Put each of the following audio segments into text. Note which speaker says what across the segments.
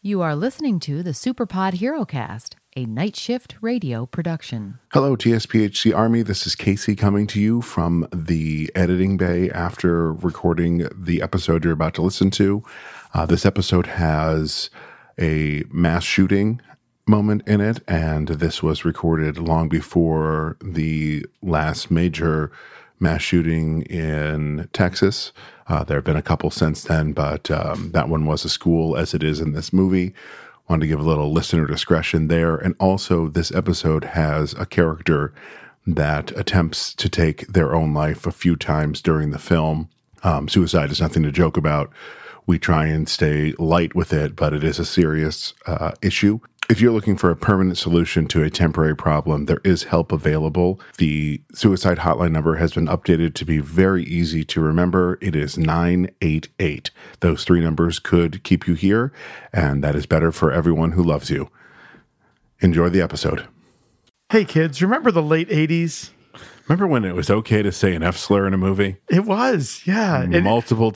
Speaker 1: You are listening to the Superpod HeroCast, a night shift radio production.
Speaker 2: Hello, TSPHC Army. This is Casey coming to you from the editing bay after recording the episode you're about to listen to. Uh, this episode has a mass shooting moment in it, and this was recorded long before the last major mass shooting in Texas. Uh, there have been a couple since then, but um, that one was a school, as it is in this movie. Wanted to give a little listener discretion there. And also, this episode has a character that attempts to take their own life a few times during the film. Um, suicide is nothing to joke about. We try and stay light with it, but it is a serious uh, issue. If you're looking for a permanent solution to a temporary problem, there is help available. The suicide hotline number has been updated to be very easy to remember. It is 988. Those three numbers could keep you here, and that is better for everyone who loves you. Enjoy the episode.
Speaker 3: Hey kids, remember the late 80s?
Speaker 2: Remember when it was okay to say an F slur in a movie?
Speaker 3: It was, yeah. And,
Speaker 2: Multiple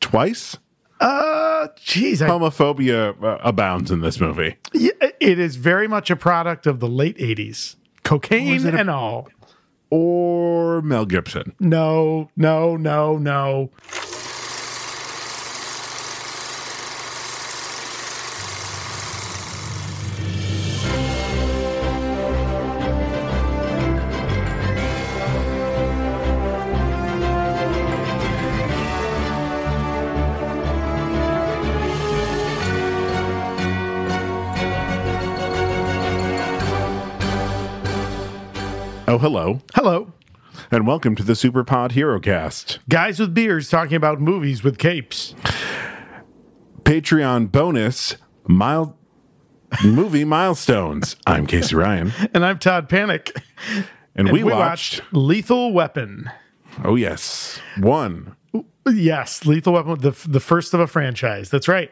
Speaker 2: twice?
Speaker 3: uh, geez, I,
Speaker 2: Homophobia uh, abounds in this movie.
Speaker 3: yeah, it is very much a product of the late 80s. Cocaine and all.
Speaker 2: Or Mel Gibson.
Speaker 3: No, no, no, no.
Speaker 2: Oh, hello.
Speaker 3: Hello.
Speaker 2: and welcome to the Superpod HeroCast.
Speaker 3: Guys with beards talking about movies with capes.
Speaker 2: Patreon bonus mile movie milestones. I'm Casey Ryan,
Speaker 3: And I'm Todd Panic.
Speaker 2: and,
Speaker 3: And
Speaker 2: we, watched,
Speaker 3: Lethal Weapon.
Speaker 2: Oh yes, one.
Speaker 3: Yes, Lethal Weapon, the, the first of a franchise. That's right.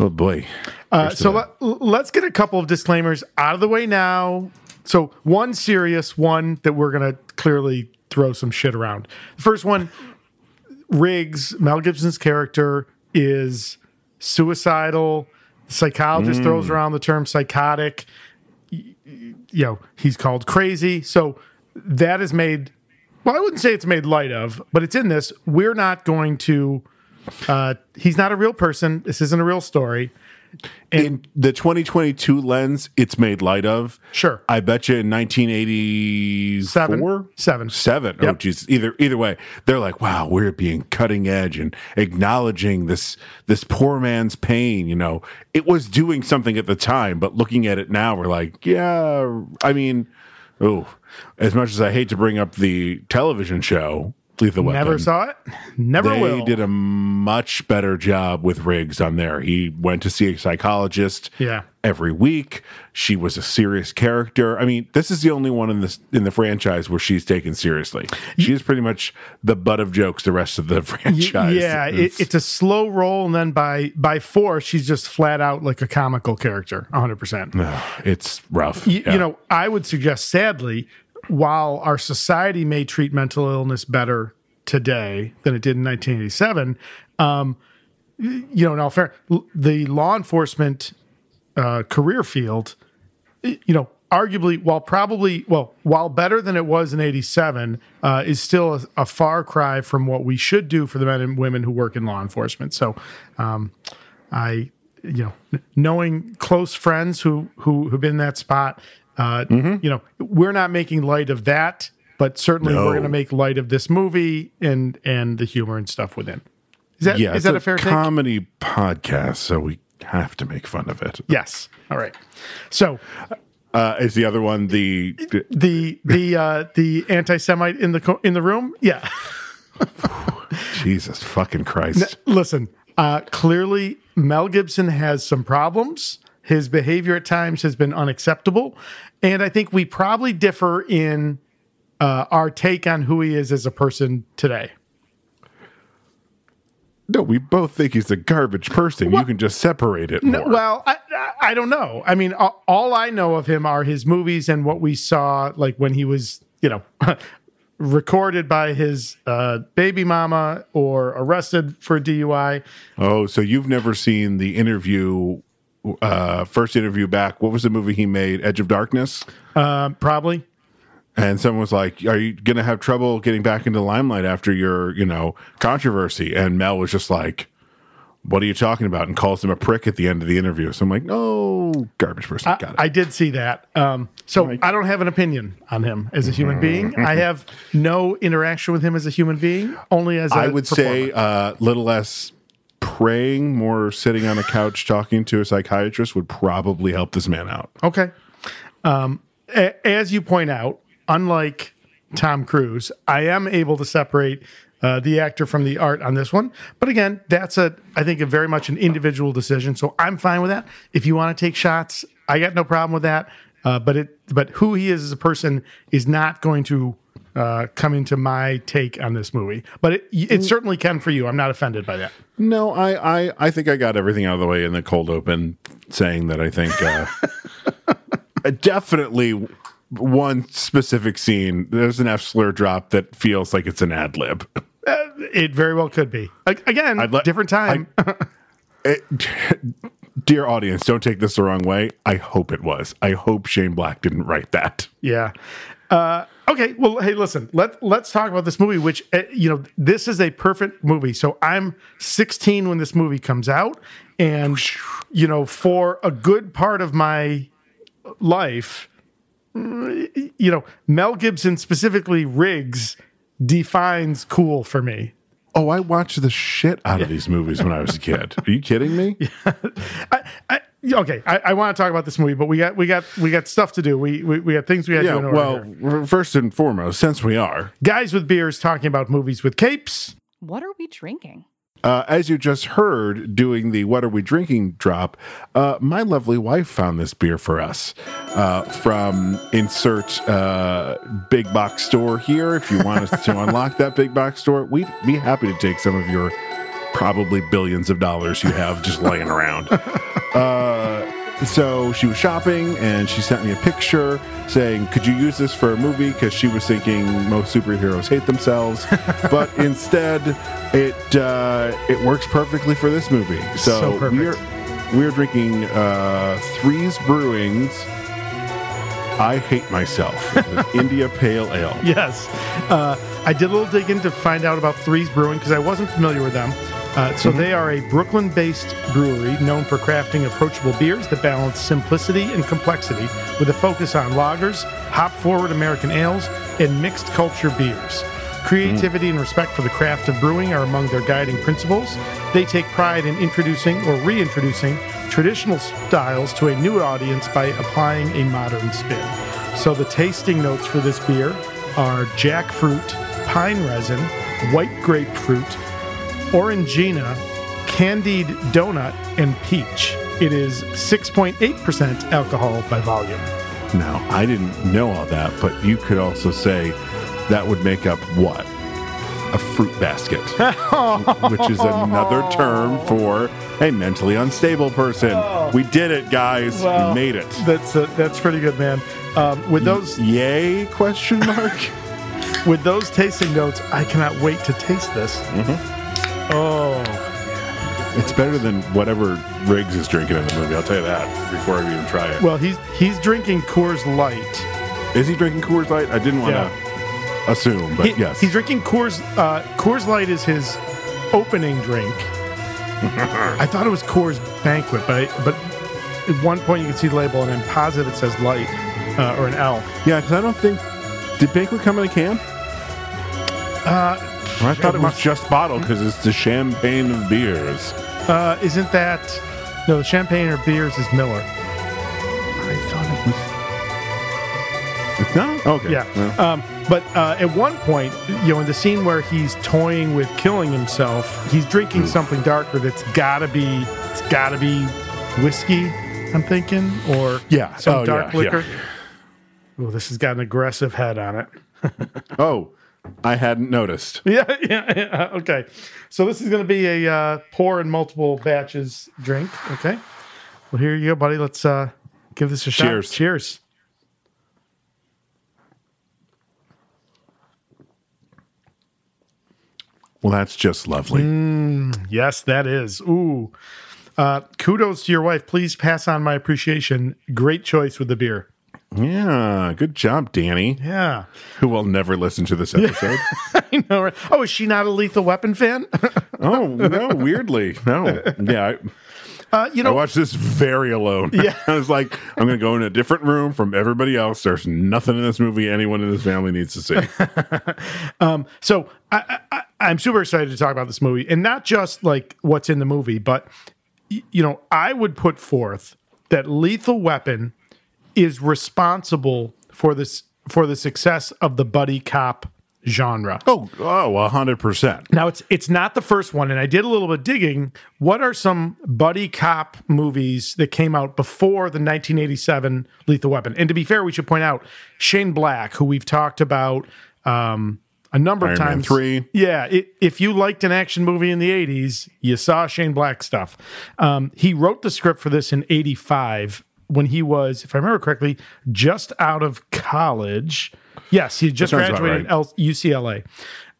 Speaker 2: Oh boy.
Speaker 3: Uh, so let, let's get a couple of disclaimers out of the way now. So one serious, one that we're gonna clearly throw some shit around. The first one, Riggs, Mel Gibson's character is suicidal. Psychologist throws around the term psychotic. Y- y- You know, he's called crazy. So that is made. Well, I wouldn't say it's made light of, but it's in this. We're not going to. Uh, he's not a real person. This isn't a real story.
Speaker 2: in the 2022 lens, it's made light of.
Speaker 3: Sure.
Speaker 2: I bet you in 1984,
Speaker 3: Seven. Seven.
Speaker 2: seven. Oh,
Speaker 3: Yep.
Speaker 2: geez. Either either way, they're like, wow, we're being cutting edge and acknowledging this this poor man's pain. You know, it was doing something at the time, but looking at it now, we're like, yeah. I mean, oh, as much as I hate to bring up the television show, Lethal Weapon,
Speaker 3: Never saw it. Never
Speaker 2: they
Speaker 3: will.
Speaker 2: did a much better job with Riggs on there. He went to see a psychologist
Speaker 3: Yeah.
Speaker 2: every week. She was a serious character. I mean, this is the only one in this in the franchise where she's taken seriously. She's pretty much the butt of jokes the rest of the franchise.
Speaker 3: yeah, it, it's a slow roll, and then by by four, she's just flat out like a comical character, 100. percent
Speaker 2: it's rough.
Speaker 3: you, you know, I would suggest, sadly, while our society may treat mental illness better today than it did in 1987, um, y- you know, in all fair, l- the law enforcement uh, career field, y- you know, arguably, while probably, well, while better than it was in 87, uh, is still a, a far cry from what we should do for the men and women who work in law enforcement. So, um, I you know n- knowing close friends who who who've been in that spot uh
Speaker 2: Mm-hmm.
Speaker 3: you know we're not making light of that but certainly
Speaker 2: No.
Speaker 3: we're going to make light of this movie and and the humor and stuff within is that is
Speaker 2: yeah, it's
Speaker 3: that a, fair take
Speaker 2: comedy podcast? So we have to make fun of it.
Speaker 3: yes all right so
Speaker 2: Uh, is the other one the
Speaker 3: the the uh the anti-semite in the co- in the room yeah
Speaker 2: Jesus fucking Christ?
Speaker 3: Listen, uh, clearly Mel Gibson has some problems. His behavior at times has been unacceptable, and I think we probably differ in uh, our take on who he is as a person today.
Speaker 2: No, we both think he's a garbage person. You can just separate it more.
Speaker 3: Well, I, I, I don't know. I mean, all, all I know of him are his movies and what we saw, like when he was, you know, recorded by his uh, baby mama or arrested for DUI.
Speaker 2: oh, so you've never seen the interview uh, first interview back, what was the movie he made? Edge of Darkness.
Speaker 3: Uh, probably.
Speaker 2: And someone was like, "Are you going to have trouble getting back into the limelight after your, you know, controversy?" And Mel was just like, "What are you talking about?" And calls him a prick at the end of the interview. So I'm like, "Oh, garbage person, got
Speaker 3: I,
Speaker 2: it."
Speaker 3: I did see that. Um, so I don't have an opinion on him as a human being. I have no interaction with him as a human being, only as a
Speaker 2: I would say
Speaker 3: performer.
Speaker 2: uh, little less praying, more sitting on a couch talking to a psychiatrist would probably help this man out.
Speaker 3: Okay. Um, a- as you point out, unlike Tom Cruise, I am able to separate uh, the actor from the art on this one. But again, that's a I think a very much an individual decision. So I'm fine with that. If you want to take shots, I got no problem with that. Uh, but it but who he is as a person is not going to uh, come into my take on this movie. But it, it certainly can for you. I'm not offended by that.
Speaker 2: No, I, I, I think I got everything out of the way in the cold open, saying that I think uh, definitely one specific scene. There's an F slur drop that feels like it's an ad lib.
Speaker 3: It very well could be. A- Again,
Speaker 2: let-
Speaker 3: different time.
Speaker 2: Dear audience, don't take this the wrong way. I hope it was. I hope Shane Black didn't write that.
Speaker 3: Yeah. Uh, okay. Well, hey, listen. Let Let's talk about this movie. Which uh, you know, this is a perfect movie. So I'm 16 when this movie comes out, and you know, for a good part of my life, mm, you know, Mel Gibson specifically Riggs defines cool for me.
Speaker 2: Oh, I watched the shit out of these movies when I was a kid. Are you kidding me?
Speaker 3: I, I, okay, I, I want to talk about this movie, but we got we got we got stuff to do. We we, we got things we got
Speaker 2: Yeah,
Speaker 3: to do. in order
Speaker 2: well,
Speaker 3: here.
Speaker 2: r- first and foremost, since we are,
Speaker 3: guys with beers talking about movies with capes.
Speaker 4: What are we drinking?
Speaker 2: uh, as you just heard doing the What Are We Drinking drop, uh, my lovely wife found this beer for us uh, from insert uh, big box store here. If you want us to unlock that big box store, we'd be happy to take some of your probably billions of dollars you have just laying around. Uh, so she was shopping and she sent me a picture saying, Could you use this for a movie? Because she was thinking most superheroes hate themselves. but instead, it uh, it works perfectly for this movie.
Speaker 3: So
Speaker 2: So,
Speaker 3: perfect.
Speaker 2: we're, we're drinking uh, Threes Brewing's I Hate Myself, with India Pale Ale.
Speaker 3: Yes. Uh, I did a little digging to find out about Threes Brewing because I wasn't familiar with them. Uh, so they are a Brooklyn based brewery known for crafting approachable beers that balance simplicity and complexity with a focus on lagers, hop forward American ales, and mixed culture beers. Creativity and respect for the craft of brewing are among their guiding principles. They take pride in introducing or reintroducing traditional styles to a new audience by applying a modern spin. So the tasting notes for this beer are jackfruit, pine resin, white grapefruit, orangina, candied donut, and peach. It is 6.8% alcohol by volume.
Speaker 2: Now, I didn't know all that, but you could also say that would make up what? A fruit basket, which is another term for a mentally unstable person.
Speaker 3: Oh.
Speaker 2: We did it, guys.
Speaker 3: Wow.
Speaker 2: we made it.
Speaker 3: That's a, that's pretty good, man. Um, with those
Speaker 2: Yay? Question mark.
Speaker 3: with those tasting notes, I cannot wait to taste this.
Speaker 2: Mm-hmm.
Speaker 3: Oh,
Speaker 2: it's better than whatever Riggs is drinking in the movie. I'll tell you that before I even try it.
Speaker 3: well, he's he's drinking Coors Light.
Speaker 2: Is he drinking Coors Light? I didn't want to assume, but
Speaker 3: He-
Speaker 2: yes.
Speaker 3: He's drinking Coors. Uh, Coors Light is his opening drink. I thought it was Coors Banquet, but I, but at one point you can see the label, and I'm positive it says Light uh, or an L.
Speaker 2: yeah, because I don't think. Did Banquet come in a can?
Speaker 3: Uh,
Speaker 2: I thought it was
Speaker 3: must-
Speaker 2: just bottled because it's the champagne of beers.
Speaker 3: uh, isn't that no? The champagne or beers is Miller.
Speaker 2: I thought it was. It's not? Okay.
Speaker 3: Yeah. Um, but uh, at one point, you know, in the scene where he's toying with killing himself, he's drinking
Speaker 2: Mm.
Speaker 3: something darker that's gotta be it's gotta be whiskey. I'm thinking, or
Speaker 2: Yeah.
Speaker 3: some
Speaker 2: Oh,
Speaker 3: dark
Speaker 2: yeah, yeah.
Speaker 3: liquor. Oh, this has got an aggressive head on it.
Speaker 2: Oh, I hadn't noticed.
Speaker 3: Yeah, yeah, yeah. Okay. So this is going to be a uh, pour in multiple batches drink. Okay. Well, here you go, buddy. Let's uh, give this a shot.
Speaker 2: Cheers.
Speaker 3: Cheers.
Speaker 2: Well, that's just lovely. Mm.
Speaker 3: Yes, that is. Ooh. Uh, kudos to your wife. Please pass on my appreciation. Great choice with the beer.
Speaker 2: Yeah, good job, Danny,
Speaker 3: Yeah.
Speaker 2: who will never listen to this episode.
Speaker 3: I know. right? Oh, is she not a Lethal Weapon fan?
Speaker 2: oh, no, weirdly. No. Yeah, I,
Speaker 3: Uh, you
Speaker 2: I
Speaker 3: know,
Speaker 2: watched this very alone.
Speaker 3: Yeah.
Speaker 2: I was like, I'm going to go in a different room from everybody else. There's nothing in this movie anyone in this family needs to see.
Speaker 3: So I, I, I- I'm super excited to talk about this movie, and not just like what's in the movie, but y- you know, I would put forth that Lethal Weapon is responsible for this for the success of the buddy cop genre.
Speaker 2: Oh, oh, 100%.
Speaker 3: Now it's it's not the first one, and I did a little bit of digging. What are some buddy cop movies that came out before the 1987 Lethal Weapon? And to be fair, we should point out Shane Black, who we've talked about um, a number
Speaker 2: Iron
Speaker 3: of
Speaker 2: Man
Speaker 3: times.
Speaker 2: 3.
Speaker 3: Yeah, i if you liked an action movie in the 80s, you saw Shane Black stuff. Um, he wrote the script for this in 85 when he was, if I remember correctly, just out of college. Yes, he had just
Speaker 2: sounds about
Speaker 3: graduated
Speaker 2: right.
Speaker 3: L- UCLA.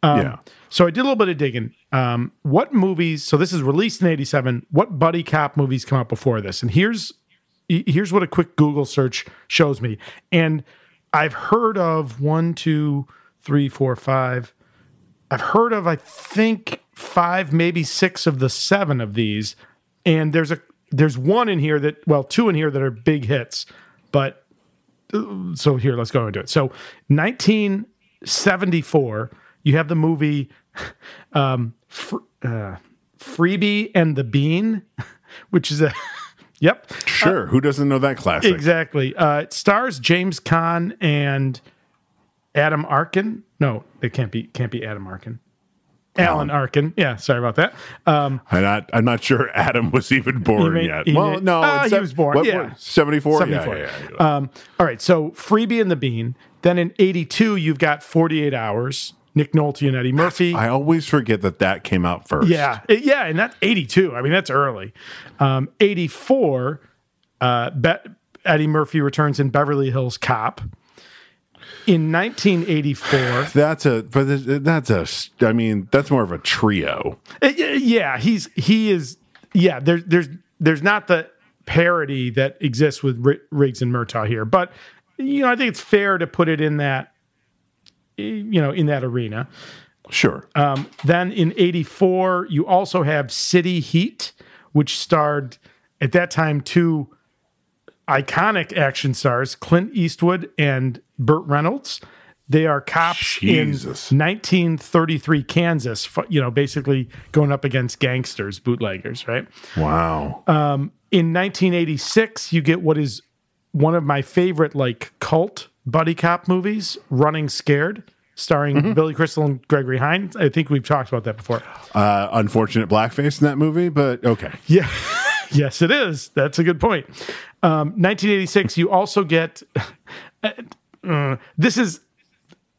Speaker 2: yeah.
Speaker 3: So I did a little bit of digging. Um, what movies? So this is released in '87. What buddy cop movies come out before this? And here's he- here's what a quick Google search shows me. And I've heard of one, two, three, four, five. I've heard of I think five, maybe six of the seven of these. And there's a there's one in here that well, two in here that are big hits, but uh, so here let's go into it so 1974 you have the movie um Fr- uh, freebie and the bean which is a yep
Speaker 2: Sure. Who doesn't know that classic?
Speaker 3: exactly uh it stars james kahn and adam arkin no it can't be can't be adam arkin alan arkin yeah sorry about that um
Speaker 2: I'm not. I'm not sure Adam was even born
Speaker 3: may-
Speaker 2: yet.
Speaker 3: he
Speaker 2: well,
Speaker 3: may-
Speaker 2: no,
Speaker 3: Ah,
Speaker 2: it's
Speaker 3: he was born, yeah.
Speaker 2: seventy four. Yeah,
Speaker 3: 74.
Speaker 2: yeah, yeah.
Speaker 3: Um, all right, so freebie and the bean. Then in '82, you've got 48 hours. Nick Nolte and Eddie Murphy.
Speaker 2: I always forget that that came out first.
Speaker 3: yeah, it- yeah, and that's '82. I mean, that's early. Um, '84, uh, Be- Eddie Murphy returns in Beverly Hills Cop. In 1984,
Speaker 2: that's a. But th- that's a. I mean, that's more of a trio.
Speaker 3: Uh, y- yeah he's he is yeah there's there's there's not the parody that exists with R- riggs and murtaugh here but you know i think it's fair to put it in that eh, you know in that arena
Speaker 2: Sure.
Speaker 3: um, then in 84 you also have city heat which starred at that time two iconic action stars clint eastwood and burt reynolds they are cops
Speaker 2: Jesus.
Speaker 3: in 1933 Kansas, fu- you know, basically going up against gangsters, bootleggers, right?
Speaker 2: wow.
Speaker 3: uh, In 1986, you get what is one of my favorite, like, cult buddy cop movies, Running Scared, starring Billy Crystal and Gregory Hines. I think we've talked about that before.
Speaker 2: uh, unfortunate blackface in that movie, but okay.
Speaker 3: Yeah. yes, it is. That's a good point. Um, 1986, you also get uh, this is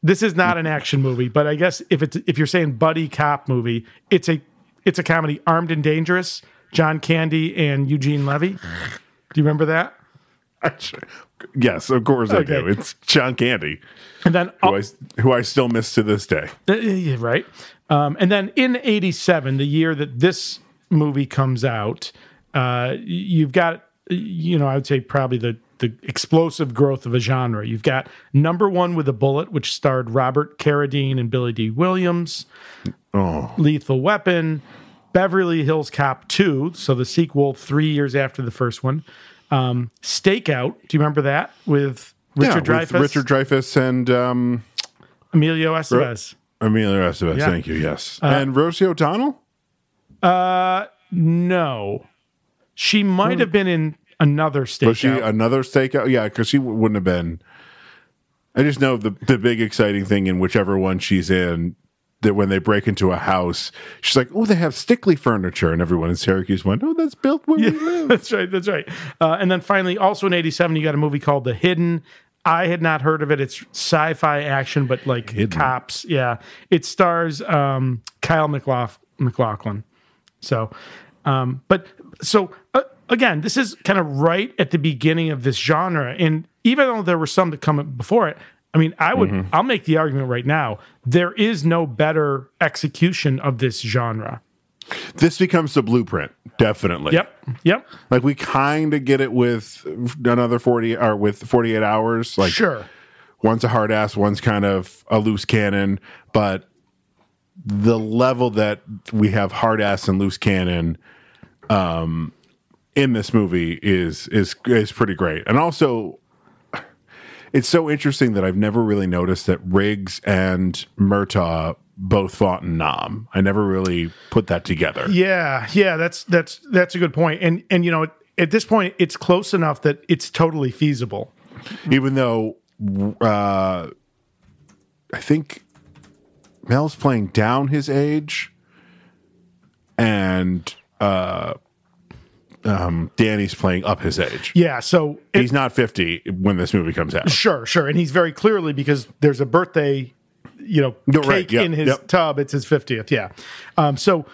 Speaker 3: this is not an action movie, but I guess if it's if you're saying buddy cop movie, it's a it's a comedy Armed and Dangerous, John Candy and Eugene Levy. Do you remember that?
Speaker 2: Yes, of course I do.
Speaker 3: Okay. Oh.
Speaker 2: It's John Candy,
Speaker 3: And then
Speaker 2: who I, who I still miss to this day.
Speaker 3: Uh, yeah, right? Um, and then in '87, the year that this movie comes out, uh, you've got, you know, I would say probably the the explosive growth of a genre. You've got number one with a bullet, which starred Robert Carradine and Billy D. Williams.
Speaker 2: Oh.
Speaker 3: Lethal Weapon, Beverly Hills Cop 2, so the sequel three years after the first one. Um, Stakeout, do you remember that with Richard
Speaker 2: yeah, with
Speaker 3: Dreyfuss,
Speaker 2: Richard Dreyfuss and um,
Speaker 3: Emilio Estevez?
Speaker 2: Amelia Estevez. Thank you. Yes,
Speaker 3: Uh,
Speaker 2: and Rosie O'Donnell.
Speaker 3: No. She might have been in another stakeout.
Speaker 2: Was she another stakeout? Yeah, because she w- wouldn't have been. I just know the the big exciting thing in whichever one she's in that when they break into a house, she's like, "Oh, they have stickly furniture," and everyone in Syracuse went, "Oh, that's built where we live."
Speaker 3: that's right. That's right. Uh, and then finally, also in 87, you got a movie called The Hidden. I had not heard of it. It's sci fi action, but like cops. Yeah. It stars um, Kyle McLaugh- McLaughlin. So, um, but so uh, again, this is kind of right at the beginning of this genre, and even though there were some that come before it, I mean, I would, I'll make the argument right now: there is no better execution of this genre.
Speaker 2: This becomes the blueprint, definitely.
Speaker 3: Yep. Yep.
Speaker 2: Like we kind of get it with another 40 or with 48 hours. Like
Speaker 3: sure.
Speaker 2: one's a hard ass, one's kind of a loose cannon, but the level that we have hard ass and loose cannon um in this movie is is is pretty great. And also it's so interesting that I've never really noticed that Riggs and Murtaugh both fought in Nam. I never really put that together.
Speaker 3: Yeah, yeah, that's that's that's a good point. And and you know, at, at this point it's close enough that it's totally feasible.
Speaker 2: even though uh, I think Mel's playing down his age, and uh, um, Danny's playing up his age.
Speaker 3: Yeah, so it,
Speaker 2: He's not fifty when this movie comes out.
Speaker 3: sure, sure. And he's very clearly because there's a birthday, you know,
Speaker 2: No,
Speaker 3: cake
Speaker 2: right, yeah,
Speaker 3: in his
Speaker 2: yep.
Speaker 3: tub. It's his 50th. Yeah. Um so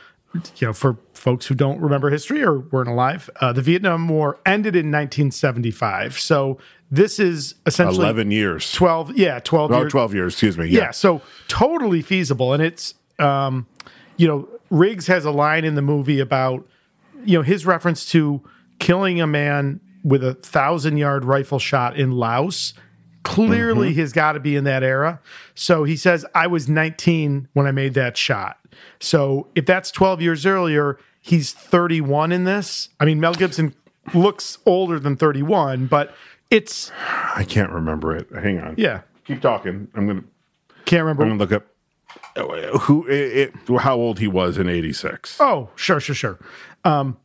Speaker 3: you know, for folks who don't remember history or weren't alive, uh, the Vietnam War ended in 1975. So this is essentially
Speaker 2: Eleven years.
Speaker 3: 12 yeah, 12
Speaker 2: oh,
Speaker 3: years.
Speaker 2: 12 years. Excuse me.
Speaker 3: yeah so totally feasible and it's um you know riggs has a line in the movie about you know his reference to killing a man with a thousand yard rifle shot in laos clearly he's got to be in that era so he says i was 19 when i made that shot so if that's 12 years earlier he's 31 in this i mean mel gibson looks older than 31 but it's
Speaker 2: I can't remember it. Hang on.
Speaker 3: yeah
Speaker 2: Keep talking. I'm gonna.
Speaker 3: can't remember
Speaker 2: I'm gonna look up oh, who it, it how old he was in '86.
Speaker 3: Oh, sure, sure, sure. Um,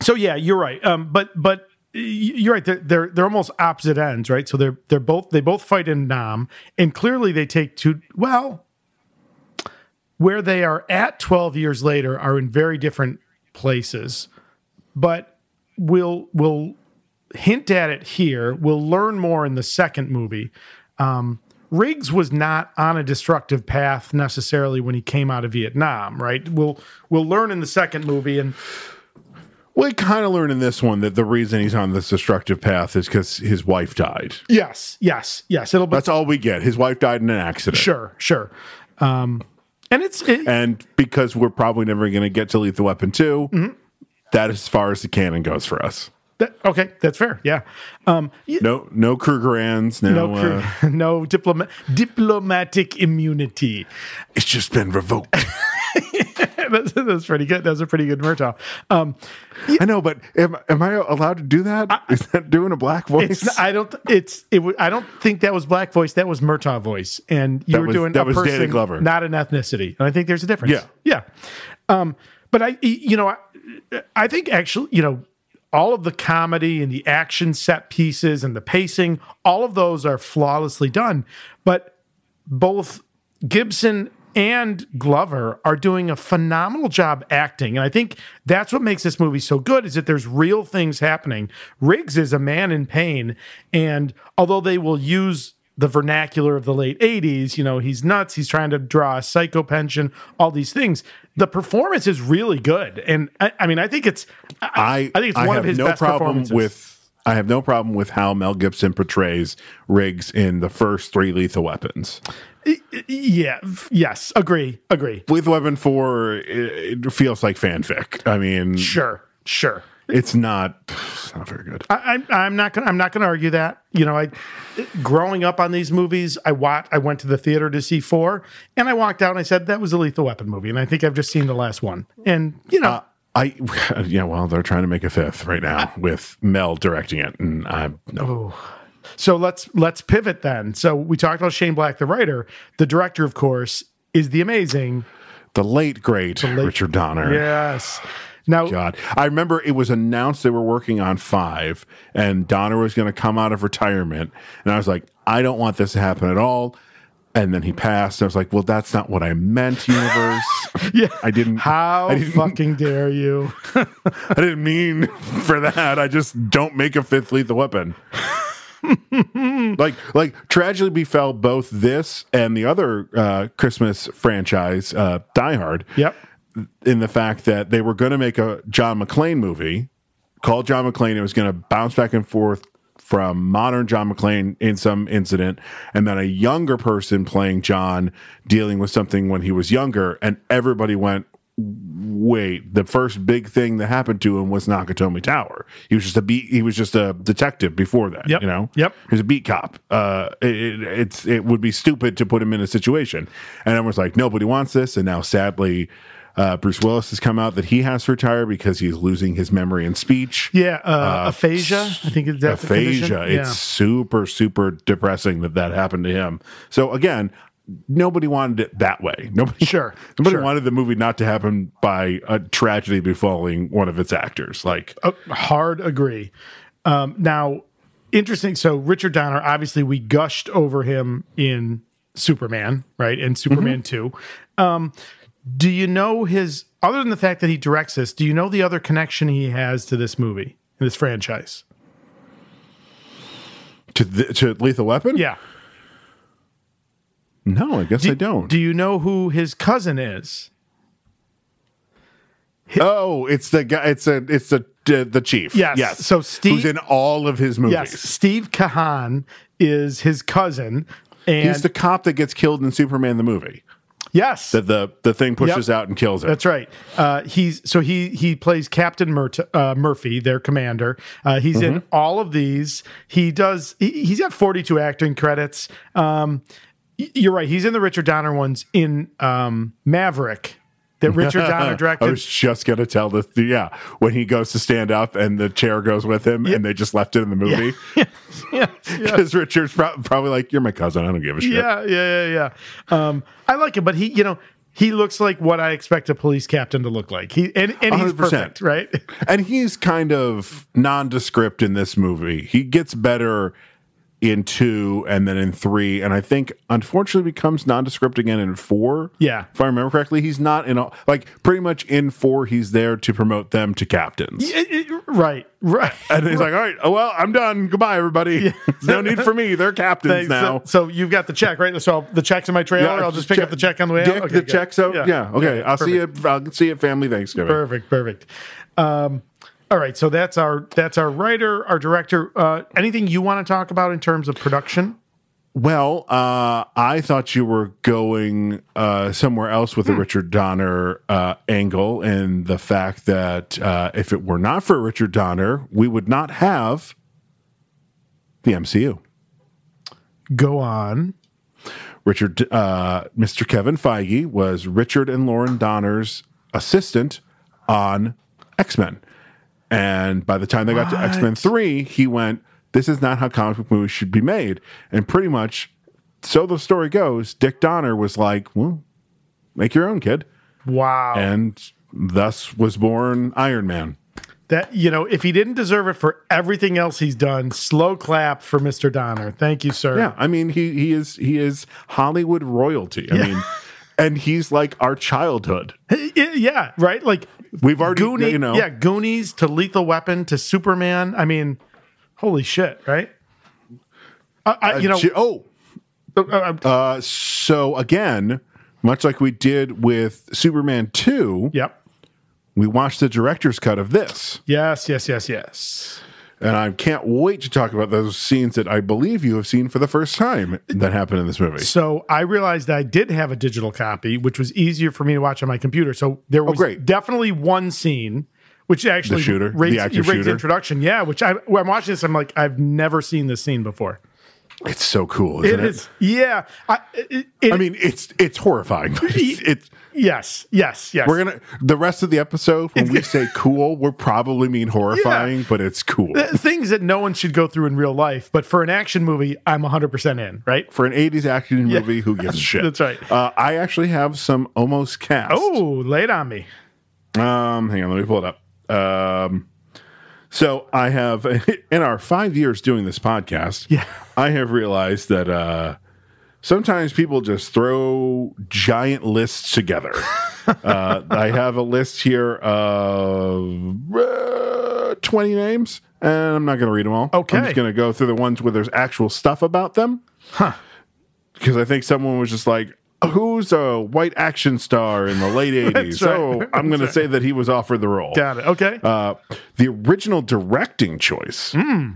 Speaker 3: so yeah, you're right. Um, but but y- you're right. They're, they're they're almost opposite ends, right? So they're they're both they both fight in Nam, and clearly they take two. Well, where they are at 12 years later are in very different places, but we'll we'll hint at it here. We'll learn more in the second movie. Um, Riggs was not on a destructive path necessarily when he came out of Vietnam, right? We'll we'll learn in the second movie, and
Speaker 2: We kind of learn in this one that the reason he's on this destructive path is because his wife died.
Speaker 3: yes, yes, yes, it'll be
Speaker 2: That's all we get. His wife died in an accident.
Speaker 3: sure, sure. Um, and it's it,
Speaker 2: And because we're probably never going to get to Lethal Weapon 2,
Speaker 3: Mm-hmm.
Speaker 2: that is as far as the canon goes for us.
Speaker 3: that, okay, that's fair, yeah. Um, y-
Speaker 2: No, no Krugerrands. No,
Speaker 3: no, cr-
Speaker 2: uh,
Speaker 3: no diploma- diplomatic immunity.
Speaker 2: it's just been revoked.
Speaker 3: that's, that's pretty good. That's a pretty good Murtaugh. Um,
Speaker 2: I know, but am, am I allowed to do that? Is that doing a black voice?
Speaker 3: It's I don't it's it wa- I don't think that was black voice that was Murtaugh voice and you
Speaker 2: That
Speaker 3: were
Speaker 2: was-
Speaker 3: doing
Speaker 2: that
Speaker 3: a
Speaker 2: was
Speaker 3: person,
Speaker 2: Danny Glover.
Speaker 3: not an ethnicity and I think there's a difference
Speaker 2: Yeah.
Speaker 3: yeah um but I you know I, I think actually you know all of the comedy and the action set pieces and the pacing all of those are flawlessly done but both Gibson and Glover are doing a phenomenal job acting. And I think that's what makes this movie so good is that there's real things happening. Riggs is a man in pain. And although they will use the vernacular of the late 80s, you know, he's nuts, he's trying to draw a psycho pension, all these things. The performance is really good. And I, I mean, I think it's
Speaker 2: I,
Speaker 3: I think it's one of his best performances.
Speaker 2: with I have no problem with how Mel Gibson portrays Riggs in the first three Lethal Weapons.
Speaker 3: yeah, yes, agree, agree.
Speaker 2: Lethal Weapon 4 it, it feels like fanfic. I mean,
Speaker 3: Sure, sure.
Speaker 2: it's not it's not very good.
Speaker 3: I, I, I'm not gonna. I'm not gonna argue that. You know, I growing up on these movies, I watch. I went to the theater to see four, and I walked out and I said that was a Lethal Weapon movie, and I think I've just seen the last one. And you
Speaker 2: Uh,
Speaker 3: know,
Speaker 2: I yeah, well, they're trying to make a fifth right now with Mel directing it, and I no.
Speaker 3: so let's let's pivot then. So we talked about Shane Black, the writer, the director, of course, is the amazing.
Speaker 2: the late great Richard Donner.
Speaker 3: Yes. Now,
Speaker 2: God, I remember it was announced they were working on five, and Donner was going to come out of retirement, and I was like, I don't want this to happen at all. And then he passed. And I was like, "Well, that's not what I meant, universe. yeah, I didn't.
Speaker 3: how
Speaker 2: I didn't,
Speaker 3: fucking dare you?
Speaker 2: I didn't mean for that. I just don't make a fifth lethal weapon. like like tragedy befell both this and the other uh, Christmas franchise, uh, Die Hard.
Speaker 3: Yep.
Speaker 2: In the fact that they were going to make a John McClane movie called John McClane. It was going to bounce back and forth from modern John McClane in some incident, and then a younger person playing John dealing with something when he was younger, and everybody went wait, the first big thing that happened to him was Nakatomi Tower. He was just a beat. He was just a detective before that.
Speaker 3: Yep.
Speaker 2: You know.
Speaker 3: Yep.
Speaker 2: He was a beat cop. Uh, it, it, it's it would be stupid to put him in a situation. And everyone's like, nobody wants this. And now, sadly. Uh, Bruce Willis has come out that he has to retire because he's losing his memory and speech.
Speaker 3: Yeah, uh, aphasia. I think it's that's the condition.
Speaker 2: aphasia. It's super, super depressing that that happened to him. So again, nobody wanted it that way. Nobody,
Speaker 3: Sure,
Speaker 2: Nobody
Speaker 3: sure.
Speaker 2: wanted the movie not to happen by a tragedy befalling one of its actors. Like,
Speaker 3: yeah, Uh, hard agree. Um, now, interesting. So Richard Donner, obviously, we gushed over him in Superman, right, and
Speaker 2: Mm-hmm.
Speaker 3: Superman Two. Um, do you know his other than the fact that he directs this? Do you know the other connection he has to this movie, this franchise?
Speaker 2: to th- to Lethal Weapon.
Speaker 3: Yeah.
Speaker 2: No, I guess I don't.
Speaker 3: Do you know who his cousin is?
Speaker 2: oh, it's the guy. It's a. It's the the the chief.
Speaker 3: Yes.
Speaker 2: Yes.
Speaker 3: So Steve-
Speaker 2: who's in all of his movies.
Speaker 3: Yes, Steve Kahan is his cousin, and
Speaker 2: He's the cop that gets killed in Superman the movie.
Speaker 3: yes,
Speaker 2: That the the thing pushes
Speaker 3: Yep.
Speaker 2: out and kills him.
Speaker 3: That's right. Uh, he's so he he plays Captain Mur- uh, Murphy, their commander. Uh, he's in all of these. He does. He, he's got forty two acting credits. Um, y- you're right. He's in the Richard Donner ones in um, Maverick that Richard
Speaker 2: I
Speaker 3: Donner directed.
Speaker 2: was just gonna tell this. Yeah, when he goes to stand up and the chair goes with him, and they just left it in the movie
Speaker 3: Yes, yes.
Speaker 2: because Richard's prob- probably like, "You're my cousin. I don't give a shit."
Speaker 3: Yeah, yeah, yeah, yeah. Um, I like him, but he, you know, he looks like what I expect a police captain to look like. He and, and he's
Speaker 2: 100%.
Speaker 3: perfect, right?
Speaker 2: And he's kind of nondescript in this movie. He gets better in two, and then in three, and I think unfortunately becomes nondescript again in four.
Speaker 3: Yeah.
Speaker 2: if I remember correctly, he's not in all like pretty much in four. He's there to promote them to captains.
Speaker 3: It- it- right, right.
Speaker 2: And he's like, all right, oh, well, I'm done. Goodbye, everybody. There's no need for me. They're captains
Speaker 3: Thanks.
Speaker 2: now.
Speaker 3: So, so you've got the check, right? So I'll, the check's in my trailer. I'll just pick up the check on the way
Speaker 2: Dick,
Speaker 3: out. Okay,
Speaker 2: the
Speaker 3: good.
Speaker 2: check's out. Yeah. okay. I'll
Speaker 3: perfect.
Speaker 2: see you. I'll see you at family Thanksgiving.
Speaker 3: Perfect, perfect. Um, all right, so that's our that's our writer, our director. Uh, anything you want to talk about in terms of production?
Speaker 2: Well, uh, I thought you were going uh, somewhere else with the Richard Donner uh, angle and the fact that uh, if it were not for Richard Donner, we would not have the MCU.
Speaker 3: Go on.
Speaker 2: Richard, uh, Mr. Kevin Feige was Richard and Lauren Donner's assistant on X Men. And by the time they got to X Men 3, he went, This is not how comic book movies should be made. And pretty much, so the story goes, Dick Donner was like, Well, make your own kid.
Speaker 3: Wow.
Speaker 2: And thus was born Iron Man.
Speaker 3: That you know, if he didn't deserve it for everything else he's done, slow clap for Mr. Donner. Thank you, sir.
Speaker 2: Yeah, I mean he he is he is Hollywood royalty. I mean, and he's like our childhood.
Speaker 3: Yeah, yeah, right. Like
Speaker 2: We've already
Speaker 3: Goonie,
Speaker 2: you know
Speaker 3: yeah, Goonies to Lethal Weapon to Superman. I mean, holy shit, right? I, I, you know,
Speaker 2: Ju- oh,
Speaker 3: uh, uh,
Speaker 2: uh, so again, much like we did with Superman 2,
Speaker 3: yep.
Speaker 2: we watched the director's cut of this.
Speaker 3: Yes, yes, yes, yes.
Speaker 2: And I can't wait to talk about those scenes that I believe you have seen for the first time that happened in this movie.
Speaker 3: So I realized I did have a digital copy, which was easier for me to watch on my computer. So there was
Speaker 2: Oh, great.
Speaker 3: definitely one scene, which actually
Speaker 2: The shooter? The
Speaker 3: raised,
Speaker 2: active
Speaker 3: raised
Speaker 2: shooter?
Speaker 3: introduction. Yeah, which I, when I'm watching this, I'm like, I've never seen this scene before.
Speaker 2: It's so cool, isn't it?
Speaker 3: it is, yeah. I, it, it-
Speaker 2: I mean, it's it's horrifying. but It's, it's
Speaker 3: yes, yes, yes.
Speaker 2: we're gonna the rest of the episode when we say cool, we're probably mean horrifying, but it's cool.
Speaker 3: things that no one should go through in real life, but for an action movie, I'm 100% in, right?
Speaker 2: For an '80s action movie, who gives a shit?
Speaker 3: That's right.
Speaker 2: Uh, I actually have some almost cast.
Speaker 3: Oh, late on me.
Speaker 2: Um, hang on, let me pull it up. Um, so I have in our five years doing this podcast,
Speaker 3: Yeah.
Speaker 2: I have realized that uh, sometimes people just throw giant lists together. uh, I have a list here of uh, twenty names, and I'm not going to read them all.
Speaker 3: Okay.
Speaker 2: I'm just going to go through the ones where there's actual stuff about them because I think someone was just like, "Who's a white action star in the late '80s?"
Speaker 3: right.
Speaker 2: So I'm going to say that he was offered the role.
Speaker 3: Got it. Okay.
Speaker 2: Uh, the original directing choice
Speaker 3: Hmm.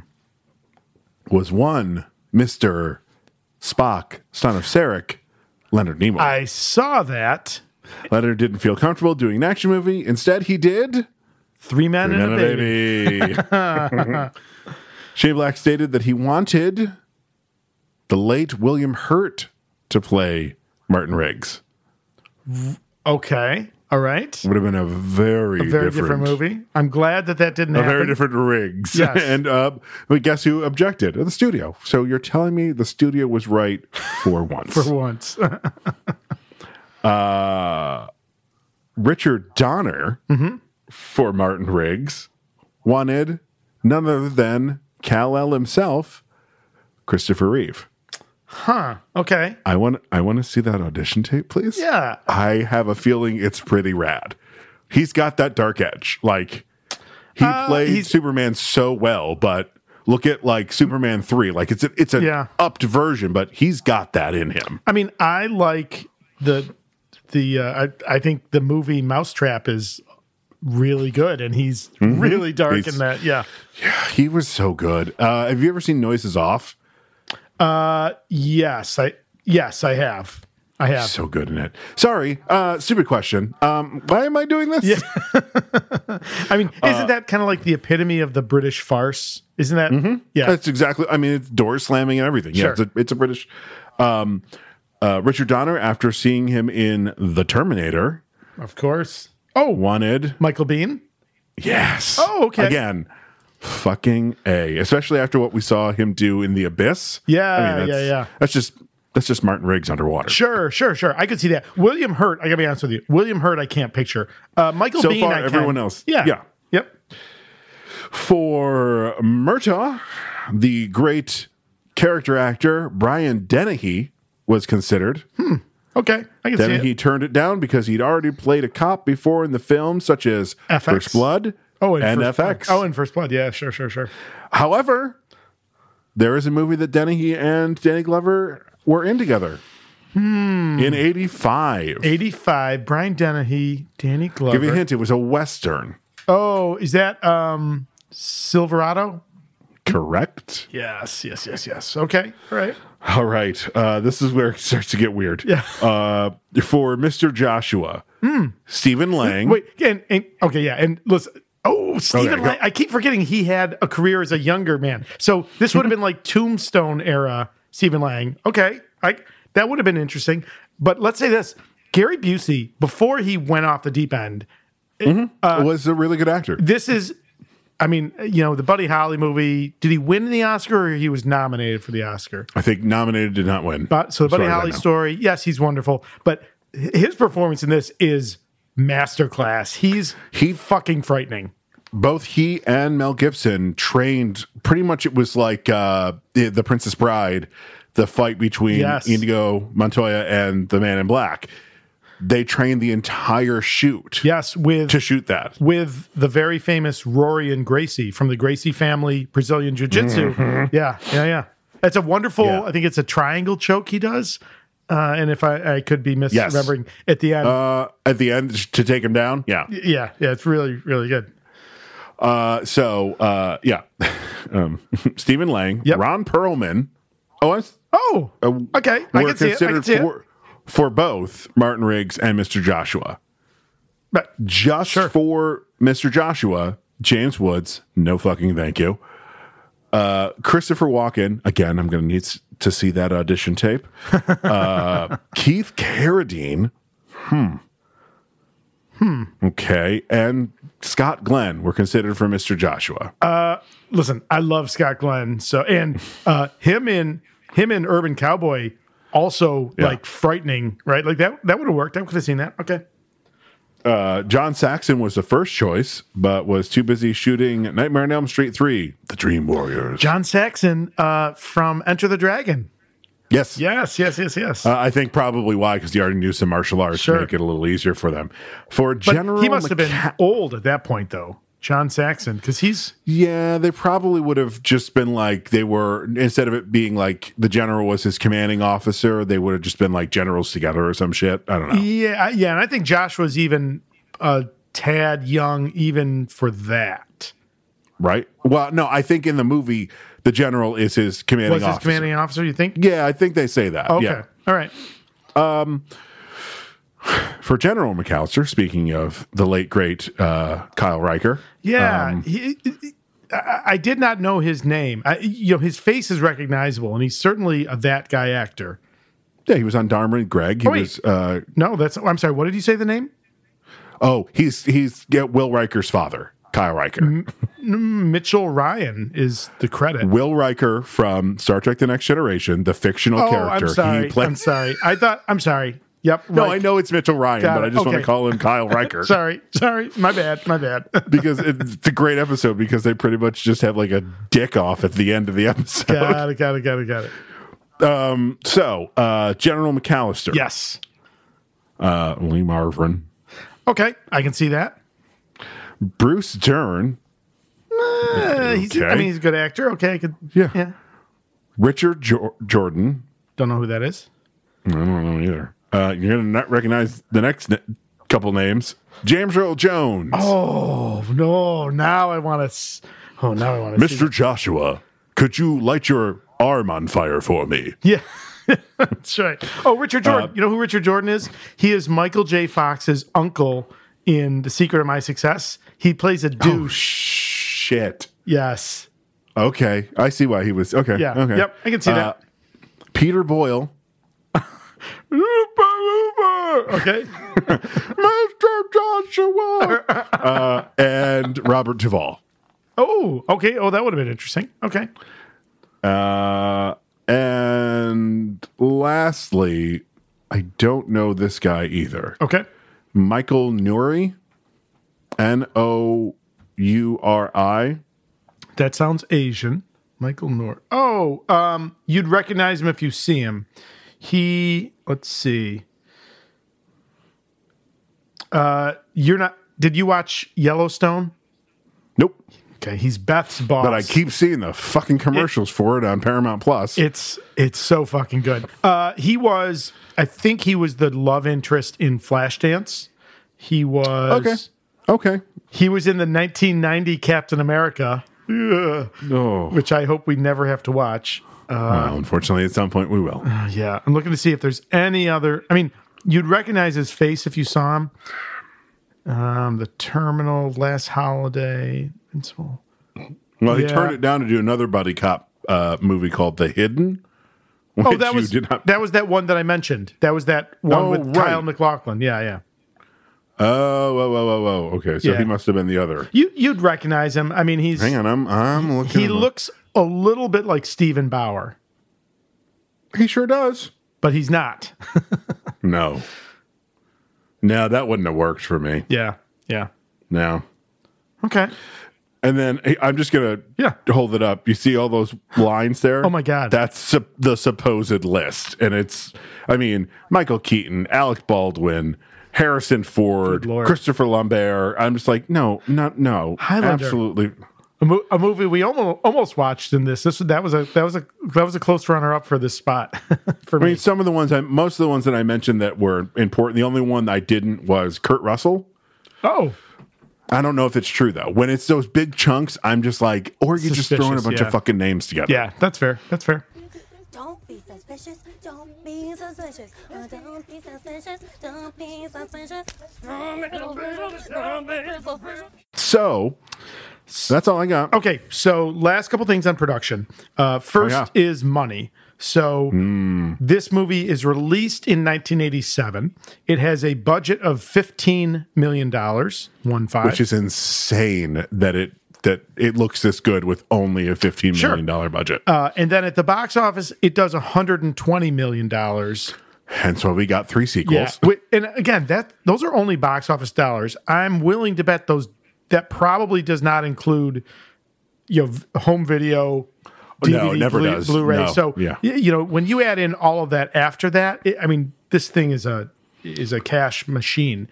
Speaker 2: was one Mister Spock, son of Sarek, Leonard Nimoy.
Speaker 3: I saw that.
Speaker 2: Leonard didn't feel comfortable doing an action movie. Instead, he did
Speaker 3: Three men and
Speaker 2: and
Speaker 3: a
Speaker 2: a
Speaker 3: baby.
Speaker 2: baby. Shane Black stated that he wanted the late William Hurt to play Martin Riggs.
Speaker 3: Okay. All right.
Speaker 2: Would have been a very,
Speaker 3: Very different, movie. I'm glad that that didn't
Speaker 2: A
Speaker 3: happen.
Speaker 2: very different Riggs.
Speaker 3: Yes.
Speaker 2: and uh, but guess who objected? The studio. So you're telling me the studio was right for once.
Speaker 3: for once.
Speaker 2: Richard Donner
Speaker 3: Mm-hmm.
Speaker 2: for Martin Riggs wanted none other than Cal El himself, Christopher Reeve.
Speaker 3: huh. Okay.
Speaker 2: I want I want to see that audition tape, please.
Speaker 3: Yeah.
Speaker 2: I have a feeling it's pretty rad. He's got that dark edge. Like he played
Speaker 3: Uh, he's-
Speaker 2: Superman so well, but look at like Superman 3. Like it's a, it's an
Speaker 3: Yeah.
Speaker 2: upped version, but he's got that in him.
Speaker 3: I mean, I like the the. Uh, I I think the movie Mousetrap is really good, and he's really dark
Speaker 2: Mm-hmm. He's-
Speaker 3: in that. Yeah.
Speaker 2: He was so good. Uh, have you ever seen Noises Off?
Speaker 3: Uh, yes. I yes I have. I have.
Speaker 2: So good in it. Sorry, uh, stupid question. Um, why am I doing this?
Speaker 3: I mean,
Speaker 2: uh,
Speaker 3: isn't that kind of like the epitome of the British farce? Isn't that? Yeah.
Speaker 2: That's exactly. I mean, it's door slamming and everything. Yeah,
Speaker 3: Sure.
Speaker 2: it's a, it's a British. Um, uh, Richard Donner, after seeing him in The Terminator,
Speaker 3: of course. Oh,
Speaker 2: wanted
Speaker 3: Michael Bean.
Speaker 2: yes.
Speaker 3: Oh, okay.
Speaker 2: Again, fucking a. Especially after what we saw him do in The Abyss.
Speaker 3: Yeah,
Speaker 2: that's,
Speaker 3: yeah, yeah.
Speaker 2: That's just that's just Martin Riggs underwater.
Speaker 3: Sure, sure, sure. I could see that. William Hurt. I gotta be honest with you. William Hurt. I can't picture. Uh, Michael
Speaker 2: So
Speaker 3: Bean.
Speaker 2: far,
Speaker 3: I can.
Speaker 2: everyone else.
Speaker 3: Yeah.
Speaker 2: Yeah.
Speaker 3: Yep.
Speaker 2: For Murtaugh, the great character actor Brian Dennehy was considered.
Speaker 3: Okay. I can
Speaker 2: Then
Speaker 3: Hmm. see
Speaker 2: he
Speaker 3: it.
Speaker 2: turned it down because he'd already played a cop before in the film, such as
Speaker 3: FX.
Speaker 2: First Blood
Speaker 3: Oh,
Speaker 2: and
Speaker 3: First Blood.
Speaker 2: FX.
Speaker 3: Oh, and First Blood. Yeah. Sure. Sure. Sure.
Speaker 2: However, there is a movie that Dennehy and Danny Glover were in together
Speaker 3: Hmm.
Speaker 2: in 85.
Speaker 3: Eighty-five. Brian Dennehy. Danny Glover.
Speaker 2: Give you a hint, it was a Western,
Speaker 3: Oh, is that um Silverado?
Speaker 2: correct?
Speaker 3: Yes. Yes. Yes. Yes. Mm-hmm. Okay. All right.
Speaker 2: All right. Uh, this is where it starts to get weird.
Speaker 3: Yeah. Hmm.
Speaker 2: Uh, for Mr. Joshua, Stephen Lang.
Speaker 3: Wait. And, and okay. Yeah. And listen. Oh, Stephen
Speaker 2: go.
Speaker 3: Lang. I keep forgetting he had a career as a younger man. So this would have been like Tombstone era Stephen Lang. Okay. I that would have been interesting. But let's say this: Gary Busey, before he went off the deep end, uh,
Speaker 2: was a really good actor.
Speaker 3: this is I mean, you know, the Buddy Holly movie, did he win the Oscar or he was nominated for the Oscar?
Speaker 2: I think nominated did not win.
Speaker 3: But so the Buddy
Speaker 2: Sorry, I
Speaker 3: Holly
Speaker 2: know.
Speaker 3: story, yes, he's wonderful, but h- his performance in this is masterclass. He's he fucking frightening.
Speaker 2: both he and Mel Gibson trained pretty much it was like uh the, the Princess Bride the fight between
Speaker 3: Yes.
Speaker 2: Indigo Montoya and the Man in Black they trained the entire shoot
Speaker 3: Yes, with
Speaker 2: to shoot that
Speaker 3: with the very famous Rory and Gracie from the Gracie family Brazilian Jiu Jitsu. Yeah, yeah, yeah. It's a wonderful.
Speaker 2: Mm-hmm. Yeah.
Speaker 3: I think it's a triangle choke he does. Uh, and if I, I could be misremembering at the end,
Speaker 2: uh at the end to take him down yeah
Speaker 3: yeah, yeah, it's really, really good.
Speaker 2: uh so uh yeah um Stephen Lang
Speaker 3: Yep.
Speaker 2: Ron Perlman oh I'm
Speaker 3: Oh,
Speaker 2: uh,
Speaker 3: okay. I can see it. I can see it.
Speaker 2: for, for both Martin Riggs and Mr. Joshua
Speaker 3: But
Speaker 2: just for Mr. Joshua, James Woods, no fucking thank you. Uh, Christopher Walken, again, I'm going to need s- to see that audition tape. Uh, Keith Carradine. Hmm. Hmm. Okay. And Scott Glenn were considered for Mr. Joshua.
Speaker 3: listen, I love Scott Glenn. So and uh, him in him in Urban Cowboy also like frightening, right? Like that that would have worked. I could have seen that. Okay.
Speaker 2: Uh, John Saxon was the first choice, but was too busy shooting Nightmare on Elm Street 3, The Dream Warriors.
Speaker 3: John Saxon uh, from Enter the Dragon.
Speaker 2: yes.
Speaker 3: Yes, yes, yes, yes.
Speaker 2: Uh, I think probably why, because he already knew some martial arts
Speaker 3: Sure.
Speaker 2: to make it a little easier for them. For
Speaker 3: But
Speaker 2: General,
Speaker 3: he must have been
Speaker 2: Maca-
Speaker 3: old at that point, though. John Saxon, because he's
Speaker 2: Yeah, they probably would have just been like they were instead of it being like the general was his commanding officer. They would have just been like generals together or some shit. I don't know.
Speaker 3: yeah, I- yeah, and I think Josh was even a tad young, even for that.
Speaker 2: Right? Well, no, I think in the movie the general is his commanding
Speaker 3: Was his
Speaker 2: officer.
Speaker 3: commanding officer? You think?
Speaker 2: yeah, I think they say that.
Speaker 3: Okay,
Speaker 2: Yeah.
Speaker 3: all right.
Speaker 2: For General McAllister, speaking of the late great uh, Kyle Riker,
Speaker 3: Yeah,
Speaker 2: Um,
Speaker 3: he- he- I, I did not know his name. I, you know, his face is recognizable, and he's certainly a that guy actor.
Speaker 2: yeah, he was on Dharma and Greg. He
Speaker 3: Oh, wait.
Speaker 2: was uh,
Speaker 3: No, that's. I'm sorry. What did you say the name?
Speaker 2: oh, he's he's yeah, Will Riker's father, Kyle Riker.
Speaker 3: Mitchell Ryan is the credit.
Speaker 2: Will Riker from Star Trek: The Next Generation, the fictional
Speaker 3: oh,
Speaker 2: character.
Speaker 3: I'm sorry.
Speaker 2: He played.
Speaker 3: I'm sorry. I thought. I'm sorry. Yep.
Speaker 2: no,
Speaker 3: right.
Speaker 2: I know it's Mitchell Ryan,
Speaker 3: Got
Speaker 2: but
Speaker 3: it.
Speaker 2: I just want
Speaker 3: Okay.
Speaker 2: to call him Kyle Riker
Speaker 3: Sorry. Sorry. My bad. My bad.
Speaker 2: because it's a great episode because they pretty much just have like a dick off at the end of the episode.
Speaker 3: got it. Got it. Got it. Got it.
Speaker 2: Um, so uh, General McAllister,
Speaker 3: Yes.
Speaker 2: uh, Lee Marvin,
Speaker 3: Okay. I can see that.
Speaker 2: Bruce Dern,
Speaker 3: Uh, he's, I
Speaker 2: Okay.
Speaker 3: mean, he's a good actor. Okay. I could.
Speaker 2: Yeah.
Speaker 3: Yeah.
Speaker 2: Richard jo- Jordan.
Speaker 3: Don't know who that is.
Speaker 2: I don't know either. Uh, you're gonna not recognize the next na- couple names. James Earl Jones,
Speaker 3: Oh no! Now I want to. Oh, now I want to.
Speaker 2: Mr. Joshua. Could you light your arm on fire for me?
Speaker 3: Yeah. That's right. Oh, Richard
Speaker 2: Uh,
Speaker 3: Jordan. you know who Richard Jordan is? He is Michael J. Fox's uncle in The Secret of My Success. He
Speaker 2: Oh.
Speaker 3: plays a douche.
Speaker 2: Shit.
Speaker 3: Yes.
Speaker 2: Okay, I see why he was. Okay,
Speaker 3: Yeah.
Speaker 2: okay.
Speaker 3: Yep. I can see
Speaker 2: Uh, Peter Boyle,
Speaker 3: that. Okay.
Speaker 2: Mr. Joshua, uh, and Robert Duvall.
Speaker 3: Oh, okay. Oh, that would have been interesting. Okay.
Speaker 2: Uh, and lastly, I don't know this guy either.
Speaker 3: Okay.
Speaker 2: Michael Nouri, N O U R I.
Speaker 3: That sounds Asian. Michael Nor. Oh, um, you'd recognize him if you see him. He, let's see. Uh, you're not. Did you watch Yellowstone?
Speaker 2: Nope.
Speaker 3: Okay, he's Beth's boss.
Speaker 2: But I keep seeing the fucking commercials for it on Paramount Plus.
Speaker 3: It's it's so fucking good. Uh, he was, I think he was the love interest in Flashdance. He was.
Speaker 2: okay. Okay.
Speaker 3: He was in the 1990 Captain America, Ugh.
Speaker 2: No.
Speaker 3: which I hope we never have to watch.
Speaker 2: well, unfortunately, at some point we will.
Speaker 3: Yeah, I'm looking to see if there's any other. I mean, you'd recognize his face if you saw him. Um, the Terminal, Last Holiday, Invincible.
Speaker 2: Well, he
Speaker 3: yeah.
Speaker 2: turned it down to do another buddy cop uh, movie called The Hidden.
Speaker 3: Oh,
Speaker 2: which
Speaker 3: that
Speaker 2: you
Speaker 3: was
Speaker 2: did not-
Speaker 3: that was that one that I mentioned. That was that one
Speaker 2: Oh,
Speaker 3: with
Speaker 2: right.
Speaker 3: Kyle McLaughlin. Yeah, yeah.
Speaker 2: Oh, whoa, whoa, whoa, whoa. Okay, so
Speaker 3: Yeah.
Speaker 2: he must have been the other.
Speaker 3: You you'd recognize him. I mean, he's
Speaker 2: Hang on, I'm I'm looking.
Speaker 3: he
Speaker 2: him up.
Speaker 3: looks a little bit like Steven Bauer,
Speaker 2: He sure does.
Speaker 3: but he's not.
Speaker 2: No. No, that wouldn't have worked for me.
Speaker 3: Yeah, yeah.
Speaker 2: No.
Speaker 3: Okay.
Speaker 2: And then hey, I'm just gonna
Speaker 3: Yeah.
Speaker 2: hold it up. You see all those lines there?
Speaker 3: Oh my God.
Speaker 2: That's sup- the supposed list, and it's I mean Michael Keaton, Alec Baldwin, Harrison Ford,
Speaker 3: Good Lord.
Speaker 2: Christopher Lambert. I'm just like no, not no,
Speaker 3: Highlander.
Speaker 2: absolutely.
Speaker 3: A, mo- a movie we almost almost watched in this. This that was a that was a that was a close runner up for this spot for
Speaker 2: I
Speaker 3: me.
Speaker 2: mean, some of the ones I most of the ones that I mentioned that were important. The only one I didn't was Kurt Russell.
Speaker 3: Oh,
Speaker 2: I don't know if it's true though. When it's those big chunks, I'm just like, or you're just throwing a
Speaker 3: Suspicious,
Speaker 2: bunch
Speaker 3: yeah.
Speaker 2: of fucking names together.
Speaker 3: yeah, that's fair. That's fair.
Speaker 4: Don't be suspicious. Don't be suspicious. Uh, don't be suspicious. Don't be suspicious. Don't be suspicious. Don't be suspicious.
Speaker 2: So that's all I got.
Speaker 3: Okay, so last couple things on production. Uh, first
Speaker 2: yeah.
Speaker 3: is money. So this movie is released in 1987. It has a budget of 15 million dollars. One five.
Speaker 2: which is insane that it that it looks this good with only a fifteen
Speaker 3: Sure.
Speaker 2: million dollar budget.
Speaker 3: Uh, and then at the box office, it does 120 million dollars.
Speaker 2: Hence why we got three sequels.
Speaker 3: Wi- and again, that those are only box office dollars. I'm willing to bet those that probably does not include you know v- home video, DVD,
Speaker 2: Oh, No, it never
Speaker 3: Blu-
Speaker 2: does.
Speaker 3: Blu-ray.
Speaker 2: No,
Speaker 3: So
Speaker 2: yeah.
Speaker 3: y- you know when you add in all of that after that, it, I mean this thing is a is a cash machine.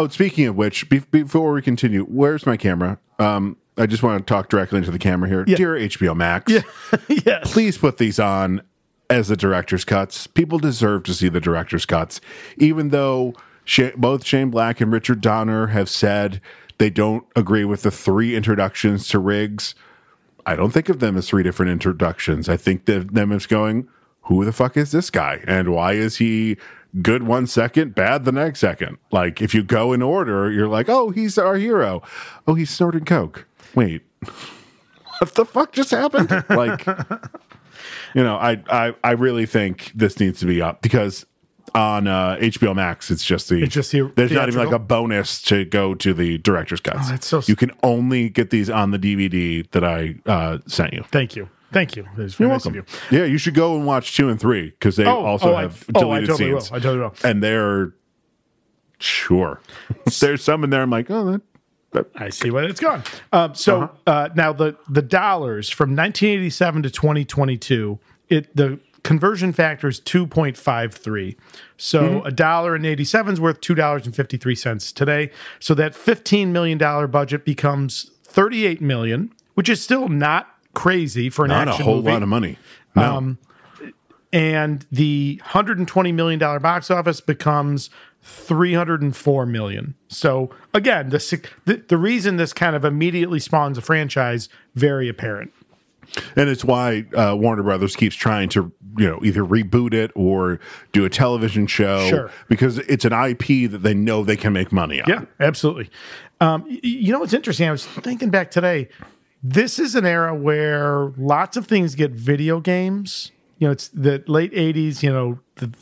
Speaker 2: Oh, speaking of which, be- before we continue, where's my camera? Um, I just want to talk directly into the camera here, dear HBO Max.
Speaker 3: yes,
Speaker 2: Please put these on as the director's cuts. People deserve to see the director's cuts, even though Sha- both Shane Black and Richard Donner have said they don't agree with the three introductions to Riggs. I don't think of them as three different introductions. I think of them as going, who the fuck is this guy? And why is he good one second, bad the next second. Like if you go in order, you're like, oh, he's our hero. Oh, he's snorting coke. Wait, what the fuck just happened? Like, you know, I I I really think this needs to be up because on uh, HBO Max, it's just the
Speaker 3: It's just the
Speaker 2: there's not even like
Speaker 3: theatrical?
Speaker 2: a bonus to go to the director's cuts.
Speaker 3: Oh, that's so-
Speaker 2: you can only get these on the DVD that I uh, sent you.
Speaker 3: Thank you. Thank you. It was very nice of you.
Speaker 2: Yeah, you should go and watch two and three because they
Speaker 3: Oh,
Speaker 2: also
Speaker 3: oh, I-
Speaker 2: have
Speaker 3: oh, I
Speaker 2: deleted
Speaker 3: totally will.
Speaker 2: scenes.
Speaker 3: I totally will.
Speaker 2: And they're sure. There's some in there. I'm like, oh, that, that
Speaker 3: I see where it's gone. Um, so uh
Speaker 2: Uh-huh.
Speaker 3: now the the dollars from 1987 to 2022, it the conversion factor is 2.53. So
Speaker 2: Mm-hmm.
Speaker 3: a dollar and 87 is worth two dollars and 53 cents today. So that 15 million dollar budget becomes 38 million, which is still not crazy for an
Speaker 2: not a
Speaker 3: action
Speaker 2: whole
Speaker 3: movie.
Speaker 2: lot of money. No.
Speaker 3: Um, and the 120 million dollar box office becomes 304 million. So again, the, sig- the the reason this kind of immediately spawns a franchise very apparent.
Speaker 2: and it's why uh, Warner Brothers keeps trying to, you know, either reboot it or do a television show
Speaker 3: Sure.
Speaker 2: because it's an IP that they know they can make money on.
Speaker 3: Yeah, absolutely. Um, y- you know what's interesting? I was thinking back today. This is an era where lots of things get video games. You know, it's the late '80s. You know, the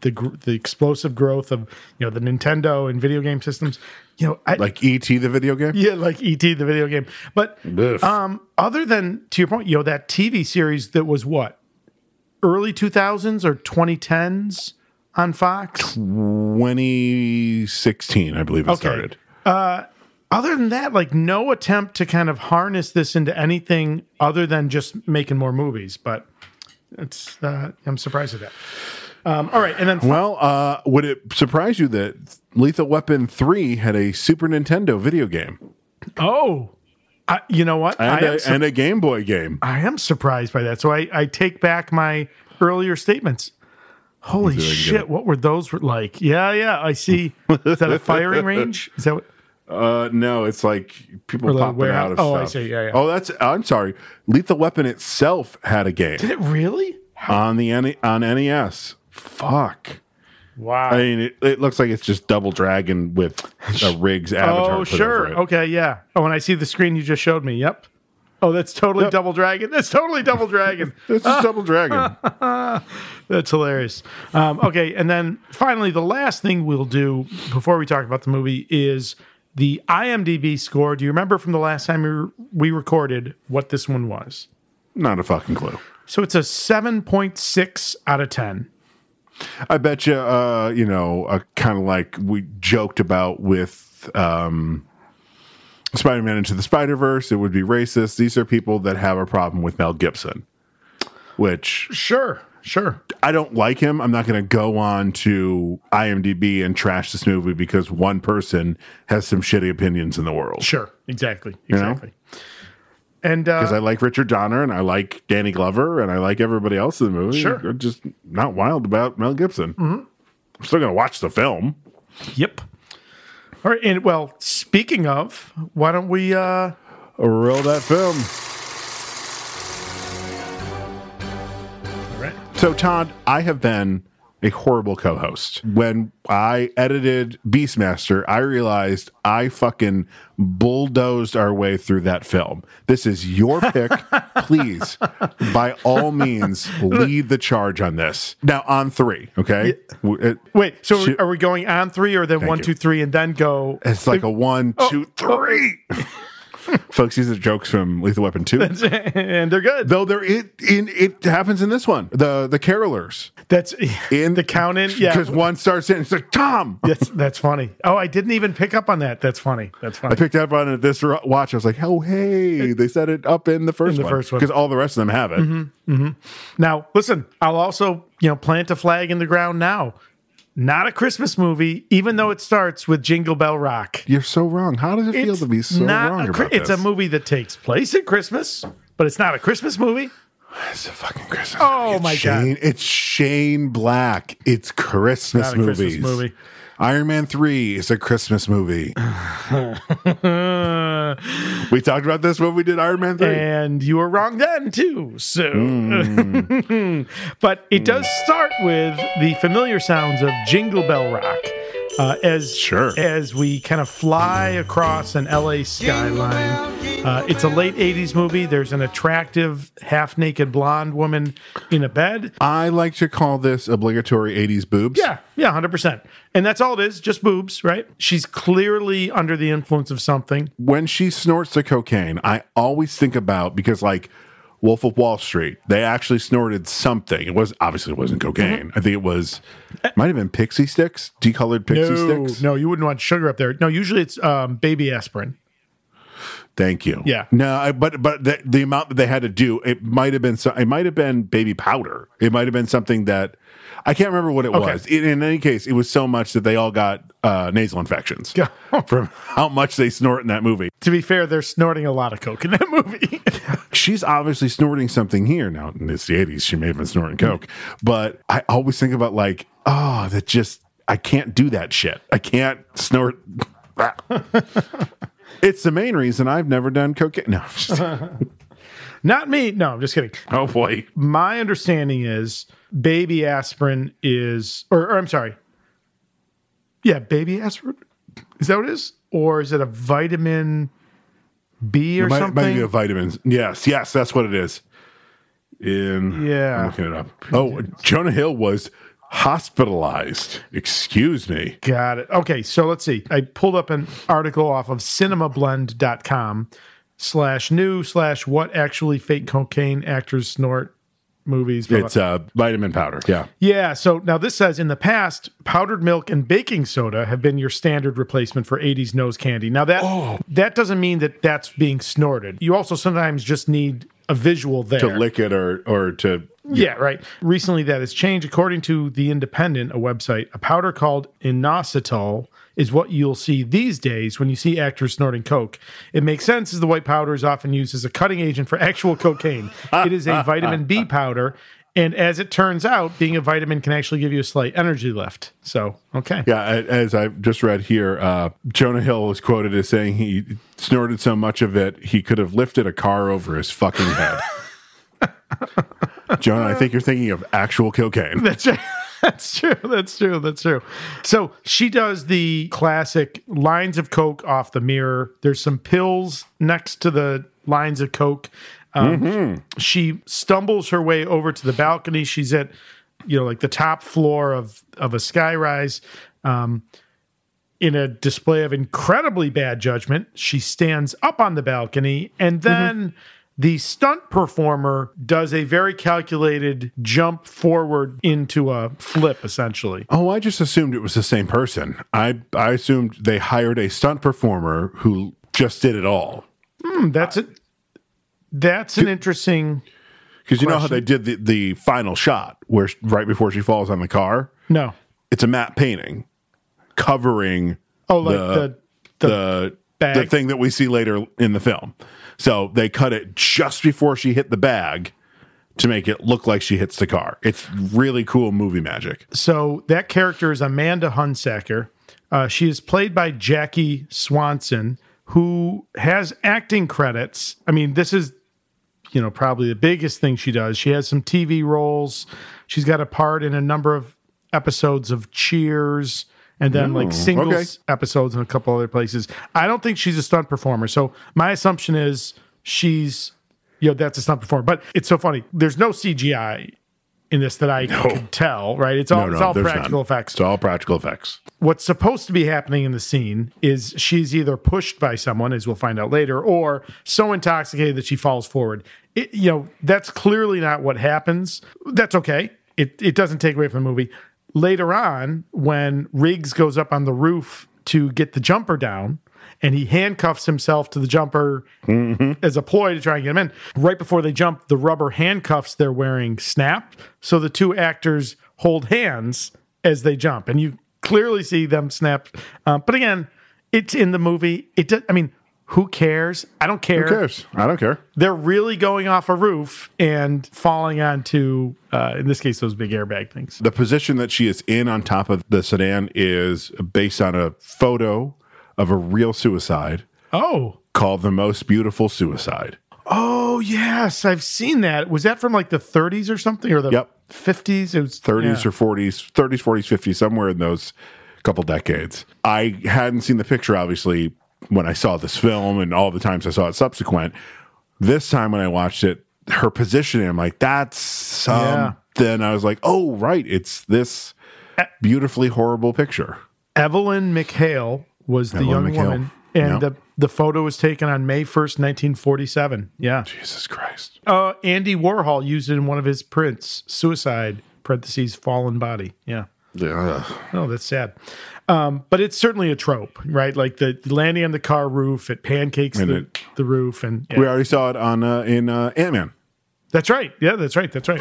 Speaker 3: the gr- the explosive growth of you know the Nintendo and video game systems. You know, I,
Speaker 2: Like ET, the video game.
Speaker 3: yeah, like ET the video game. But
Speaker 2: Oof.
Speaker 3: um, other than to your point, you know that TV series that was what early 2000s or 2010s on Fox.
Speaker 2: 2016, I believe it started.
Speaker 3: other than that, like no attempt to kind of harness this into anything other than just making more movies. But it's uh, I'm surprised at that. Um, all right, and then
Speaker 2: Well, uh, would it surprise you that Lethal Weapon 3 had a Super Nintendo video game
Speaker 3: oh, I, you know what? I
Speaker 2: and,
Speaker 3: am,
Speaker 2: a,
Speaker 3: sur-
Speaker 2: and a Game Boy game?
Speaker 3: I am surprised by that. So I, I take back my earlier statements. Holy
Speaker 2: see if I can get
Speaker 3: shit!
Speaker 2: it.
Speaker 3: What were those like? Yeah, yeah. I see. Is that a firing range? Is that what?
Speaker 2: Uh, no, it's like people
Speaker 3: Or like
Speaker 2: popping out
Speaker 3: warehouse-
Speaker 2: of
Speaker 3: oh, I
Speaker 2: stuff.
Speaker 3: see, yeah, yeah.
Speaker 2: Oh, that's I'm sorry. Lethal Weapon itself had a game
Speaker 3: Did it really?
Speaker 2: on the N- E, on NES. Fuck.
Speaker 3: Wow.
Speaker 2: I mean, it, it looks like it's just Double Dragon with a Riggs avatar.
Speaker 3: Oh,
Speaker 2: put over
Speaker 3: sure.
Speaker 2: it.
Speaker 3: Okay, yeah. Oh, and I see the screen you just showed me. Yep. Oh, that's totally Double Dragon. That's totally Double Dragon.
Speaker 2: This is Double Dragon.
Speaker 3: that's hilarious. Um, okay, and then finally, the last thing we'll do before we talk about the movie is the IMDb score. Do you remember from the last time we, re- we recorded what this one was?
Speaker 2: Not a fucking clue.
Speaker 3: So it's a 7.6 out of 10.
Speaker 2: I bet you, uh, you know, uh, kind of like we joked about with um, Spider Man Into the Spider Verse, it would be racist. These are people that have a problem with Mel Gibson, which
Speaker 3: Sure, sure.
Speaker 2: I don't like him. I'm not going to go on to IMDb and trash this movie because one person has some shitty opinions in the world.
Speaker 3: Sure, exactly.
Speaker 2: know?
Speaker 3: Exactly. And uh,
Speaker 2: Because I like Richard Donner and I like Danny Glover and I like everybody else in the movie.
Speaker 3: Sure.
Speaker 2: I'm just not wild about Mel Gibson. I'm still going to watch the film.
Speaker 3: Yep. All right, and well, speaking of, why don't we? uh
Speaker 2: Roll that film.
Speaker 3: All right.
Speaker 2: So, Todd, I have been a horrible co host. When I edited Beastmaster, I realized I fucking bulldozed our way through that film. This is your pick. Please, by all means, lead the charge on this. Now, on three, okay? W- it-
Speaker 3: Wait. So
Speaker 2: Shoot.
Speaker 3: are we going on three, or then one,
Speaker 2: you.
Speaker 3: two, three, and then go?
Speaker 2: It's like a one,
Speaker 3: Oh.
Speaker 2: two, three. Folks, these are jokes from Lethal Weapon 2.
Speaker 3: and they're good.
Speaker 2: Though there it in it happens in this one. The the carolers.
Speaker 3: That's
Speaker 2: In
Speaker 3: the count in. Yeah.
Speaker 2: Because one starts in, it's like Tom.
Speaker 3: That's that's funny. Oh, I didn't even pick up on that. That's funny. That's
Speaker 2: I
Speaker 3: funny.
Speaker 2: picked up on it this ro- watch. I was like, "Oh, hey!" They set it up in the first
Speaker 3: the
Speaker 2: one,
Speaker 3: first one. Mm-hmm.
Speaker 2: because all the rest of them have it.
Speaker 3: Now, listen. I'll also you know plant a flag in the ground now. Not a Christmas movie, even though it starts with Jingle Bell Rock.
Speaker 2: You're so wrong. How does it feel to be so wrong
Speaker 3: a,
Speaker 2: about
Speaker 3: Chri- It's
Speaker 2: this?
Speaker 3: a movie that takes place at Christmas, but it's not a Christmas movie.
Speaker 2: It's a fucking Christmas.
Speaker 3: Oh,
Speaker 2: movie. It's
Speaker 3: my God.
Speaker 2: Shane, It's Shane Black. It's Christmas
Speaker 3: Not a
Speaker 2: movies.
Speaker 3: Christmas movie.
Speaker 2: Iron Man 3 is a Christmas movie. we talked about this when we did Iron Man 3.
Speaker 3: and you were wrong then too. So, but
Speaker 2: Hmm.
Speaker 3: it does start with the familiar sounds of Jingle Bell Rock uh, as
Speaker 2: Sure.
Speaker 3: as we kind of fly across an LA skyline. Uh, it's a late '80s movie. There's an attractive half-naked blonde woman in a bed.
Speaker 2: I like to call this obligatory 80s boobs.
Speaker 3: Yeah, yeah, hundred percent. And that's all it is, just boobs, right? She's clearly under the influence of something.
Speaker 2: When she snorts the cocaine, I always think about because, like, Wolf of Wall Street, they actually snorted something. It was obviously it
Speaker 3: Mm-hmm.
Speaker 2: wasn't cocaine. I think it was, might have been pixie sticks, decolored pixie
Speaker 3: No,
Speaker 2: sticks.
Speaker 3: no, you wouldn't want sugar up there. No, usually it's um, baby aspirin.
Speaker 2: Thank you.
Speaker 3: Yeah.
Speaker 2: No, I, but but the, the amount that they had to do, it might have been so, it might have been baby powder. It might have been something that I can't remember what it
Speaker 3: Okay.
Speaker 2: was. In, in any case, it was so much that they all got uh, nasal infections from how much they snort in that movie.
Speaker 3: To be fair, they're snorting a lot of coke in that movie.
Speaker 2: She's obviously snorting something here now. In it's the eighties, she may have been snorting coke, but I always think about like, oh, that just I can't do that shit. I can't snort. it's the main reason I've never done cocaine. No, I'm just-
Speaker 3: Not me. No, I'm just kidding.
Speaker 2: oh boy.
Speaker 3: My understanding is baby aspirin is, or, or I'm sorry. Yeah, baby aspirin. Is that what it is? Or is it a vitamin B or
Speaker 2: It might,
Speaker 3: something?
Speaker 2: might be a vitamins. Yes, yes, that's what it is. In
Speaker 3: Yeah.
Speaker 2: I'm looking it up. Oh, Jonah Hill was hospitalized. Excuse me.
Speaker 3: Got it. Okay, so let's see. I pulled up an article off of cinemablend.com slash new slash what actually fake cocaine actors snort movies. blah, blah.
Speaker 2: It's uh, vitamin powder. Yeah,
Speaker 3: Yeah, so now this says in the past, powdered milk and baking soda have been your standard replacement for 80s nose candy. Now that that doesn't mean that that's being snorted. You also sometimes just need a visual there.
Speaker 2: to lick it or or to
Speaker 3: Yeah, right. Recently, that has changed. According to The Independent, a website, a powder called inositol is what you'll see these days when you see actors snorting coke. It makes sense as the white powder is often used as a cutting agent for actual cocaine. it is a vitamin B powder. And as it turns out, being a vitamin can actually give you a slight energy lift. So, okay.
Speaker 2: Yeah, a- as I just read here, uh, Jonah Hill was quoted as saying he snorted so much of it he could have lifted a car over his fucking head. Jonah, I think you're thinking of actual cocaine.
Speaker 3: That's true. That's true. That's true. That's true. So she does the classic lines of coke off the mirror. There's some pills next to the lines of coke. Um, She stumbles her way over to the balcony. She's at, you know, like the top floor of of a skyrise. Um, in a display of incredibly bad judgment, she stands up on the balcony and then the stunt performer does a very calculated jump forward into a flip, essentially.
Speaker 2: Oh, I just assumed it was the same person. I I assumed they hired a stunt performer who just did it all.
Speaker 3: Hmm, That's it. That's an interesting.
Speaker 2: Because you know how they did the, the final shot where sh- right before she falls on the car,
Speaker 3: No.
Speaker 2: it's a matte painting covering
Speaker 3: Oh, like the, the,
Speaker 2: the
Speaker 3: bag.
Speaker 2: the thing that we see later in the film. So they cut it just before she hit the bag to make it look like she hits the car. It's really cool movie magic.
Speaker 3: So that character is Amanda Hunsaker. Uh, she is played by Jackie Swanson, who has acting credits. I mean, this is, you know, probably the biggest thing she does. She has some TV roles. She's got a part in a number of episodes of Cheers and then like singles
Speaker 2: okay.
Speaker 3: episodes in a couple other places. I don't think she's a stunt performer. So my assumption is she's, you know, that's a stunt performer. But it's so funny. There's no CGI in this that I could tell, right? It's all
Speaker 2: No,
Speaker 3: it's
Speaker 2: no,
Speaker 3: all
Speaker 2: there's
Speaker 3: practical
Speaker 2: none.
Speaker 3: effects.
Speaker 2: It's all practical effects.
Speaker 3: What's supposed to be happening in the scene is she's either pushed by someone, as we'll find out later, or so intoxicated that she falls forward. It, you know, that's clearly not what happens. That's okay. It it doesn't take away from the movie. Later on, when Riggs goes up on the roof to get the jumper down, and he handcuffs himself to the jumper as a ploy to try and get him in. Right before they jump, the rubber handcuffs they're wearing snap, so the two actors hold hands as they jump, Uh, and you clearly see them snap. Um, but again, it's in the movie. It, do- I mean, Who cares? I don't care.
Speaker 2: Who cares? I don't care.
Speaker 3: They're really going off a roof and falling onto, uh, in this case, those big airbag things.
Speaker 2: The position that she is in on top of the sedan is based on a photo of a real suicide
Speaker 3: Oh,
Speaker 2: called The Most Beautiful Suicide.
Speaker 3: oh yes, I've seen that. Was that from like the 30s or something, or the
Speaker 2: Yep.
Speaker 3: 50s? It was
Speaker 2: 30s
Speaker 3: yeah.
Speaker 2: or 40s, 30s, 40s, 50s, somewhere in those couple decades. I hadn't seen the picture, obviously, when I saw this film and all the times I saw it subsequent. This time when I watched it, her positioning, I'm like, that's
Speaker 3: Yeah.
Speaker 2: something. I was like, oh, right. It's this beautifully horrible picture.
Speaker 3: Evelyn McHale was the
Speaker 2: Evelyn
Speaker 3: young
Speaker 2: McHale.
Speaker 3: woman, and
Speaker 2: Yeah.
Speaker 3: the the photo was taken on May 1st, 1947. Yeah.
Speaker 2: Jesus Christ.
Speaker 3: Uh, Andy Warhol used it in one of his prints, Suicide, parentheses, Fallen Body. Yeah.
Speaker 2: Ugh.
Speaker 3: Oh, that's sad. Um, but it's certainly a trope, right? Like the landing on the car roof, it pancakes
Speaker 2: And
Speaker 3: the,
Speaker 2: it-
Speaker 3: the roof. And yeah.
Speaker 2: We already saw it on uh, in uh, Ant Man.
Speaker 3: that's right. Yeah, that's right. That's right.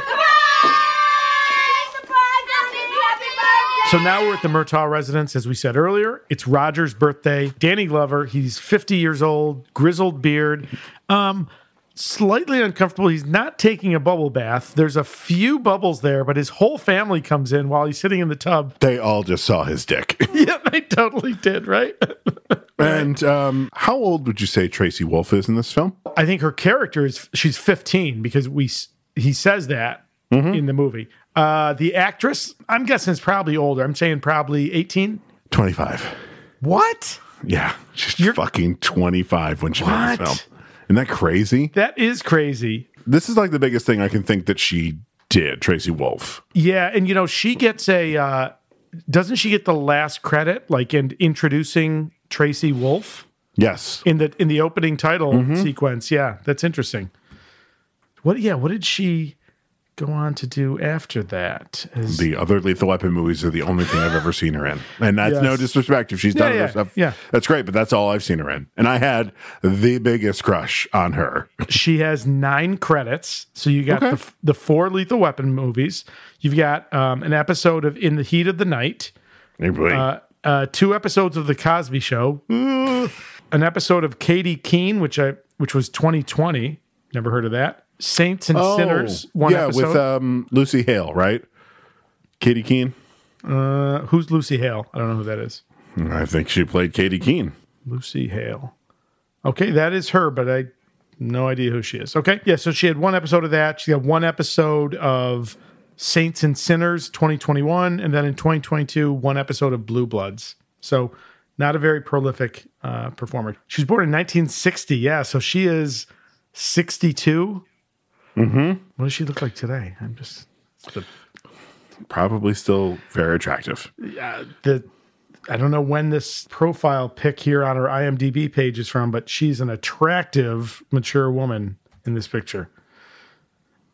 Speaker 3: So now we're at the Murtaugh residence, as we said earlier. It's Roger's birthday. Danny Glover, he's 50 years old, grizzled beard, um, slightly uncomfortable. He's not taking a bubble bath. There's a few bubbles there, but his whole family comes in while he's sitting in the tub.
Speaker 2: They all just saw his dick.
Speaker 3: yeah, they totally did, right?
Speaker 2: and um, how old would you say Tracy Wolf is in this film?
Speaker 3: I think her character is she's 15 because we s- he says that in the movie. Uh, the actress, I'm guessing, is probably older. I'm saying probably 18.
Speaker 2: 25.
Speaker 3: What?
Speaker 2: Yeah, she's
Speaker 3: You're-
Speaker 2: fucking 25 when she made
Speaker 3: What?
Speaker 2: this film. Isn't that crazy?
Speaker 3: That is crazy.
Speaker 2: This is like the biggest thing I can think that she did, Tracy Wolf.
Speaker 3: Yeah, and you know she gets a uh, doesn't she get the last credit like in introducing Tracy Wolf
Speaker 2: Yes.
Speaker 3: in the in the opening title sequence? Yeah, that's interesting. What? Yeah, what did she go on to do after that? Is-
Speaker 2: The other Lethal Weapon movies are the only thing I've ever seen her in. And that's no
Speaker 3: Yes.
Speaker 2: disrespect if she's done
Speaker 3: Yeah,
Speaker 2: other
Speaker 3: yeah,
Speaker 2: stuff.
Speaker 3: yeah.
Speaker 2: That's great, but that's all I've seen her in. And I had the biggest crush on her.
Speaker 3: She has nine credits. So you got
Speaker 2: Okay.
Speaker 3: the, the four Lethal Weapon movies. You've got um, an episode of In the Heat of the Night, uh, uh, two episodes of The Cosby Show, an episode of Katie Keene, which I which was 2020. Never heard of that. Saints and
Speaker 2: Oh,
Speaker 3: Sinners. One
Speaker 2: yeah,
Speaker 3: episode.
Speaker 2: with um, Lucy Hale, right? Katie Keene.
Speaker 3: Uh, who's Lucy Hale? I don't know who that is.
Speaker 2: I think she played Katie Keene.
Speaker 3: Lucy Hale. Okay, that is her, but I no idea who she is. Okay, yeah. So she had one episode of that. She had one episode of Saints and Sinners 2021, and then in 2022, one episode of Blue Bloods. So not a very prolific uh, performer. She was born in 1960. Yeah, so she is 62. Mm-hmm. What does she look like today? I'm just
Speaker 2: Probably still very attractive.
Speaker 3: the. I don't know when this profile pic here on her IMDb page is from, but she's an attractive, mature woman in this picture.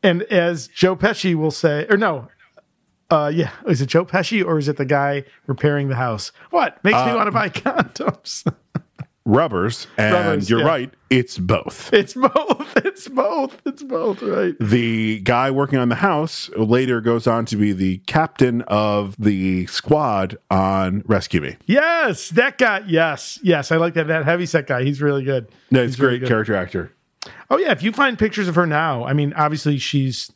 Speaker 3: And as Joe Pesci will say, or no, uh, yeah, is it Joe Pesci or is it the guy repairing the house? What makes
Speaker 2: Uh,
Speaker 3: me want to buy condoms?
Speaker 2: Rubbers, and
Speaker 3: Rubbers,
Speaker 2: you're
Speaker 3: yeah.
Speaker 2: right, it's both.
Speaker 3: it's both. It's both. It's both. Right.
Speaker 2: the guy working on the house later goes on to be the captain of the squad on Rescue Me.
Speaker 3: Yes, that guy. Yes, yes. I like that. That heavyset guy. He's really good.
Speaker 2: No, it's
Speaker 3: He's really
Speaker 2: great
Speaker 3: good.
Speaker 2: character actor.
Speaker 3: Oh yeah, if you find pictures of her now, I mean, obviously she's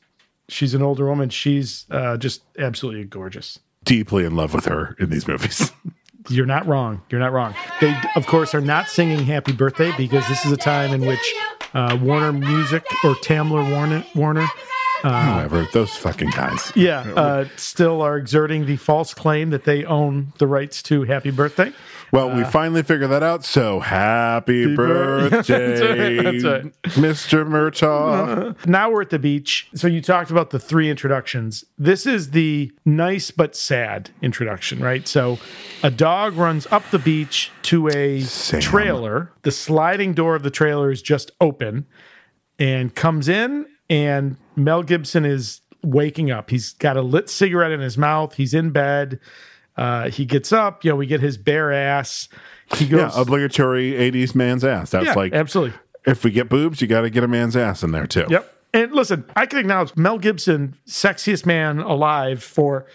Speaker 3: she's an older woman. She's uh, just absolutely gorgeous.
Speaker 2: Deeply in love with her in these movies.
Speaker 3: You're not wrong. You're not wrong. They, of course, are not singing "Happy Birthday" because this is a time in which uh, Warner Music or Tamler Warner, Warner,
Speaker 5: Uh,
Speaker 2: However, those fucking guys.
Speaker 3: yeah, uh, still are exerting the false claim that they own the rights to "Happy Birthday."
Speaker 2: Well, we finally figured that out. So happy
Speaker 3: bir-
Speaker 2: birthday,
Speaker 3: That's right,
Speaker 2: Mr. Murtaugh.
Speaker 3: Now we're at the beach. So you talked about the three introductions. This is the nice but sad introduction, right? So a dog runs up the beach to a
Speaker 2: Sam.
Speaker 3: trailer. The sliding door of the trailer is just open and comes in and Mel Gibson is waking up. He's got a lit cigarette in his mouth. He's in bed. Uh, he gets up, you know, we get his bare ass. He
Speaker 2: Yeah,
Speaker 3: goes
Speaker 2: obligatory 80s man's ass. That's
Speaker 3: Yeah,
Speaker 2: like,
Speaker 3: absolutely.
Speaker 2: if we get boobs, you got to get a man's ass in there too.
Speaker 3: Yep. And listen, I can acknowledge Mel Gibson, sexiest man alive for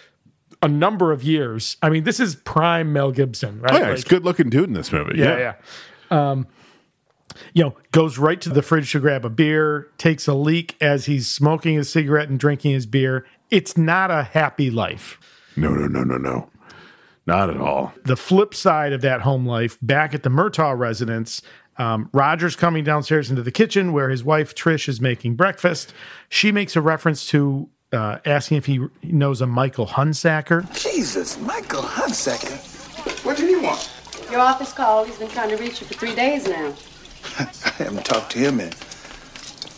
Speaker 3: a number of years. I mean, this is prime Mel Gibson, right?
Speaker 2: Oh, yeah, he's
Speaker 3: Like,
Speaker 2: good looking dude in this movie.
Speaker 3: Yeah, yeah. Um, you know, goes right to the fridge to grab a beer, takes a leak as he's smoking his cigarette and drinking his beer. It's not a happy life.
Speaker 2: No, no, no, no, no. Not at all.
Speaker 3: the flip side of that home life back at the Murtaugh residence. Um, Roger's coming downstairs into the kitchen where his wife Trish is making breakfast. She makes a reference to uh, asking if he knows a Michael Hunsacker.
Speaker 5: Jesus, Michael Hunsaker. What did he want?
Speaker 6: Your office called. He's been trying to reach you for three days now.
Speaker 5: I haven't talked to him in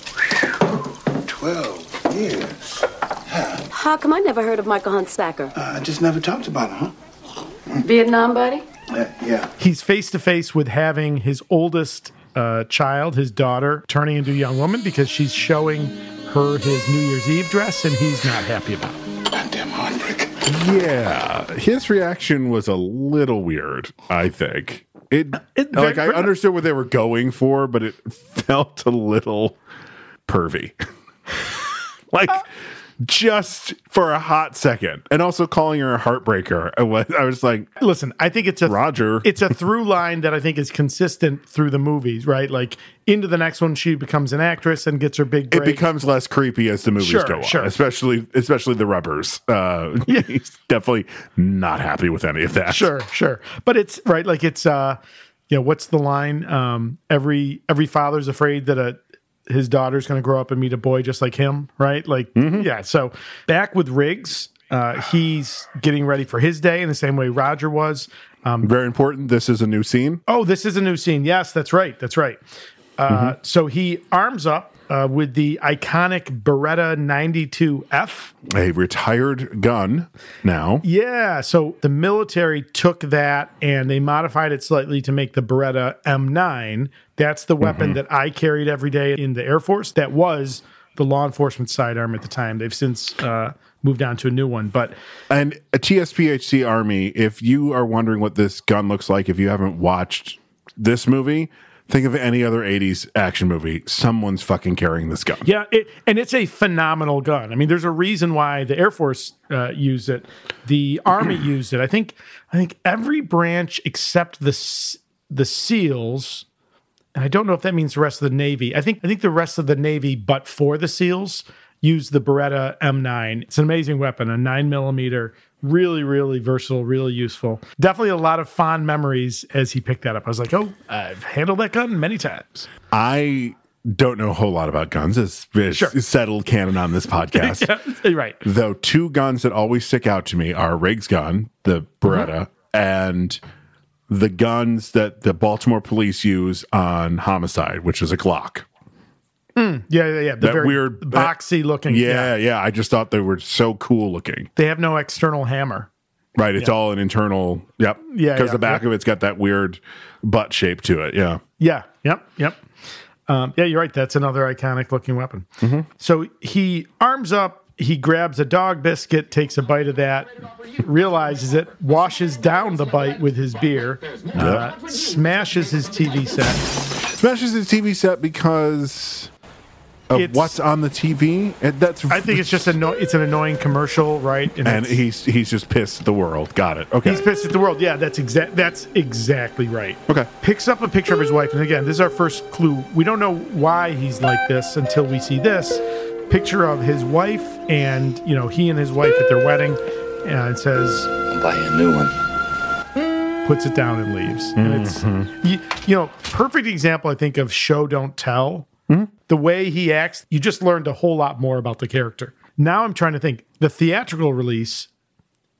Speaker 5: whew, 12 years. Uh,
Speaker 6: How come I never heard of Michael Hunt Sacker?
Speaker 5: I just never talked about him, huh?
Speaker 6: Vietnam buddy?
Speaker 5: Uh, yeah.
Speaker 3: He's face to face with having his oldest uh, child, his daughter, turning into a young woman because she's showing her his New Year's Eve dress and he's not happy about it.
Speaker 5: Goddamn heartbreak.
Speaker 2: Yeah, his reaction was a little weird. I think Uh, it,
Speaker 3: It-
Speaker 2: like I
Speaker 3: very-
Speaker 2: understood what they were going for, but it felt a little pervy. like just for a hot second, and also calling her a heartbreaker. I was, I was like,
Speaker 3: Listen, I think it's a
Speaker 2: Roger.
Speaker 3: it's a through line that I think is consistent through the movies, right? Like into the next one, she becomes an actress and gets her big
Speaker 2: it
Speaker 3: break.
Speaker 2: becomes less creepy as the movies
Speaker 3: Sure,
Speaker 2: go on,
Speaker 3: sure.
Speaker 2: especially especially the rubbers. Uh, he's definitely not happy with any of that.
Speaker 3: sure, sure, but it's right. Like it's uh, you know, what's the line? Um, every every father's afraid that a his daughter's going to grow up and meet a boy just like him, right? Like
Speaker 2: Mm-hmm.
Speaker 3: yeah. So back with Riggs, uh, he's getting ready for his day in the same way Roger was.
Speaker 2: very important. This is a new scene.
Speaker 3: Oh, this is a new scene. Yes, that's right. That's right. Uh, So he arms up uh, with the iconic Beretta 92F.
Speaker 2: a retired gun now.
Speaker 3: Yeah. So the military took that and they modified it slightly to make the Beretta M9. That's the weapon that I carried every day in the Air Force. That was the law enforcement sidearm at the time. They've since uh, moved on to a new one. But
Speaker 2: And a TSPHC Army, if you are wondering what this gun looks like, if you haven't watched this movie, think of any other 80s action movie. Someone's fucking carrying this gun.
Speaker 3: Yeah, it, and it's a phenomenal gun. I mean, there's a reason why the Air Force uh, used it, the Army used it. I think I think every branch except the S- the SEALs, and I don't know if that means the rest of the Navy. I think I think the rest of the Navy, but for the SEALs, used the Beretta M9. It's an amazing weapon, a nine millimeter. Really, really versatile, really useful. Definitely a lot of fond memories as he picked that up. I was like, oh, I've handled that gun many times.
Speaker 2: I don't know a whole lot about guns. It's, it's
Speaker 3: Sure.
Speaker 2: settled canon on this podcast.
Speaker 3: right.
Speaker 2: Though two guns that always stick out to me are Riggs' gun, the Beretta, and the guns that the Baltimore police use on homicide, which is a Glock.
Speaker 3: Yeah, yeah, yeah. The
Speaker 2: That
Speaker 3: very
Speaker 2: weird-
Speaker 3: boxy looking.
Speaker 2: Yeah, yeah, I just thought they were so cool looking.
Speaker 3: They have no external hammer.
Speaker 2: Right, it's all an internal. Yep.
Speaker 3: Yeah,
Speaker 2: because
Speaker 3: yeah,
Speaker 2: the back
Speaker 3: yeah.
Speaker 2: of it's got that weird butt shape to it. Yeah.
Speaker 3: Yeah. Yep. Yep. Um, yeah, you're right. That's another iconic looking weapon.
Speaker 2: Mm-hmm.
Speaker 3: So he arms up, he grabs a dog biscuit, takes a bite of that, realizes it, washes down the bite with his beer, uh, smashes his TV set.
Speaker 2: Smashes the TV set because of
Speaker 3: It's-
Speaker 2: what's on the TV. And that's.
Speaker 3: I think it's just anno- it's an annoying commercial, right?
Speaker 2: And
Speaker 3: it's-
Speaker 2: he's he's just pissed at the world. Got it. Okay.
Speaker 3: He's pissed at the world. Yeah, that's exact. That's exactly right.
Speaker 2: Okay.
Speaker 3: Picks up a picture of his wife, and again, this is our first clue. We don't know why he's like this until we see this picture of his wife, and you know, he and his wife at their wedding, and it says,
Speaker 7: I'll buy a new one.
Speaker 3: puts it down and leaves. And it's
Speaker 2: Mm-hmm.
Speaker 3: you, you know, perfect example, I think, of show don't tell.
Speaker 2: Mm-hmm.
Speaker 3: The way he acts, you just learned a whole lot more about the character. Now I'm trying to think. The theatrical release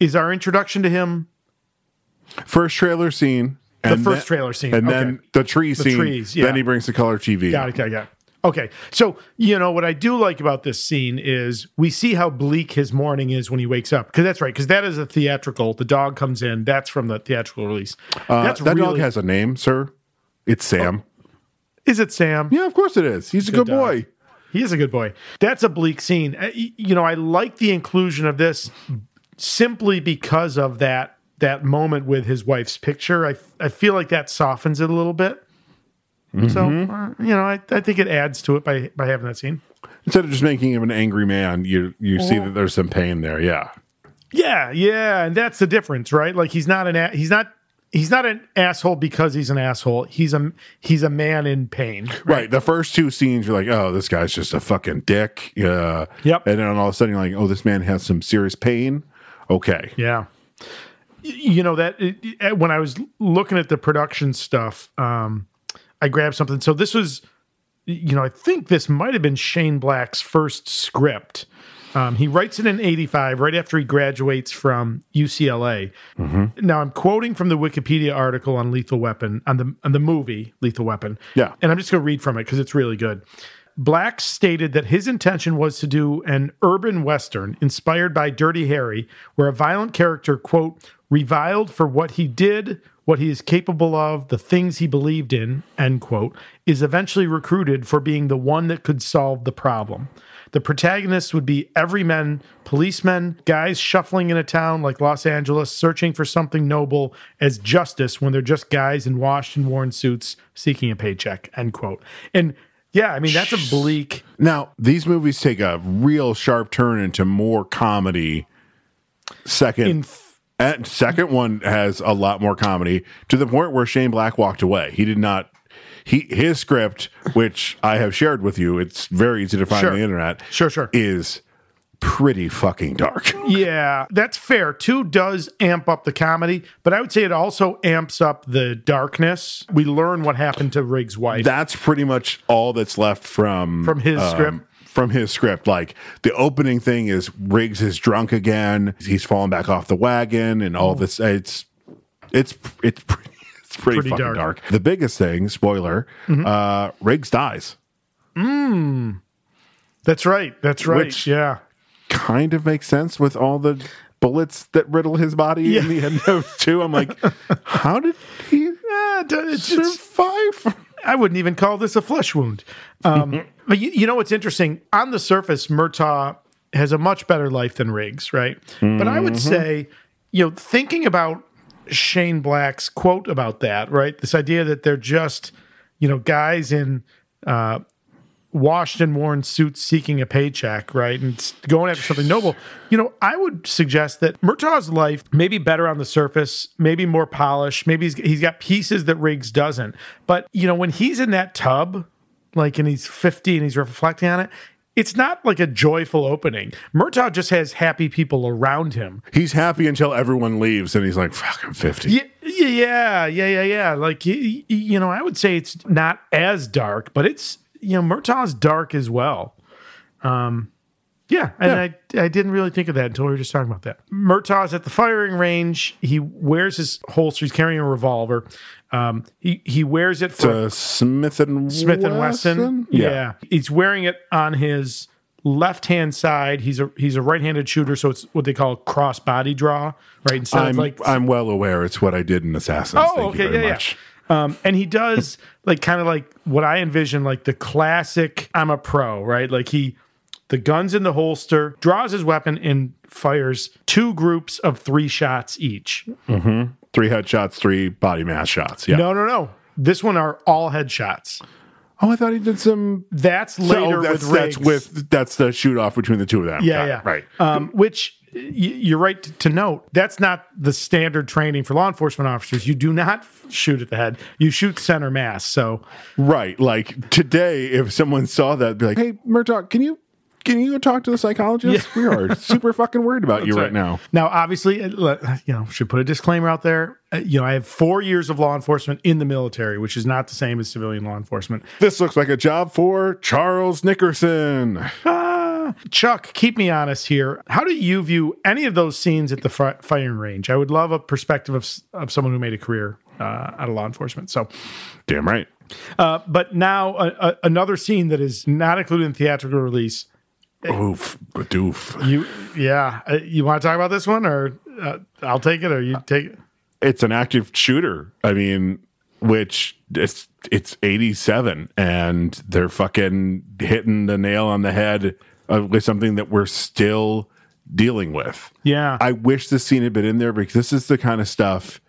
Speaker 3: is our introduction to him
Speaker 2: first trailer scene.
Speaker 3: The first trailer scene,
Speaker 2: And
Speaker 3: okay.
Speaker 2: then the tree scene.
Speaker 3: trees, yeah.
Speaker 2: Then he brings the color TV.
Speaker 3: Got it. Got it. Got it. Okay. So, you know, what I do like about this scene is we see how bleak his morning is when he wakes up. Because that's right. Because that is a theatrical. The dog comes in. That's from the theatrical release.
Speaker 2: Uh,
Speaker 3: that's
Speaker 2: that dog
Speaker 3: really-
Speaker 2: has a name, sir. It's Sam.
Speaker 3: Is it Sam?
Speaker 2: Yeah, of course it is. He's a Oh. good,
Speaker 3: dog.
Speaker 2: boy.
Speaker 3: He is a good boy. That's a bleak scene. Uh, y- You know, I like the inclusion of this simply because of that that moment with his wife's picture. I I feel like that softens it a little bit. So,
Speaker 2: Mm-hmm.
Speaker 3: uh, you know, I, I think it adds to it by by having that scene.
Speaker 2: Instead of just making him an angry man, you you see that there's some pain there. Yeah.
Speaker 3: Yeah, yeah, and that's the difference, right? Like he's not an a- he's not he's not an asshole because he's an asshole. He's a he's a man in pain.
Speaker 2: Right. The first two scenes, you're like, oh, this guy's just a fucking dick. Uh,
Speaker 3: Yep.
Speaker 2: And then all of a sudden, you're like, oh, this man has some serious pain. Okay.
Speaker 3: Yeah. Y- You know that it- it- when I was looking at the production stuff, um, I grabbed something. So this was, you know, I think this might have been Shane Black's first script. Um, he writes it in '85, right after he graduates from UCLA. Now I'm quoting from the Wikipedia article on Lethal Weapon on the on the movie Lethal Weapon.
Speaker 2: Yeah.
Speaker 3: and I'm just going to read from it because it's really good. Black stated that his intention was to do an urban western inspired by Dirty Harry, where a violent character, quote, reviled for what he did, what he is capable of, the things he believed in, end quote, is eventually recruited for being the one that could solve the problem. The protagonists would be everymen, policemen, guys shuffling in a town like Los Angeles, searching for something noble as justice when they're just guys in washed and worn suits seeking a paycheck, end quote. And yeah, I mean, that's a bleak.
Speaker 2: Now, these movies take a real sharp turn into more comedy. Second.
Speaker 3: In
Speaker 2: and second one has a lot more comedy to the point where Shane Black walked away. He did not. He his script, which I have shared with you, it's very easy to find
Speaker 3: Sure.
Speaker 2: on the internet.
Speaker 3: Sure, sure.
Speaker 2: Is pretty fucking dark.
Speaker 3: Yeah, that's fair. Two does amp up the comedy, but I would say it also amps up the darkness. We learn what happened to Riggs' wife.
Speaker 2: that's pretty much all that's left from um,
Speaker 3: From his script?
Speaker 2: From his script, like the opening thing is Riggs is drunk again. He's fallen back off the wagon, and all this. It's it's it's pretty, it's pretty,
Speaker 3: Pretty
Speaker 2: fucking
Speaker 3: dark. Mm-hmm.
Speaker 2: dark. The biggest thing, spoiler, uh, Riggs dies.
Speaker 3: that's right. That's right.
Speaker 2: Which-
Speaker 3: yeah.
Speaker 2: Kind of makes sense with all the bullets that riddle his body in the end of two. I'm like, how did he
Speaker 3: Eh, d- it's- it's-
Speaker 2: survive?
Speaker 3: I wouldn't even call this a flesh wound. Um, but you, you know what's interesting? On the surface, Murtaugh has a much better life than Riggs, right? But I would say, you know, thinking about Shane Black's quote about that, right? This idea that they're just, you know, guys in uh, washed and worn suits seeking a paycheck, right? And s- going after something noble. You know, I would suggest that Murtaugh's life may be better on the surface, maybe more polished, maybe he's, he's got pieces that Riggs doesn't. But, you know, when he's in that tub, like, and he's 50 and he's reflecting on it, it's not like a joyful opening. Murtaugh just has happy people around him.
Speaker 2: He's happy until everyone leaves, and he's like, "Fuck, I'm 50.
Speaker 3: Yeah, yeah, yeah, yeah, yeah. Like, y- y- you know, I would say it's not as dark, but it's, you know, Murtaugh's dark as well. Um, yeah, and I, I didn't really think of that until we were just talking about that. Murtaugh's at the firing range. He wears his holster. He's carrying a revolver. Um, he, he wears it for
Speaker 2: to Smith and
Speaker 3: Smith and Wesson. Yeah. he's wearing it on his left hand side. He's a he's a right handed shooter, so it's what they call cross body draw, right? Instead
Speaker 2: I'm
Speaker 3: of like
Speaker 2: I'm well aware it's what I did in Assassins.
Speaker 3: Oh,
Speaker 2: Thank
Speaker 3: okay,
Speaker 2: you very
Speaker 3: yeah, yeah.
Speaker 2: much.
Speaker 3: Um, and he does like kind of like what I envision, like the classic I'm a pro, right? Like he the guns in the holster, draws his weapon and fires two groups of three shots each.
Speaker 2: Three headshots, three body mass shots. Yeah.
Speaker 3: No, no, no. This one are all headshots.
Speaker 2: Oh, I thought he did some
Speaker 3: That's later
Speaker 2: Oh, that's,
Speaker 3: with
Speaker 2: that's
Speaker 3: Riggs.
Speaker 2: with that's the shoot off between the two of them.
Speaker 3: yeah,
Speaker 2: Got it. Uh,
Speaker 3: yeah.
Speaker 2: Right.
Speaker 3: Um, which y- you're right to, to note. That's not the standard training for law enforcement officers. You do not f- shoot at the head. You shoot center mass. So
Speaker 2: Right. Like today, if someone saw that, be like, "Hey, Murtaugh, can you can you go talk to the psychologist? We are super fucking worried about you right, now."
Speaker 3: Now, obviously, uh, le- you know, should put a disclaimer out there. Uh, You know, I have four years of law enforcement in the military, which is not the same as civilian law enforcement.
Speaker 2: This looks like a job for Charles Nickerson.
Speaker 3: Ah, Chuck, keep me honest here. How do you view any of those scenes at the fri firing range? I would love a perspective of, s- of someone who made a career uh, out of law enforcement. So,
Speaker 2: Damn right.
Speaker 3: uh, but now a, a, another scene that is not included in theatrical release.
Speaker 2: Oof, doof.
Speaker 3: You, yeah, uh, you want to talk about this one, or uh, I'll take it, or you take it.
Speaker 2: it's an active shooter. I mean, which it's it's 87 and they're fucking hitting the nail on the head of, with something that we're still dealing with.
Speaker 3: Yeah.
Speaker 2: I wish this scene had been in there because this is the kind of stuff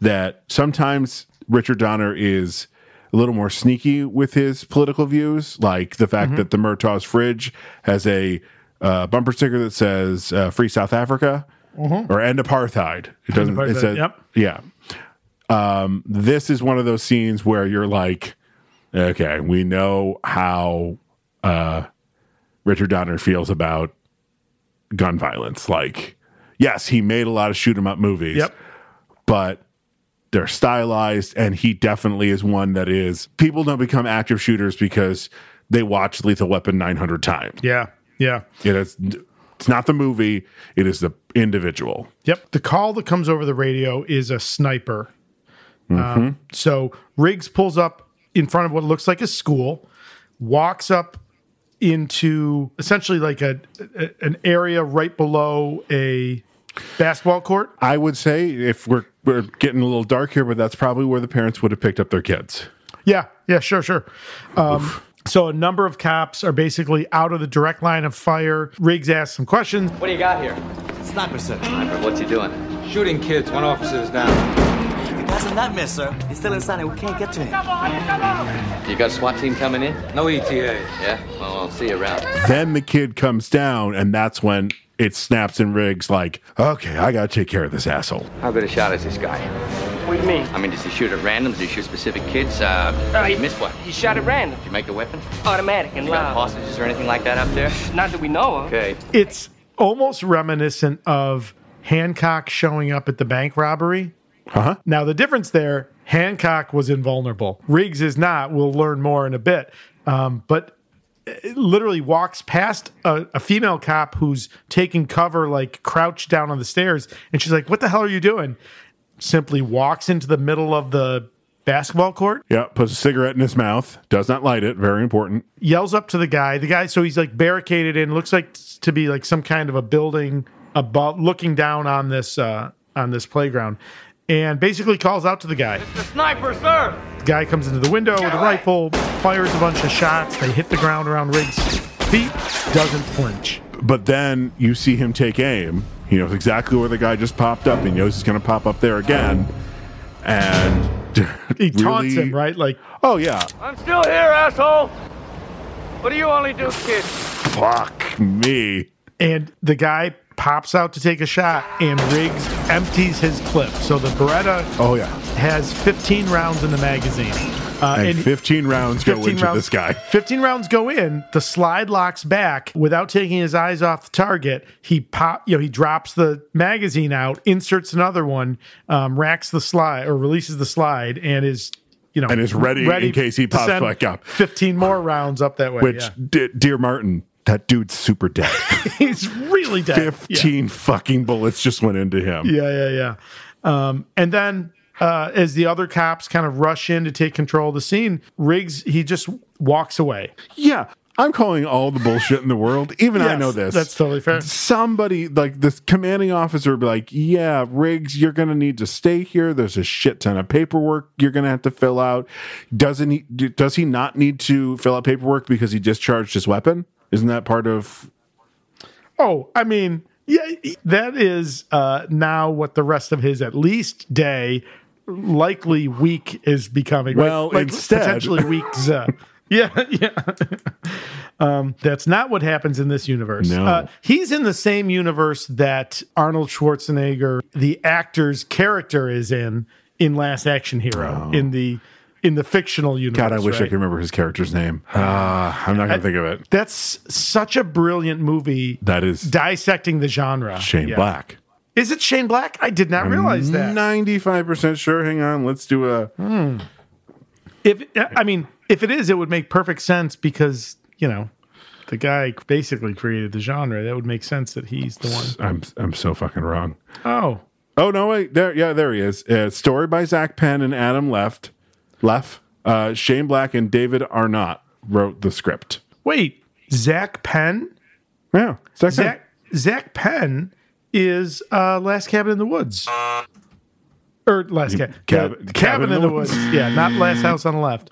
Speaker 2: that sometimes Richard Donner is a little more sneaky with his political views, like the fact that the Murtaugh's fridge has a uh, bumper sticker that says uh, "Free South Africa" or "End Apartheid." It doesn't.
Speaker 3: End
Speaker 2: It
Speaker 3: apartheid,
Speaker 2: says,
Speaker 3: yep.
Speaker 2: "Yeah." Um, this is one of those scenes where you're like, okay, we know how uh, Richard Donner feels about gun violence. Like, yes, he made a lot of shoot 'em up movies,
Speaker 3: Yep.
Speaker 2: but they're stylized, and he definitely is one that is. People don't become active shooters because they watch Lethal Weapon 900 times.
Speaker 3: Yeah. Yeah.
Speaker 2: It is. It's not the movie. It is the individual.
Speaker 3: Yep. The call that comes over the radio is a sniper. Um, so Riggs pulls up in front of what looks like a school, walks up into essentially like a, a- an area right below a basketball court.
Speaker 2: I would say if we're we're getting a little dark here, but that's probably where the parents would have picked up their kids.
Speaker 3: Yeah, yeah, sure, sure. Um, so a number of cops are basically out of the direct line of fire. Riggs asks some questions.
Speaker 7: What do you got here?
Speaker 8: Sniper, sir.
Speaker 7: Sniper, what's he doing? Shooting kids. One officer's down.
Speaker 8: The guy's in that mess, sir. He's still inside and we can't get to him.
Speaker 9: You got a SWAT team coming in?
Speaker 7: No E ETA.
Speaker 9: Yeah? Well, I'll see you around.
Speaker 2: Then the kid comes down, and that's when it snaps and rigs like, okay, I gotta take care of this asshole.
Speaker 9: How good a shot is this guy?
Speaker 10: What do you mean?
Speaker 9: I mean, does he shoot at random? Does he shoot specific kids? Uh, he missed one.
Speaker 10: He shot at random,
Speaker 9: Did you make the weapon? You
Speaker 10: automatic and
Speaker 9: got
Speaker 10: loud.
Speaker 9: hostages or anything like that up there?
Speaker 10: Not that we know of.
Speaker 9: Okay.
Speaker 3: It's almost reminiscent of Hancock showing up at the bank robbery.
Speaker 2: Huh?
Speaker 3: Now, the difference there, Hancock was invulnerable. Riggs is not. We'll learn more in a bit. Um, but it literally walks past a, a female cop who's taking cover, like crouched down on the stairs. And she's like, What the hell are you doing? Simply walks into the middle of the basketball court,
Speaker 2: Yeah, puts a cigarette in his mouth, does not light it. Very important.
Speaker 3: yells up to the guy. The guy, so he's like barricaded in, looks like s- to be like some kind of a building above, looking down on this uh, on this playground, and basically calls out to the guy.
Speaker 10: The sniper, sir.
Speaker 3: The guy comes into the window with a rifle, fires a bunch of shots. They hit the ground around Riggs' feet. Doesn't flinch.
Speaker 2: But then you see him take aim. He knows exactly where the guy just popped up. He knows he's gonna pop up there again, and
Speaker 3: He taunts
Speaker 2: really-
Speaker 3: him, right? Like,
Speaker 2: Oh yeah,
Speaker 10: I'm still here, asshole. What do you only do, kid?
Speaker 2: fuck me.
Speaker 3: and the guy pops out to take a shot, and Riggs empties his clip. So the Beretta
Speaker 2: Oh yeah.
Speaker 3: has 15 rounds in the magazine. Uh,
Speaker 2: And, 15 rounds go
Speaker 3: 15
Speaker 2: into
Speaker 3: rounds-
Speaker 2: this guy.
Speaker 3: 15 rounds go in, the slide locks back without taking his eyes off the target. He pop, you know, he drops the magazine out, inserts another one, um, racks the slide or releases the slide, and is you know
Speaker 2: And is ready in case he
Speaker 3: to
Speaker 2: pops
Speaker 3: send
Speaker 2: back up.
Speaker 3: 15 more rounds up that way.
Speaker 2: Which,
Speaker 3: yeah.
Speaker 2: d- dear Martin, that dude's super dead.
Speaker 3: he's really dead. Yeah.
Speaker 2: 15 fucking bullets just went into him.
Speaker 3: Yeah, yeah, yeah. Um, and then uh, as the other cops kind of rush in to take control of the scene, Riggs he just walks away.
Speaker 2: Yeah, I'm calling all the bullshit in the world. Even I
Speaker 3: Yes,
Speaker 2: know this.
Speaker 3: That's totally fair.
Speaker 2: Somebody like this commanding officer would be like, Yeah, Riggs, you're gonna need to stay here. There's a shit ton of paperwork you're gonna have to fill out. Doesn't he d- does he not need to fill out paperwork because he discharged his weapon? Isn't that part of
Speaker 3: Oh, I mean, yeah, that is uh, now what the rest of his at least day, likely week is becoming. right?
Speaker 2: Well, instead-
Speaker 3: potentially weeks. Uh, yeah, yeah. um, that's not what happens in this universe.
Speaker 2: No.
Speaker 3: Uh, he's in the same universe that Arnold Schwarzenegger, the actor's character, is in in Last Action Hero in the in the fictional universe.
Speaker 2: Oh. God, I wish I
Speaker 3: right? Uh,
Speaker 2: could remember his character's name. Ah, I'm not gonna think of it.
Speaker 3: That's such a brilliant movie.
Speaker 2: That is
Speaker 3: dissecting the genre.
Speaker 2: Shane
Speaker 3: Yeah.
Speaker 2: Black.
Speaker 3: Is it Shane Black? I did not realize that.
Speaker 2: 95% sure. Hang on. Let's do a.
Speaker 3: If I mean, if it is, it would make perfect sense because you know the guy basically created the genre. That would make sense that he's the one.
Speaker 2: I'm, I'm so fucking wrong.
Speaker 3: Oh,
Speaker 2: Oh, no, wait. There, yeah, there he is. Uh, story by Zach Penn and Adam Left. Left. Uh, Shane Black and David Arnott wrote the script.
Speaker 3: wait, Zach Penn.
Speaker 2: Yeah. Zach Penn.
Speaker 3: Zach Zach Penn is uh, Last Cabin in the Woods. Or last ca-
Speaker 2: Cab-
Speaker 3: cabin, in the woods. yeah, not last house on the left.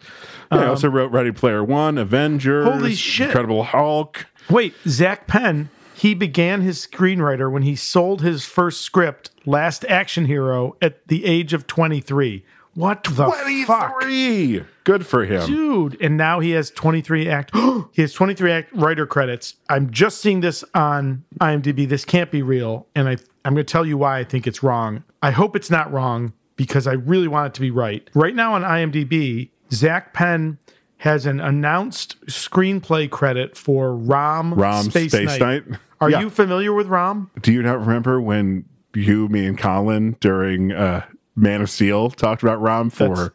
Speaker 2: Yeah, I also wrote Ready Player One, Avengers,
Speaker 3: um, Holy shit.
Speaker 2: Incredible Hulk.
Speaker 3: Wait, Zach Penn, he began his screenwriter when he sold his first script, Last Action Hero, at the age of 23. What the fuck?
Speaker 2: 23. Good for him.
Speaker 3: Dude, and now he has 23 act he has 23 act writer credits. I'm just seeing this on IMDb. This can't be real, and I I'm going to tell you why I think it's wrong. I hope it's not wrong. because I really want it to be right. Right now on IMDb, Zach Penn has an announced screenplay credit for Rom,
Speaker 2: Rom
Speaker 3: Space,
Speaker 2: Space
Speaker 3: Knight.
Speaker 2: Knight?
Speaker 3: Are
Speaker 2: Yeah.
Speaker 3: you familiar with Rom?
Speaker 2: Do you not remember when you, me, and Colin during uh, Man of Steel talked about Rom for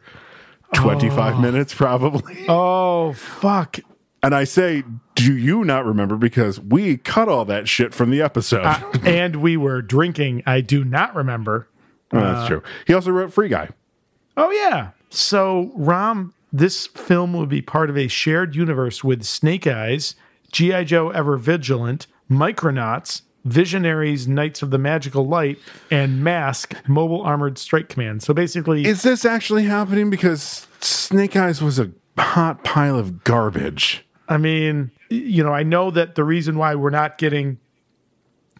Speaker 2: 25 minutes, probably?
Speaker 3: Oh, fuck.
Speaker 2: And I say, do you not remember? Because we cut all that shit from the episode.
Speaker 3: and we were drinking. I do not remember.
Speaker 2: Oh, that's true. He also wrote Free Guy.
Speaker 3: Oh, yeah. So, Rom, this film will be part of a shared universe with Snake Eyes, G.I. Joe Ever Vigilant, Micronauts, Visionaries, Knights of the Magical Light, and Mask, Mobile Armored Strike Command. So, basically,
Speaker 2: Is this actually happening? Because Snake Eyes was a hot pile of garbage.
Speaker 3: I mean, y- you know, I know that the reason why we're not getting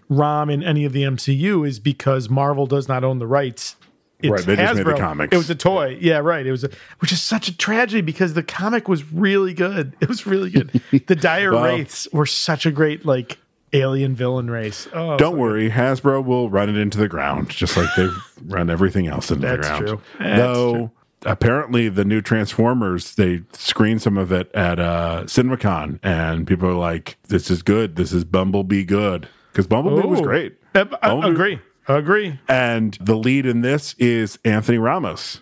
Speaker 3: Rom in any of the MCU is because Marvel does not own the rights. It's
Speaker 2: Right, they just made the
Speaker 3: Hasbro.
Speaker 2: comics.
Speaker 3: It was a toy. Yeah, right. It was, a, which is such a tragedy because the comic was really good. It was really good. the Dire
Speaker 2: Well-
Speaker 3: Wraiths were such a great like alien villain race. Oh,
Speaker 2: Don't worry, Hasbro will run it into the ground, just like they've run everything else into
Speaker 3: That's
Speaker 2: the ground.
Speaker 3: true. That's
Speaker 2: Though
Speaker 3: true.
Speaker 2: apparently the new Transformers, they screened some of it at uh, CinemaCon, and people are like, "This is good. This is Bumblebee good." Because Bumblebee was
Speaker 3: Ooh.
Speaker 2: great,
Speaker 3: I, Oh. I-
Speaker 2: Bumblebee-
Speaker 3: agree. Agree.
Speaker 2: and the lead in this is Anthony Ramos.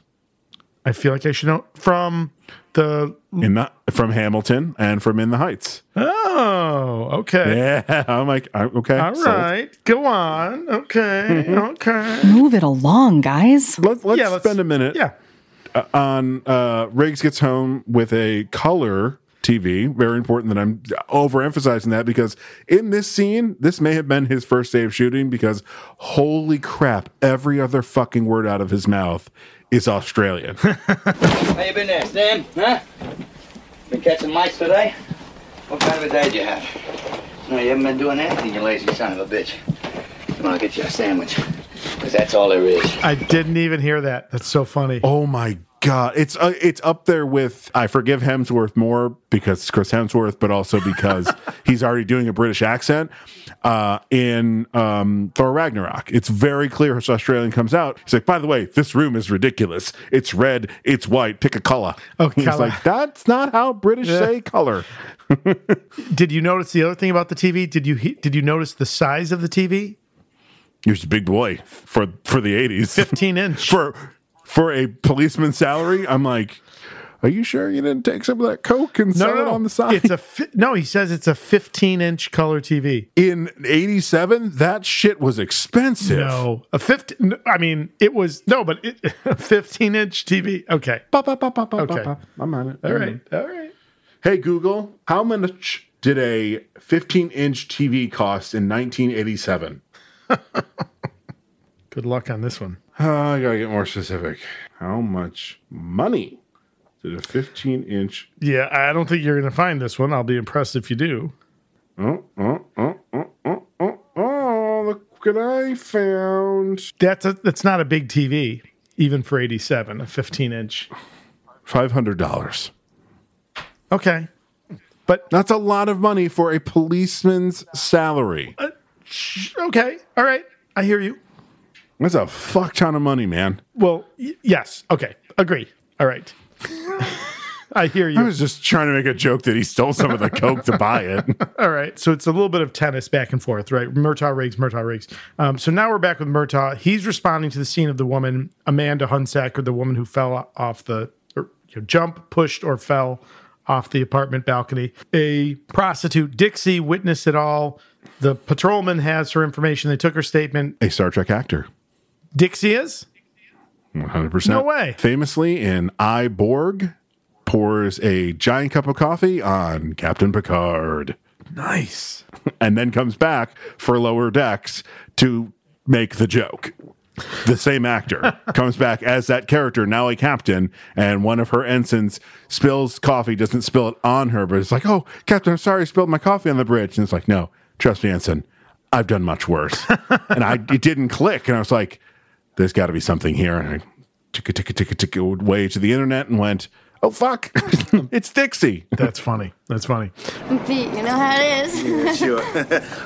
Speaker 3: I feel like I should know from the.
Speaker 2: in the from Hamilton and from In the Heights.
Speaker 3: Oh, okay.
Speaker 2: Yeah, I'm like, I, okay,
Speaker 3: All
Speaker 2: sold.
Speaker 3: right. Go on. Okay. Okay.
Speaker 11: Move it along, guys.
Speaker 2: Let, let's,
Speaker 3: Yeah, let's-
Speaker 2: spend a minute
Speaker 3: Yeah.
Speaker 2: on uh, Riggs gets home with a color TV. Very important that I'm overemphasizing that because in this scene, this may have been his first day of shooting because holy crap, every other fucking word out of his mouth is Australian.
Speaker 9: How you been there, Stan? Huh? Been catching mice today? What kind of a day did you have? No, you haven't been doing anything, you lazy son of a bitch. Come on, I'll get you a sandwich. Because that's all there is.
Speaker 3: I didn't even hear that. That's so funny.
Speaker 2: Oh my god, it's uh, it's up there with I forgive Hemsworth more because it's Chris Hemsworth, but also because he's already doing a British accent uh, in um, Thor Ragnarok. It's very clear his Australian comes out. He's like, by the way, this room is ridiculous. It's red, it's white, pick a color.
Speaker 3: Oh,
Speaker 2: he's
Speaker 3: colour.
Speaker 2: like, that's not how British say color.
Speaker 3: Did you notice the other thing about the TV? Did you he- did you notice the size of the TV?
Speaker 2: He was a big boy for for the eighties.
Speaker 3: 15 inch.
Speaker 2: for for a policeman's salary. I'm like. Are you sure you didn't take some of that coke and sell it on the side?
Speaker 3: It's a fi- no. He says it's a 15 inch color TV.
Speaker 2: in 87 that shit was expensive
Speaker 3: No, a 15. I mean, it was no, but it, a 15 inch TV. Okay.
Speaker 2: Ba, ba, ba, ba, ba,
Speaker 3: Okay.
Speaker 2: ba, ba. i'm on it
Speaker 3: All right. All right.
Speaker 2: hey google how much did a 15 inch tv cost in 1987
Speaker 3: Good luck on this one.
Speaker 2: Uh, i gotta get more specific how much money did a 15 inch
Speaker 3: Yeah, I don't think you're going to find this one. I'll be impressed if you do.
Speaker 2: oh oh oh oh oh oh, oh look what i found
Speaker 3: That's a, that's not a big TV, even for 87, a 15 inch.
Speaker 2: $500
Speaker 3: Okay.
Speaker 2: that's a lot of money for a policeman's salary
Speaker 3: Uh, Okay. All right. I hear you.
Speaker 2: that's a fuck ton of money man
Speaker 3: Well, y- yes. Okay. Agree. All right. I hear
Speaker 2: I
Speaker 3: you.
Speaker 2: was just trying to make a joke that he stole some of the coke to buy it.
Speaker 3: All right. So it's a little bit of tennis back and forth, right? Murtaugh rigs, Murtaugh rigs. Um, so now we're back with Murtaugh. He's responding to the scene of the woman, Amanda Hunsaker, the woman who fell off the or, you know, jump, pushed, or fell off the apartment balcony. A prostitute, Dixie, witnessed it all. The patrolman has her information. They took her statement.
Speaker 2: A Star Trek actor,
Speaker 3: Dixie is?
Speaker 2: one hundred percent.
Speaker 3: No way.
Speaker 2: Famously in I Borg, pours a giant cup of coffee on Captain Picard,
Speaker 3: Nice.
Speaker 2: and then comes back for lower decks to make the joke. The same actor comes back as that character, now a captain, and one of her ensigns spills coffee, doesn't spill it on her, but it's like, oh, Captain, I'm sorry, I spilled my coffee on the bridge. And it's like, no, trust me, ensign, I've done much worse. and I it didn't click. And I was like, there's got to be something here. And I took a, took a, took a, took a way to the internet and went, oh, fuck, it's Dixie.
Speaker 3: That's funny. That's funny.
Speaker 4: Pete, you know how it is.
Speaker 5: Sure.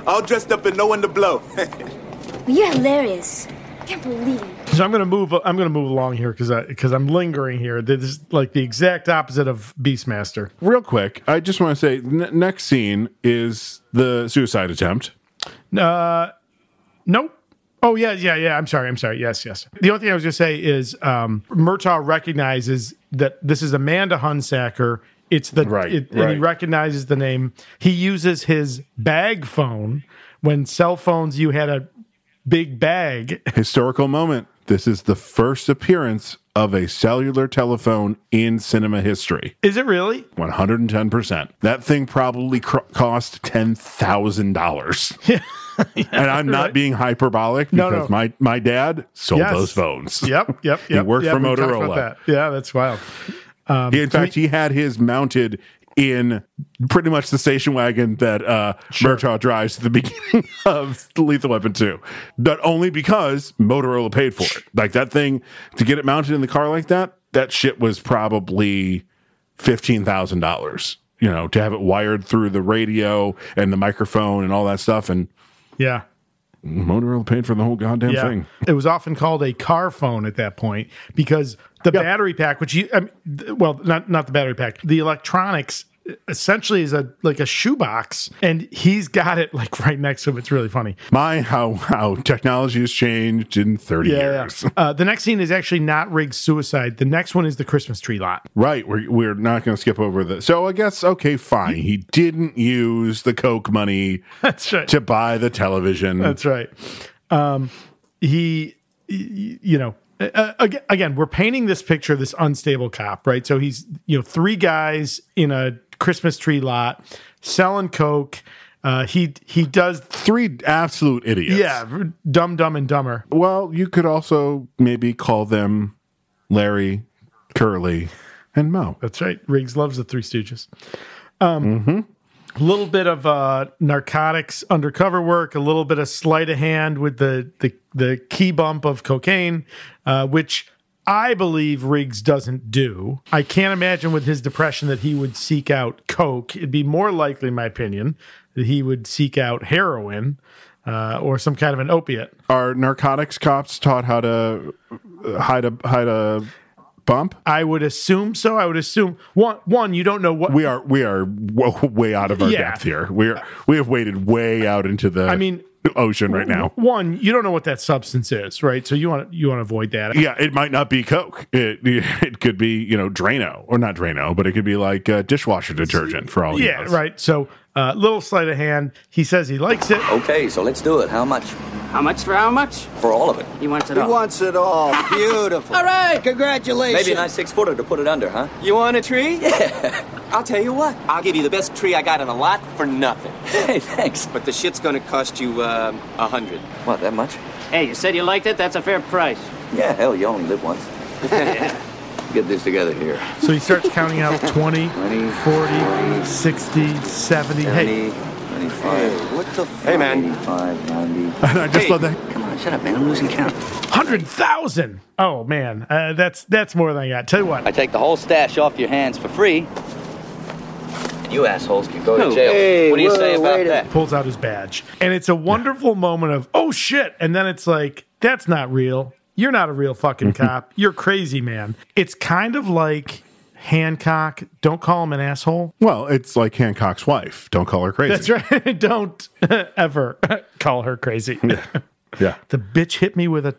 Speaker 5: All dressed up and no one to blow.
Speaker 4: You're hilarious. Can't believe it.
Speaker 3: So I'm gonna move. I'm gonna move along here because because I'm lingering here. This is like the exact opposite of Beastmaster.
Speaker 2: Real quick, I just want to say n- next scene is the suicide attempt.
Speaker 3: Uh, nope. Oh yeah, yeah, yeah. I'm sorry. I'm sorry. Yes, yes. The only thing I was gonna say is um, Murtaugh recognizes that this is Amanda Hunsacker. It's the
Speaker 2: Right,
Speaker 3: it- And he
Speaker 2: right.
Speaker 3: recognizes the name. He uses his bag phone when cell phones. You had a big bag.
Speaker 2: Historical moment. This is the first appearance of a cellular telephone in cinema history.
Speaker 3: Is it really?
Speaker 2: 110%. That thing probably cr- cost $10,000. and I'm not being hyperbolic
Speaker 3: No,
Speaker 2: because
Speaker 3: no.
Speaker 2: my my dad sold
Speaker 3: Yes.
Speaker 2: those phones.
Speaker 3: Yep, yep,
Speaker 2: He
Speaker 3: yep.
Speaker 2: worked
Speaker 3: yep,
Speaker 2: for
Speaker 3: we talked about
Speaker 2: Motorola.
Speaker 3: that. Yeah, that's wild.
Speaker 2: He- in fact, he had his mounted in pretty much the station wagon that uh, Murtaugh drives at the beginning of Lethal Weapon 2, but only because Motorola paid for it. Like that thing, to get it mounted in the car like that, that shit was probably $15,000, you know, to have it wired through the radio and the microphone and all that stuff. And
Speaker 3: Yeah.
Speaker 2: Motorola paid for the whole goddamn
Speaker 3: yeah.
Speaker 2: thing.
Speaker 3: It was often called a car phone at that point because the battery pack, which you, I mean, th- well, not not the battery pack, the electronics uh, essentially is a like a shoebox, and he's got it like right next to him. It's really funny.
Speaker 2: My, how, how technology has changed in 30 years.
Speaker 3: Uh, the next scene is actually not Riggs' suicide. The next one is the Christmas tree lot.
Speaker 2: Right. We're, we're not going to skip over the. So I guess, okay, fine. He didn't use the Coke money
Speaker 3: That's right.
Speaker 2: to buy the television.
Speaker 3: That's right. Um, he, y- you know, uh, again, again, we're painting this picture of this unstable cop, right? So he's, you know, three guys in a Christmas tree lot selling coke. Uh, he he does,
Speaker 2: Three absolute idiots.
Speaker 3: yeah, dumb, dumb, and dumber.
Speaker 2: Well, you could also maybe call them Larry, Curly, and Mo.
Speaker 3: That's right. Riggs loves the Three Stooges. A little bit of uh, narcotics undercover work, a little bit of sleight of hand with the the, the key bump of cocaine, uh, which I believe Riggs doesn't do. I can't imagine with his depression that he would seek out coke. It'd be more likely, in my opinion, that he would seek out heroin uh, or some kind of an opiate.
Speaker 2: Are narcotics cops taught how to uh, hide a hide a bump?
Speaker 3: I would assume so. I would assume one. One, you don't know what
Speaker 2: We are we are w- way out of our
Speaker 3: Yeah.
Speaker 2: depth here. We're we have waded way out into the
Speaker 3: I mean-
Speaker 2: ocean right now.
Speaker 3: One, you don't know what that substance is, right? So you want you want to avoid that.
Speaker 2: yeah, it might not be Coke. It it could be you know Drano or not Drano, but it could be like uh, dishwasher detergent for all. he
Speaker 3: Yeah,
Speaker 2: knows.
Speaker 3: right. So uh, little sleight of hand. He says he likes it.
Speaker 10: Oh.
Speaker 5: Okay, so let's do it. How much?
Speaker 6: How much for how much?
Speaker 5: For all of it.
Speaker 6: He wants it
Speaker 8: He
Speaker 6: all.
Speaker 8: wants it all. Beautiful.
Speaker 6: all right.
Speaker 5: Maybe a
Speaker 8: Congratulations.
Speaker 5: nice six footer to put it under, huh?
Speaker 8: You want a tree? I'll tell you what. I'll give you the best tree I got in a lot for nothing.
Speaker 5: Hey, thanks.
Speaker 8: But the shit's gonna cost you um, a hundred.
Speaker 5: What, that much?
Speaker 6: Hey, you said you liked it. That's a fair price.
Speaker 5: Yeah, hell, you only live once. Get this together here.
Speaker 3: So he starts counting out 20,
Speaker 5: 20,
Speaker 3: 40, 60, 70. Hey,
Speaker 5: 70, 25,
Speaker 8: What the? F-
Speaker 5: 85, 90.
Speaker 2: And I just
Speaker 8: Hey.
Speaker 2: love that.
Speaker 5: Come on, shut up, man. I'm losing count.
Speaker 3: 100,000. Oh, man. Uh, that's that's more than I got. Tell you what.
Speaker 9: I take the whole stash off your hands for free. and You assholes can go
Speaker 5: Who?
Speaker 9: to jail.
Speaker 5: Hey,
Speaker 9: what do you
Speaker 5: whoa,
Speaker 9: say
Speaker 5: wait
Speaker 9: about
Speaker 5: a-
Speaker 9: that?
Speaker 3: Pulls out his badge. And it's a wonderful moment of, oh, shit. And then it's like, that's not real. You're not a real fucking
Speaker 2: Mm-hmm.
Speaker 3: cop. You're crazy, man. It's kind of like Hancock. Don't call him an asshole.
Speaker 2: Well, it's like Hancock's wife. Don't call her crazy.
Speaker 3: That's right. Don't ever call her crazy.
Speaker 2: Yeah,
Speaker 3: The bitch hit me with a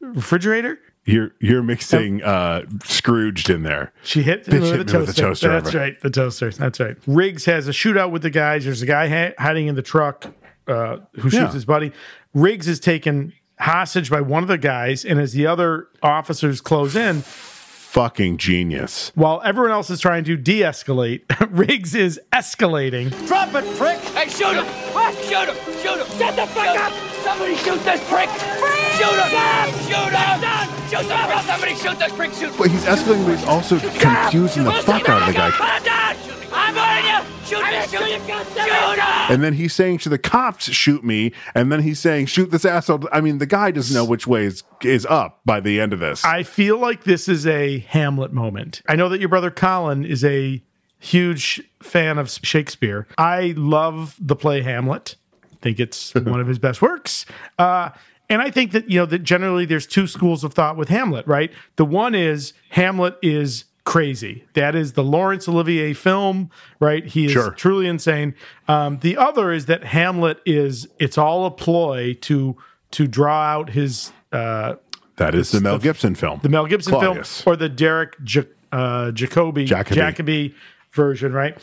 Speaker 3: refrigerator.
Speaker 2: you're you're mixing uh, Scrooged in there.
Speaker 3: She hit,
Speaker 2: Bitch
Speaker 3: me
Speaker 2: hit
Speaker 3: with, a
Speaker 2: me with a
Speaker 3: toaster.
Speaker 2: toaster
Speaker 3: That's
Speaker 2: oven.
Speaker 3: right. The toaster. That's right. Riggs has a shootout with the guys. There's a guy ha- hiding in the truck uh, who shoots
Speaker 2: Yeah.
Speaker 3: his buddy. Riggs is taken hostage by one of the guys. And as the other officers close in,
Speaker 2: Fucking genius.
Speaker 3: while everyone else is trying to de escalate, Riggs is escalating.
Speaker 8: Drop it, prick.
Speaker 10: Hey, shoot him! What? Shoot him! Shoot him! Shut the fuck up! Somebody shoot this prick! Shoot him! Shoot him! Shoot the prick! Somebody shoot this prick! Shoot
Speaker 2: But he's escalating, but he's also confusing the fuck out of the guy.
Speaker 10: I'm burning you! Shoot me! Shoot him! Shoot him!
Speaker 2: And then he's saying to the cops, "Shoot me!" And then he's saying, "Shoot this asshole." I mean, the guy doesn't know which way is is up by the end of this.
Speaker 3: I feel like this is a Hamlet moment. I know that your brother Colin is a huge fan of Shakespeare. I love the play Hamlet. Think it's one of his best works. Uh, And I think that, you know, that generally there's two schools of thought with Hamlet, right? The one is Hamlet is crazy. That is the Laurence Olivier film, right? He is
Speaker 2: Sure.
Speaker 3: truly insane. Um, the other is that Hamlet is it's all a ploy to to draw out his uh,
Speaker 2: That is the Mel Gibson film.
Speaker 3: the Mel Gibson
Speaker 2: Claudius.
Speaker 3: film or the Derek Ja- uh, Jacobi,
Speaker 2: Jacobi.
Speaker 3: Jacobi version, right?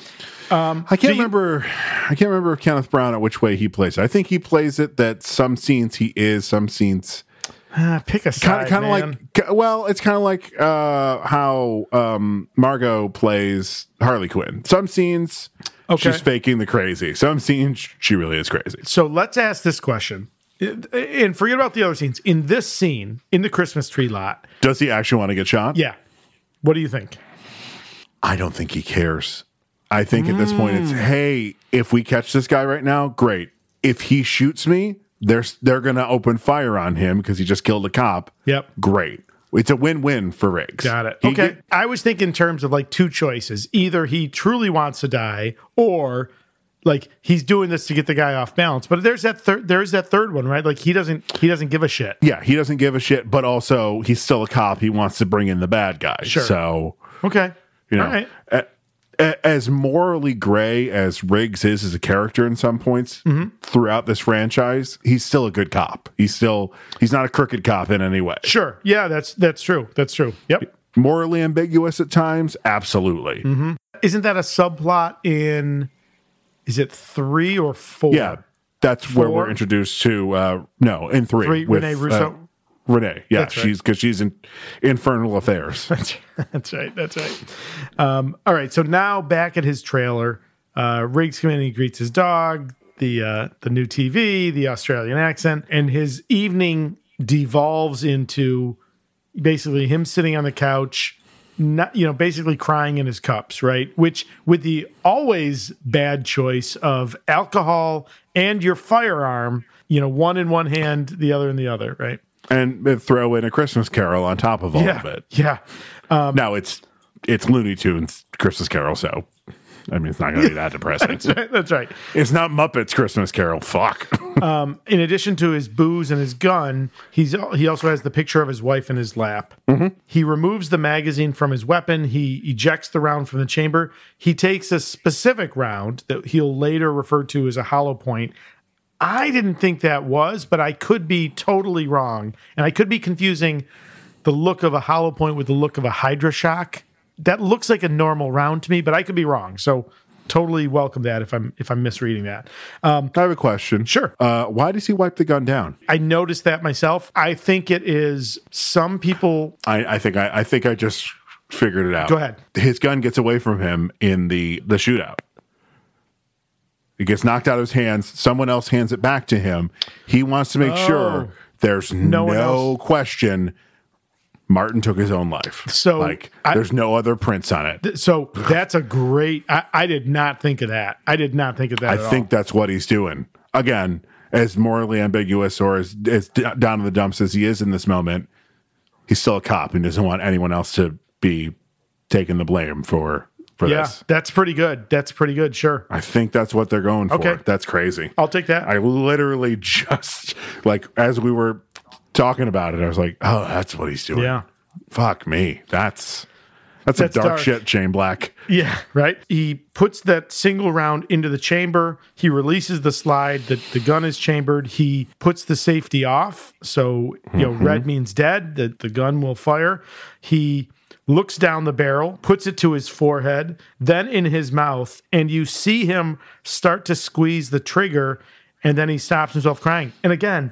Speaker 2: I can't remember. I can't remember Kenneth Brown at which way he plays it. I think he plays it that some scenes he is, some scenes
Speaker 3: Uh, pick a
Speaker 2: kind
Speaker 3: side,
Speaker 2: of kind of
Speaker 3: man.
Speaker 2: like. k- Well, it's kind of like uh, how um, Margot plays Harley Quinn. Some scenes
Speaker 3: Okay.
Speaker 2: she's faking the crazy. Some scenes she really is crazy.
Speaker 3: So let's ask this question. And forget about the other scenes. In this scene, in the Christmas tree lot,
Speaker 2: Does he actually want to get shot?
Speaker 3: yeah. What do you think?
Speaker 2: I don't think he cares. I think at this point
Speaker 3: Mm.
Speaker 2: it's hey, if we catch this guy right now, great. If he shoots me, they're they're gonna open fire on him because he just killed a cop.
Speaker 3: Yep.
Speaker 2: great. It's a win-win for Riggs.
Speaker 3: Got it.
Speaker 2: He
Speaker 3: okay.
Speaker 2: get-
Speaker 3: I was thinking in terms of like two choices. Either he truly wants to die or like he's doing this to get the guy off balance. But there's that third there's that third one, right? Like he doesn't he doesn't give a shit.
Speaker 2: yeah, he doesn't give a shit, but also he's still a cop. He wants to bring in the bad guy.
Speaker 3: Sure.
Speaker 2: So
Speaker 3: Okay.
Speaker 2: you know,
Speaker 3: All right.
Speaker 2: a- a- as morally gray as Riggs is as a character in some points
Speaker 3: Mm-hmm.
Speaker 2: throughout this franchise, he's still a good cop. He's still he's not a crooked cop in any way.
Speaker 3: Sure. Yeah, that's that's true. That's true. Yep. Mm-hmm.
Speaker 2: morally ambiguous at times absolutely
Speaker 3: Isn't that a subplot in is it three or four?
Speaker 2: yeah that's where
Speaker 3: Four?
Speaker 2: we're introduced to uh no in three,
Speaker 3: Three,
Speaker 2: with,
Speaker 3: Renee Russo.
Speaker 2: uh, renee yeah
Speaker 3: That's right.
Speaker 2: she's because she's in infernal affairs
Speaker 3: That's right. That's right. Um, all right. So now back at his trailer, uh, Riggs comes in and he greets his dog, the uh, the new TV, the Australian accent, and his evening devolves into basically him sitting on the couch, not you know, basically crying in his cups, right? Which with the always bad choice of alcohol and your firearm, you know, one in one hand, the other in the other, right?
Speaker 2: and then throw in a christmas carol on top of all
Speaker 3: Yeah.
Speaker 2: of it
Speaker 3: Yeah.
Speaker 2: now it's it's looney tunes christmas carol so i mean it's not gonna be that depressing
Speaker 3: That's right.
Speaker 2: it's not muppets christmas carol fuck
Speaker 3: in addition to his booze and his gun, he's he also has the picture of his wife in his lap. He removes the magazine from his weapon. He ejects the round from the chamber. He takes a specific round that he'll later refer to as a hollow point. I didn't think that was, but I could be totally wrong, and I could be confusing the look of a hollow point with the look of a hydra shock. That looks like a normal round to me, but I could be wrong. So totally welcome that if I'm if I'm misreading that. Um,
Speaker 2: i have a question
Speaker 3: Sure.
Speaker 2: uh why does he wipe the gun down
Speaker 3: I noticed that myself. I think it is some people.
Speaker 2: I, I think I, I think I just figured it out.
Speaker 3: Go ahead.
Speaker 2: His gun gets away from him in the the shootout. It gets knocked out of his hands. Someone else hands it back to him. He wants to make sure there's no,
Speaker 3: Oh. one else.
Speaker 2: question. Martin took his own life.
Speaker 3: So,
Speaker 2: like,
Speaker 3: I-
Speaker 2: there's no other prints on it.
Speaker 3: So that's a great. I, I did not think of that. I did not think of that.
Speaker 2: I
Speaker 3: at
Speaker 2: think
Speaker 3: all.
Speaker 2: that's what he's doing. Again, as morally ambiguous or as, as d- down in the dumps as he is in this moment, he's still a cop and doesn't want anyone else to be taking the blame for for
Speaker 3: Yeah,
Speaker 2: this.
Speaker 3: that's pretty good. That's pretty good. Sure,
Speaker 2: I think that's what they're going for.
Speaker 3: Okay.
Speaker 2: That's crazy.
Speaker 3: I'll take that.
Speaker 2: I literally just like as we were talking about it, I was like, "Oh, that's what he's doing."
Speaker 3: Yeah.
Speaker 2: Fuck me. That's that's,
Speaker 3: That's
Speaker 2: some dark,
Speaker 3: dark.
Speaker 2: shit, Shane Black.
Speaker 3: yeah, right. He puts that single round into the chamber. He releases the slide. The, the gun is chambered. He puts the safety off. So you know, red means dead. That the gun will fire. He looks down the barrel, puts it to his forehead, then in his mouth, and you see him start to squeeze the trigger, and then he stops himself crying. And again,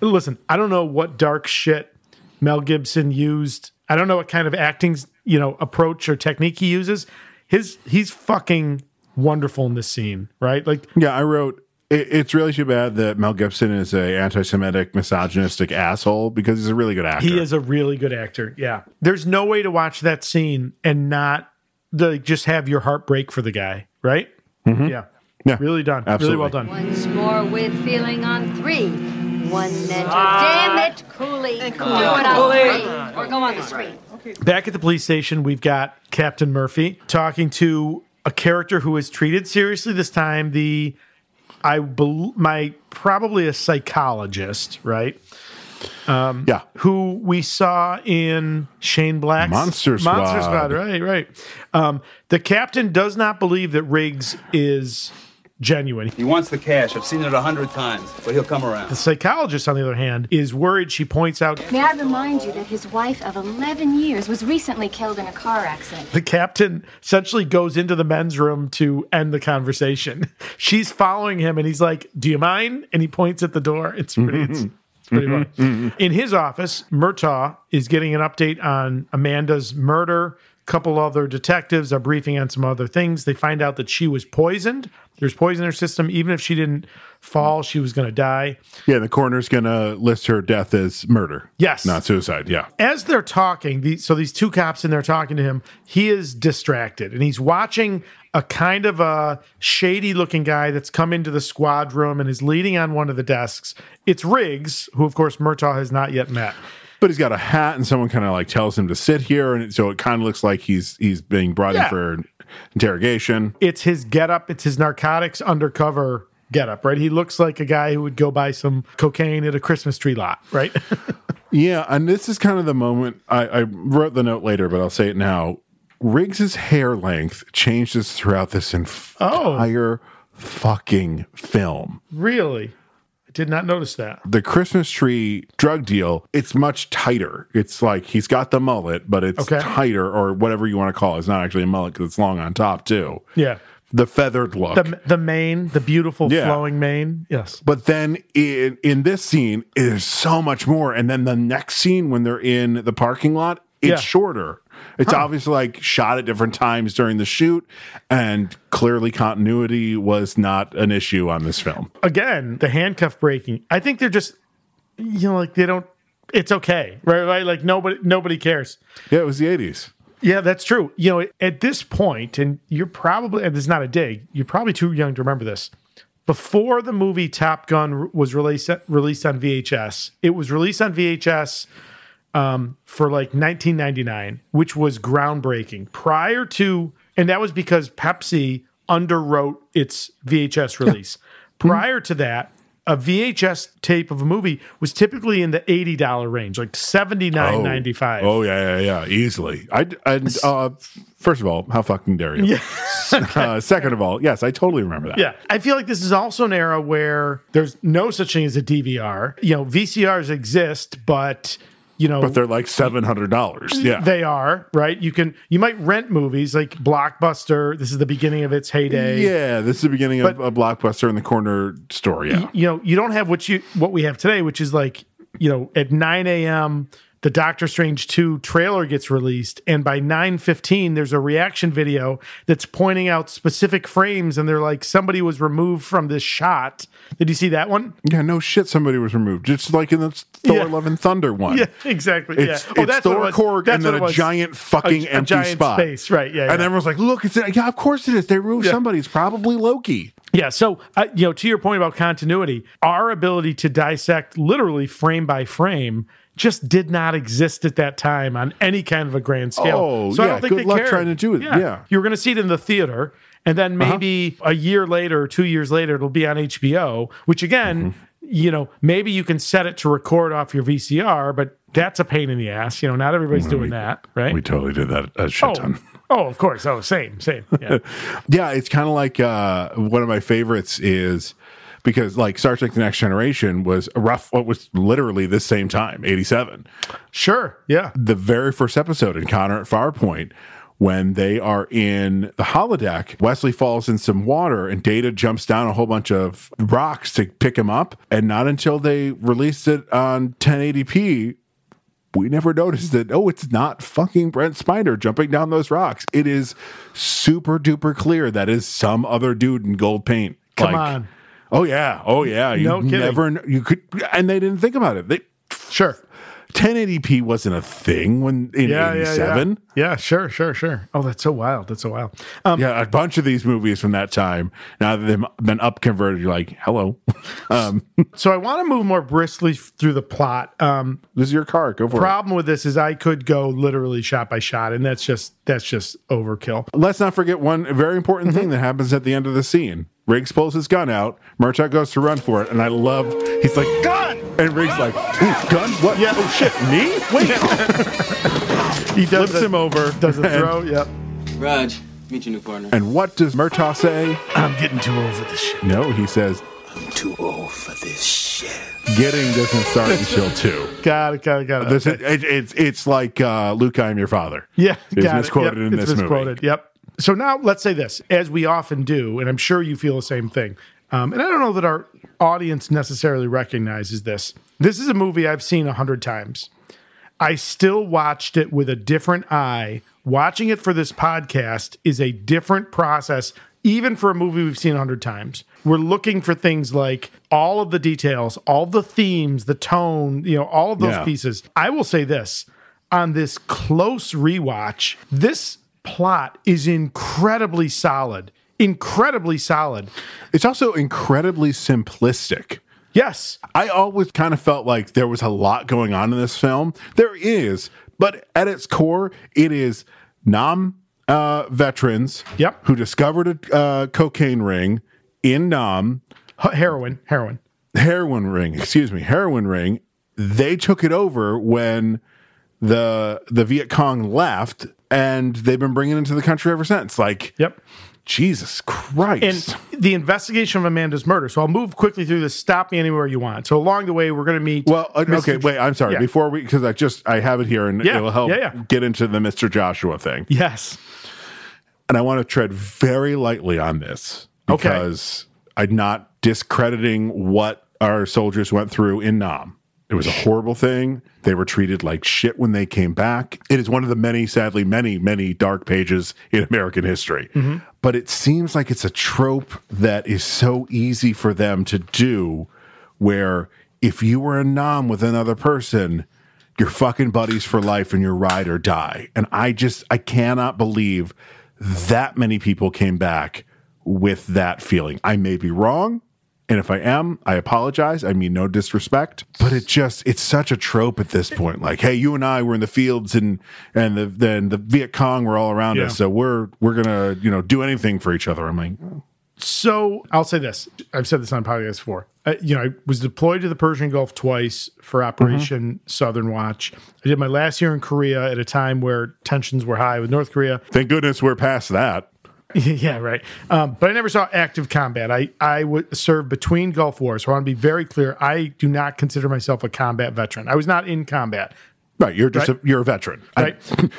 Speaker 3: listen, I don't know what dark shit Mel Gibson used. I don't know what kind of acting, you know, approach or technique he uses. His he's fucking wonderful in this scene, right? Like
Speaker 2: Yeah, I wrote. It, it's really too bad that Mel Gibson is a anti-Semitic, misogynistic asshole because he's a really good actor.
Speaker 3: He is a really good actor. Yeah. There's no way to watch that scene and not the, just have your heart break for the guy, right? Yeah.
Speaker 2: Mm-hmm. Yeah.
Speaker 3: Really done.
Speaker 2: Absolutely.
Speaker 3: Really well done.
Speaker 12: Once more with feeling on three. One measure. Damn it, Cooley. Put on three or go on the street.
Speaker 3: Back at the police station, we've got Captain Murphy talking to a character who is treated seriously this time, the I bel my probably a psychologist, right? Um,
Speaker 2: yeah,
Speaker 3: who we saw in Shane Black's
Speaker 2: Monster
Speaker 3: Monster
Speaker 2: Squad.
Speaker 3: Squad, right? Right. Um, the captain does not believe that Riggs is genuine.
Speaker 7: He wants the cash. I've seen it a hundred times, but he'll come around.
Speaker 3: The psychologist, on the other hand, is worried. She points out
Speaker 13: May I remind you that his wife of 11 years was recently killed in a car accident.
Speaker 3: the captain essentially goes into the men's room to end the conversation. She's following him, and he's like, "Do you mind?" And he points at the door. It's pretty. It's, it's pretty funny. In his office, Murtaugh is getting an update on Amanda's murder. A couple other detectives are briefing on some other things. They find out that she was poisoned. There's poison in her system. Even if she didn't fall, she was going to die.
Speaker 2: Yeah, the coroner's going to list her death as murder.
Speaker 3: Yes.
Speaker 2: Not suicide. Yeah.
Speaker 3: as they're talking, the, so these two cops in there talking to him, he is distracted and he's watching a kind of a shady looking guy that's come into the squad room and is leaning on one of the desks. It's Riggs, who of course Murtaugh has not yet met.
Speaker 2: But he's got a hat and someone kind of like tells him to sit here and so it kind of looks like he's he's being brought
Speaker 3: Yeah.
Speaker 2: in for interrogation.
Speaker 3: It's his getup, it's his narcotics undercover getup, right? He looks like a guy who would go buy some cocaine at a Christmas tree lot, right?
Speaker 2: Yeah, and this is kind of the moment I, I wrote the note later, but I'll say it now. Riggs's hair length changes throughout this
Speaker 3: Oh.
Speaker 2: entire fucking film.
Speaker 3: really? I did not notice that.
Speaker 2: The Christmas tree drug deal, it's much tighter. It's like he's got the mullet, but it's
Speaker 3: Okay.
Speaker 2: tighter or whatever you want to call it. It's not actually a mullet because it's long on top, too.
Speaker 3: Yeah.
Speaker 2: The feathered look.
Speaker 3: The, the mane, the beautiful
Speaker 2: Yeah.
Speaker 3: flowing mane. Yes.
Speaker 2: But then in in this scene, there's so much more. And then the next scene when they're in the parking lot, it's
Speaker 3: Yeah.
Speaker 2: shorter. It's obviously like shot at different times during the shoot, and clearly continuity was not an issue on this film.
Speaker 3: again the handcuff breaking i think they're just you know like they don't it's okay right right like nobody nobody cares
Speaker 2: Yeah, it was the 80s.
Speaker 3: yeah that's true you know at this point and you're probably and it's not a dig you're probably too young to remember this before the movie top gun was released released on vhs it was released on vhs um, for like 1999, which was groundbreaking. Prior to, and that was because Pepsi underwrote its VHS release. Prior to that, a VHS tape of a movie was typically in the eighty dollar range, like seventy nine ninety five.
Speaker 2: Oh yeah, yeah, yeah, easily. I and uh, first of all, how fucking dare you? uh, second of all, yes, I totally remember that.
Speaker 3: Yeah. I feel like this is also an era where there's no such thing as a DVR. You know, VCRs exist, but you know,
Speaker 2: But they're like seven hundred dollars. Yeah,
Speaker 3: They are, right? You can you might rent movies like Blockbuster. This is the beginning of its heyday.
Speaker 2: yeah. This is the beginning of
Speaker 3: But-
Speaker 2: a blockbuster in the corner store. Yeah,
Speaker 3: you know, you don't have what you what we have today, which is like, you know, at 9 a.m. the Doctor Strange 2 trailer gets released, and by 9:15, there's a reaction video that's pointing out specific frames, and they're like, somebody was removed from this shot. Did you see that one?
Speaker 2: Yeah, no shit. Somebody was removed, just like in the Thor:
Speaker 3: Yeah.
Speaker 2: Love and Thunder one.
Speaker 3: Yeah, exactly.
Speaker 2: It's,
Speaker 3: yeah. Oh,
Speaker 2: it's
Speaker 3: that's what it
Speaker 2: Thor
Speaker 3: was.
Speaker 2: Korg and
Speaker 3: That's what
Speaker 2: then
Speaker 3: it
Speaker 2: a
Speaker 3: was.
Speaker 2: giant fucking
Speaker 3: A- a
Speaker 2: empty
Speaker 3: giant
Speaker 2: spot.
Speaker 3: space, right? Yeah,
Speaker 2: and
Speaker 3: yeah.
Speaker 2: everyone's like, "Look, it's yeah, of course it is. They removed
Speaker 3: Yeah.
Speaker 2: somebody. It's probably Loki."
Speaker 3: Yeah. So, uh, you know, to your point about continuity, our ability to dissect literally frame by frame just did not exist at that time on any kind of a grand scale.
Speaker 2: Oh,
Speaker 3: so I
Speaker 2: yeah,
Speaker 3: don't think
Speaker 2: good
Speaker 3: they
Speaker 2: luck
Speaker 3: cared.
Speaker 2: trying to do it, yeah. Uh-huh.
Speaker 3: You were going to see it in the theater. And then maybe a year later, or two years later, it'll be on HBO, which again,
Speaker 2: Mm-hmm.
Speaker 3: you know, maybe you can set it to record off your VCR, but that's a pain in the ass. You know, not everybody's doing that, right?
Speaker 2: We totally did that a shit
Speaker 3: oh,
Speaker 2: ton.
Speaker 3: oh, of course. Oh, same, same. Yeah.
Speaker 2: Yeah, it's kind of like uh, one of my favorites is because like Star Trek: The Next Generation was a rough. What was literally this same time, eighty seven.
Speaker 3: sure. Yeah.
Speaker 2: the very first episode in Connor at Farpoint when they are in the holodeck. Wesley falls in some water and Data jumps down a whole bunch of rocks to pick him up. And not until they released it on 1080p. We never noticed that. Oh, it's not fucking Brent Spiner jumping down those rocks. It is super duper clear that is some other dude in gold paint.
Speaker 3: Come on.
Speaker 2: Oh yeah. Oh yeah. You
Speaker 3: No kidding.
Speaker 2: never kn- you could and they didn't think about it. They
Speaker 3: Sure.
Speaker 2: 1080p wasn't a thing when in 87
Speaker 3: Yeah, yeah. sure, sure, sure. Oh, that's so wild. That's so wild. Um,
Speaker 2: yeah. a bunch of these movies from that time now that they've been up converted you're like hello um
Speaker 3: so I want to move more briskly f- through the plot. Um,
Speaker 2: this is your car go for
Speaker 3: problem with this is I could go literally shot by shot, and that's just that's just overkill. Mm-hmm.
Speaker 2: it let's not forget one very important thing that happens at the end of the scene Riggs pulls his gun out. Murtaugh goes to run for it, and I love. He's like gun, and Riggs like "Ooh, gun. What? Yeah. Oh shit, me? Wait. he flips him over.
Speaker 3: Does a throw. Yep.
Speaker 8: Raj, meet your new partner.
Speaker 2: And what does Murtaugh say?
Speaker 3: I'm getting too old for this shit.
Speaker 2: No, he says
Speaker 8: I'm too old for this shit.
Speaker 2: getting doesn't start until two.
Speaker 3: Got it. Got it. Got it.
Speaker 2: This is, it, it's it's like uh, Luke, I'm your father.
Speaker 3: Yeah,
Speaker 2: It's
Speaker 3: got it.
Speaker 2: misquoted
Speaker 3: Yep,
Speaker 2: in
Speaker 3: it's
Speaker 2: this movie.
Speaker 3: misquoted. Yep. So now let's say this, as we often do, and I'm sure you feel the same thing. Um, and I don't know that our audience necessarily recognizes this. This is a movie I've seen a hundred times. I still watched it with a different eye. Watching it for this podcast is a different process, even for a movie we've seen a hundred times. We're looking for things like all of the details, all the themes, the tone, you know, all of those
Speaker 2: Yeah.
Speaker 3: pieces. I will say this on this close rewatch, this plot is incredibly solid. Incredibly solid.
Speaker 2: It's also incredibly simplistic.
Speaker 3: Yes.
Speaker 2: I always kind of felt like there was a lot going on in this film. There is, but at its core, it is Nam uh, veterans
Speaker 3: Yep.
Speaker 2: who discovered a uh, cocaine ring in Nam,
Speaker 3: H- heroin, heroin.
Speaker 2: heroin ring, excuse me, heroin ring. They took it over when the the Viet Cong left, and they've been bringing it into the country ever since. Like,
Speaker 3: Yep.
Speaker 2: Jesus Christ.
Speaker 3: And the investigation of Amanda's murder. So I'll move quickly through this. Stop me anywhere you want. So along the way, we're going to meet.
Speaker 2: Well, uh, okay, wait. I'm sorry.
Speaker 3: Yeah.
Speaker 2: Before we, because I just I have it here, and
Speaker 3: Yeah,
Speaker 2: it'll help
Speaker 3: yeah, yeah.
Speaker 2: get into the Mr. Joshua thing.
Speaker 3: Yes.
Speaker 2: And I want to tread very lightly on this
Speaker 3: Okay.
Speaker 2: because I'm not discrediting what our soldiers went through in Nam. It was a horrible thing. They were treated like shit when they came back. It is one of the many, sadly, many, many dark pages in American history. But it seems like it's a trope that is so easy for them to do where if you were in Nam with another person, you're fucking buddies for life and you're ride or die. And I just, I cannot believe that many people came back with that feeling. I may be wrong. And if I am, I apologize. I mean, no disrespect, but it just, it's such a trope at this point. Like, hey, you and I were in the fields and, and the, then the Viet Cong were all around
Speaker 3: Yeah.
Speaker 2: us. So we're, we're going to, you know, do anything for each other. I'm like,
Speaker 3: So I'll say this. I've said this on podcasts before. Uh, you know, I was deployed to the Persian Gulf twice for Operation Southern Watch. I did my last year in Korea at a time where tensions were high with North Korea.
Speaker 2: thank goodness we're past that.
Speaker 3: yeah, right. Um, but I never saw active combat. I I would serve between Gulf Wars. So I want to be very clear. I do not consider myself a combat veteran. I was not in combat.
Speaker 2: Right. You're just,
Speaker 3: Right.
Speaker 2: A, you're a veteran. I-
Speaker 3: Right.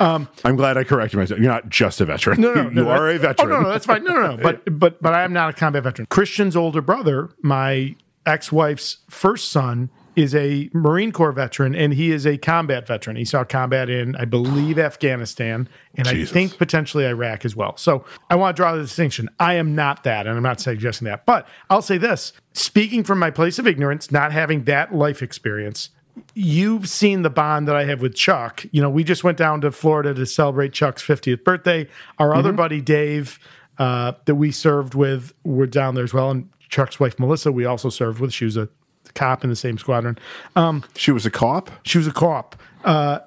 Speaker 3: Um,
Speaker 2: I'm glad I corrected myself. You're not just a veteran.
Speaker 3: No, no,
Speaker 2: you,
Speaker 3: no,
Speaker 2: you are a
Speaker 3: that's-
Speaker 2: veteran.
Speaker 3: Oh, no, no, that's fine. No, no, no. But but but I am not a combat veteran. Christian's older brother, my ex-wife's first son, is a Marine Corps veteran, and he is a combat veteran. He saw combat in, I believe, Afghanistan, and
Speaker 2: Jesus.
Speaker 3: I think potentially Iraq as well. So I want to draw the distinction. I am not that, and I'm not suggesting that. But I'll say this: speaking from my place of ignorance, not having that life experience, you've seen the bond that I have with Chuck. You know, we just went down to Florida to celebrate Chuck's 50th birthday. Our other buddy Dave, uh, that we served with, were down there as well, and Chuck's wife Melissa, we also served with. She was a cop in the same squadron. Um,
Speaker 2: She was a cop.
Speaker 3: she was a co-op. Uh,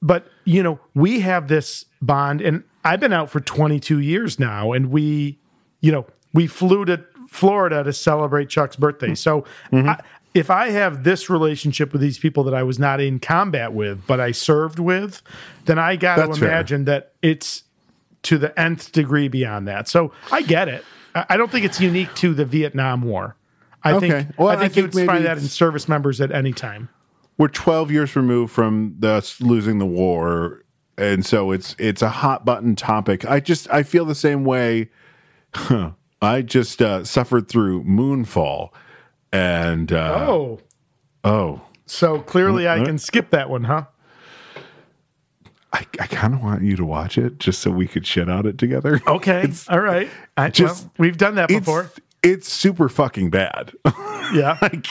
Speaker 3: but you know, we have this bond, and I've been out for 22 years now, and we, you know, we flew to Florida to celebrate Chuck's
Speaker 2: Mm-hmm.
Speaker 3: birthday. So I, if I have this relationship with these people that I was not in combat with, but I served with, then I got
Speaker 2: That's
Speaker 3: to
Speaker 2: fair.
Speaker 3: imagine that it's to the nth degree beyond that. So I get it. I I don't think it's unique to the Vietnam War. I
Speaker 2: Okay.
Speaker 3: think
Speaker 2: Well,
Speaker 3: I think
Speaker 2: I think
Speaker 3: you'd
Speaker 2: maybe
Speaker 3: find that in
Speaker 2: it's-
Speaker 3: service members at any time.
Speaker 2: We're 12 years removed from the losing the war, and so it's it's a hot button topic. I just I feel the same way. Huh. I just uh, suffered through Moonfall, and uh,
Speaker 3: Oh.
Speaker 2: oh,
Speaker 3: So clearly, I
Speaker 2: Mm,
Speaker 3: can skip that one, huh?
Speaker 2: I, I kind of want you to watch it just so we could shit on it together.
Speaker 3: Okay, all right. I,
Speaker 2: just-
Speaker 3: well, we've done that
Speaker 2: It's,
Speaker 3: Oh, before.
Speaker 2: it's super fucking bad.
Speaker 3: Yeah,
Speaker 2: like,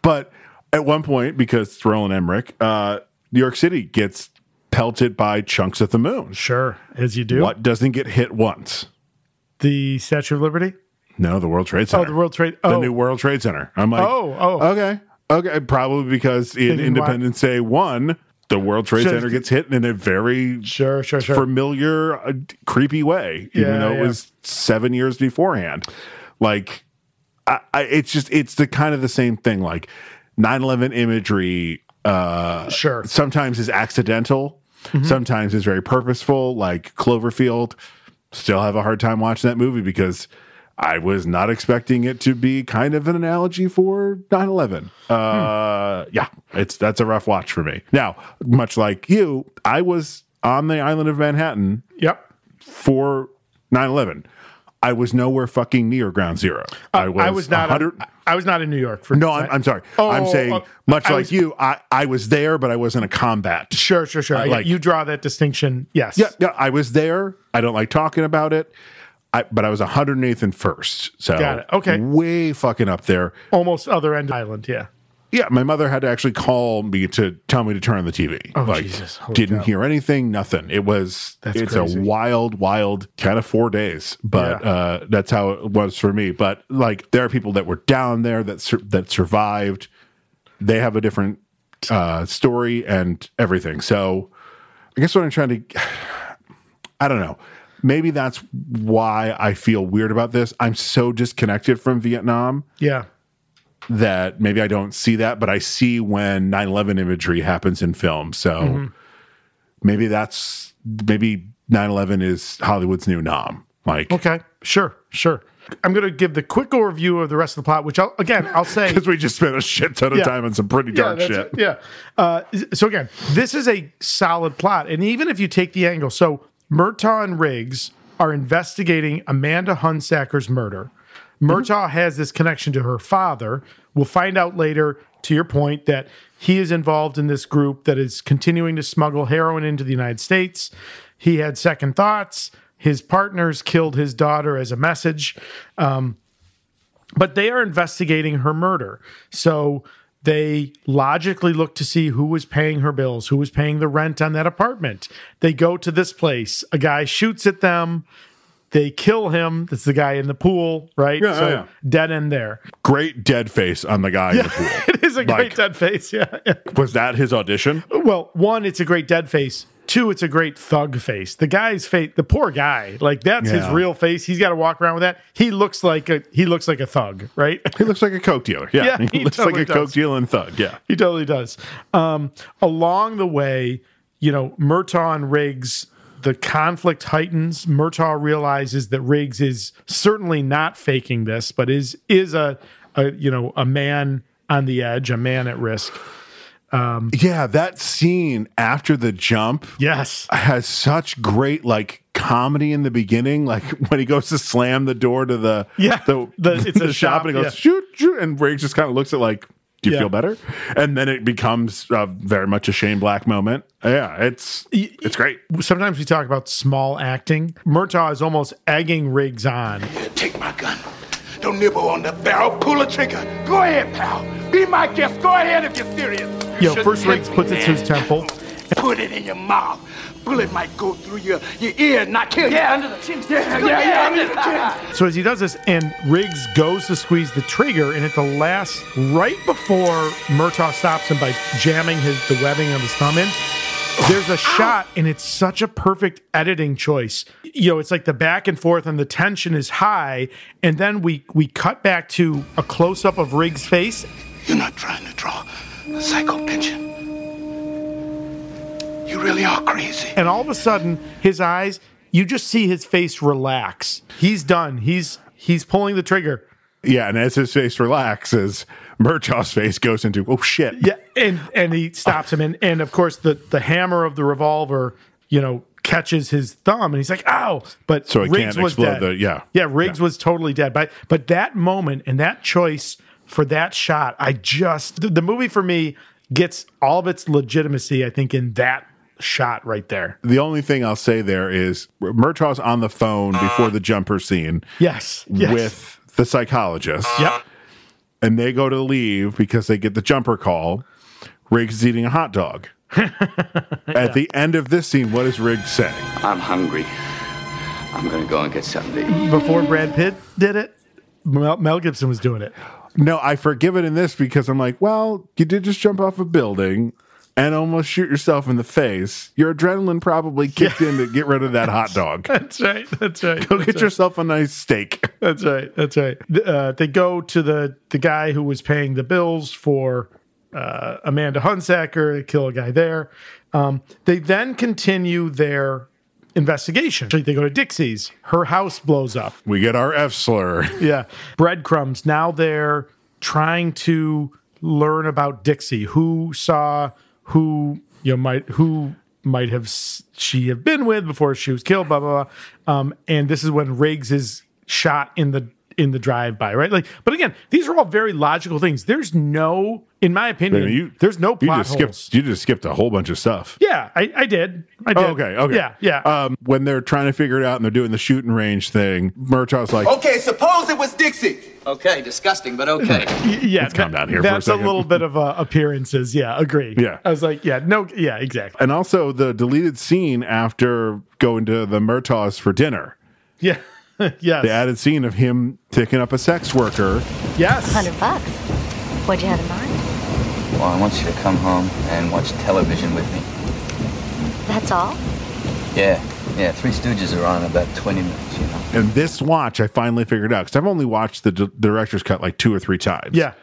Speaker 2: but at one point, because it's Roland Emmerich, uh, New York City gets pelted by chunks of the moon.
Speaker 3: sure. As you do.
Speaker 2: What doesn't get hit once?
Speaker 3: the Statue of Liberty?
Speaker 2: No, the World Trade
Speaker 3: Oh,
Speaker 2: Center.
Speaker 3: the World Trade.
Speaker 2: The
Speaker 3: Oh,
Speaker 2: new World Trade Center. I'm like,
Speaker 3: Oh, oh.
Speaker 2: okay, okay. Probably because in
Speaker 3: didn't want-
Speaker 2: Independence Day one, the World Trade
Speaker 3: Sure.
Speaker 2: Center gets hit in a very
Speaker 3: sure, sure, sure.
Speaker 2: familiar, uh, creepy way, even
Speaker 3: Yeah,
Speaker 2: though it
Speaker 3: yeah.
Speaker 2: was seven years beforehand. Like, I, I, it's just it's the kind of the same thing. Like 9/11 imagery, uh,
Speaker 3: sure,
Speaker 2: sometimes is accidental,
Speaker 3: Mm-hmm.
Speaker 2: sometimes is very purposeful. Like Cloverfield, still have a hard time watching that movie because I was not expecting it to be kind of an analogy for 9 11.
Speaker 3: Hmm.
Speaker 2: Uh, Yeah, it's that's a rough watch for me. Now, much like you, I was on the island of Manhattan
Speaker 3: Yep.
Speaker 2: for 9 11. I was nowhere fucking near ground zero. I was,
Speaker 3: Uh, I was not.
Speaker 2: 100
Speaker 3: I, I was not in New York for
Speaker 2: no, I'm, I'm sorry.
Speaker 3: Oh,
Speaker 2: I'm saying,
Speaker 3: oh,
Speaker 2: much
Speaker 3: I
Speaker 2: like
Speaker 3: was-
Speaker 2: you, I, I was there, but I wasn't a combat.
Speaker 3: Sure, sure, sure.
Speaker 2: I
Speaker 3: Yeah,
Speaker 2: like-
Speaker 3: you draw that distinction. Yes.
Speaker 2: Yeah, yeah, I was there. I don't like talking about it. I, but I was 108th and first. So
Speaker 3: Got it. Okay.
Speaker 2: way fucking up there.
Speaker 3: Almost other end of the island. Yeah.
Speaker 2: Yeah, my mother had to actually call me to tell me to turn on the TV.
Speaker 3: Oh,
Speaker 2: like,
Speaker 3: Jesus. Holy
Speaker 2: didn't
Speaker 3: cow.
Speaker 2: hear anything, nothing. It was
Speaker 3: That's
Speaker 2: it's
Speaker 3: crazy.
Speaker 2: a wild, wild kind of four days, but
Speaker 3: Yeah.
Speaker 2: uh, that's how it was for me. But like, there are people that were down there that sur- that survived. They have a different uh, story and everything. So, I guess what I'm trying to, I don't know. Maybe that's why I feel weird about this. I'm so disconnected from Vietnam
Speaker 3: Yeah.
Speaker 2: that maybe I don't see that, but I see when 9 11 imagery happens in film. So
Speaker 3: Mm-hmm.
Speaker 2: maybe that's maybe 9 11 is Hollywood's new nom. Like,
Speaker 3: Okay. Sure. Sure. I'm going to give the quick overview of the rest of the plot, which I'll, again, I'll say
Speaker 2: because we just spent a shit ton of
Speaker 3: Yeah.
Speaker 2: time on some pretty dark
Speaker 3: yeah,
Speaker 2: shit.
Speaker 3: that's- Yeah. Uh, so again, this is a solid plot, and even if you take the angle, so Murtaugh and Riggs are investigating Amanda Hunsacker's murder. Murtaugh
Speaker 2: Mm-hmm.
Speaker 3: has this connection to her father. We'll find out later. To your point, that he is involved in this group that is continuing to smuggle heroin into the United States. He had second thoughts. His partners killed his daughter as a message. Um, but they are investigating her murder. So they logically look to see who was paying her bills, who was paying the rent on that apartment. They go to this place. A guy shoots at them. They kill him. That's the guy in the pool, right?
Speaker 2: Yeah,
Speaker 3: so
Speaker 2: yeah.
Speaker 3: dead end there.
Speaker 2: Great dead face on the guy in the pool.
Speaker 3: it is a
Speaker 2: Like-
Speaker 3: great dead face. Yeah. yeah.
Speaker 2: Was that his audition?
Speaker 3: Well, one, it's a great dead face. Two, it's a great thug face. The guy's face, the poor guy, like that's his
Speaker 2: Yeah.
Speaker 3: real face. He's got to walk around with that. He looks like a he looks like a thug, right?
Speaker 2: He looks like a Coke dealer. Yeah.
Speaker 3: Yeah,
Speaker 2: he,
Speaker 3: he
Speaker 2: looks
Speaker 3: totally
Speaker 2: like a
Speaker 3: does.
Speaker 2: Coke dealer and thug. Yeah.
Speaker 3: He totally does. Um, along the way, you know, Murtaugh and Riggs, the conflict heightens. Murtaugh realizes that Riggs is certainly not faking this, but is is a, a you know a man on the edge, a man at risk.
Speaker 2: Yeah. That scene after the jump.
Speaker 3: Yes.
Speaker 2: has such great like comedy in the beginning, like when he goes to slam the door to the
Speaker 3: Yeah,
Speaker 2: the,
Speaker 3: the- it's
Speaker 2: the
Speaker 3: a
Speaker 2: shop,
Speaker 3: shop,
Speaker 2: and he goes
Speaker 3: yeah.
Speaker 2: shoot shoot, and Riggs just kind of looks at like, do you
Speaker 3: Yeah.
Speaker 2: feel better? And then it becomes uh, very much a Shane Black moment. Yeah, it's it's great.
Speaker 3: Sometimes we talk about small acting. Murtaugh is almost egging Riggs on.
Speaker 5: Here, take my gun. Don't nibble on the barrel. Pull the trigger. Go ahead, pal. Be my guest. Go ahead if you're serious. You
Speaker 3: You know,
Speaker 5: shouldn't
Speaker 3: first Riggs
Speaker 5: tempt
Speaker 3: puts
Speaker 5: me,
Speaker 3: it to his
Speaker 5: man.
Speaker 3: temple.
Speaker 5: Put it in your mouth. Bullet might go through your, your ear and not kill you. Yeah, under the chin. Yeah, yeah, yeah, under the chin.
Speaker 3: So as he does this, and Riggs goes to squeeze the trigger, and at the last, right before Murtaugh stops him by jamming his the webbing of his thumb in, there's a shot, and it's such a perfect editing choice. You know, it's like the back and forth, and the tension is high, and then we we cut back to a close up of Riggs' face.
Speaker 5: You're not trying to draw a psycho pension. You really are crazy.
Speaker 3: and all of a sudden his eyes you just see his face relax he's done he's he's pulling the trigger
Speaker 2: Yeah, and as his face relaxes, Murchow's face goes into oh shit.
Speaker 3: yeah and and he stops him and and of course the the hammer of the revolver you know catches his thumb and he's like ow but
Speaker 2: So it
Speaker 3: riggs
Speaker 2: can't
Speaker 3: was
Speaker 2: explode
Speaker 3: dead
Speaker 2: the- yeah.
Speaker 3: yeah riggs
Speaker 2: Yeah.
Speaker 3: was totally dead but but that moment and that choice for that shot i just the, the movie for me gets all of its legitimacy i think in that shot right there
Speaker 2: The only thing I'll say there is Murchow's on the phone before the jumper scene
Speaker 3: yes, yes.
Speaker 2: with the psychologist.
Speaker 3: yep
Speaker 2: and they go to leave because they get the jumper call. Riggs is eating a hot dog. At the end of this scene, what is Riggs saying?
Speaker 9: I'm hungry. I'm gonna go and get something to eat.
Speaker 3: before Brad Pitt did it, Mel, Mel Gibson was doing it.
Speaker 2: No, I forgive it in this because I'm like, well, you did just jump off a building. and almost shoot yourself in the face, your adrenaline probably kicked in to get rid of that hot dog.
Speaker 3: That's right. That's right.
Speaker 2: Go
Speaker 3: That's
Speaker 2: get
Speaker 3: right.
Speaker 2: yourself a nice steak.
Speaker 3: That's right. That's right. Th- Uh, they go to the the guy who was paying the bills for uh, Amanda Hunsacker. They kill a guy there. Um, they then continue their investigation. They go to Dixie's. Her house blows up.
Speaker 2: We get our F slur.
Speaker 3: yeah. Breadcrumbs. Now they're trying to learn about Dixie. Who saw who you know, might who might have s- she have been with before she was killed? Blah blah. blah. Um, and this is when Riggs is shot in the in the drive by. Right. Like, but again, these are all very logical things. There's no, in my opinion,
Speaker 2: You-
Speaker 3: there's no
Speaker 2: You
Speaker 3: plot
Speaker 2: just
Speaker 3: holes.
Speaker 2: skipped. You just skipped a whole bunch of stuff.
Speaker 3: Yeah, I, I did. I did.
Speaker 2: Oh, okay. Okay.
Speaker 3: Yeah. Yeah.
Speaker 2: Um, when they're trying to figure it out and they're doing the shooting range thing, Murtaugh's like,
Speaker 8: okay, suppose it was Dixie. Okay, disgusting, but okay.
Speaker 3: yeah,
Speaker 2: Let's calm down here for a
Speaker 3: That's
Speaker 2: second.
Speaker 3: little bit of uh, appearances. Yeah, agree.
Speaker 2: Yeah.
Speaker 3: I was like, yeah, no, yeah, exactly.
Speaker 2: and also the deleted scene after going to the Murtaugh's for dinner.
Speaker 3: Yeah. yes.
Speaker 2: The added scene of him picking up a sex worker.
Speaker 3: Yes.
Speaker 14: Hundred bucks. What'd you have in mind?
Speaker 9: Well, I want you to come home and watch television with me.
Speaker 14: That's all?
Speaker 9: Yeah, yeah. Three Stooges are on in about 20 minutes, you know.
Speaker 2: And this watch, I finally figured out because I've only watched the d- director's cut like two or three times.
Speaker 3: Yeah.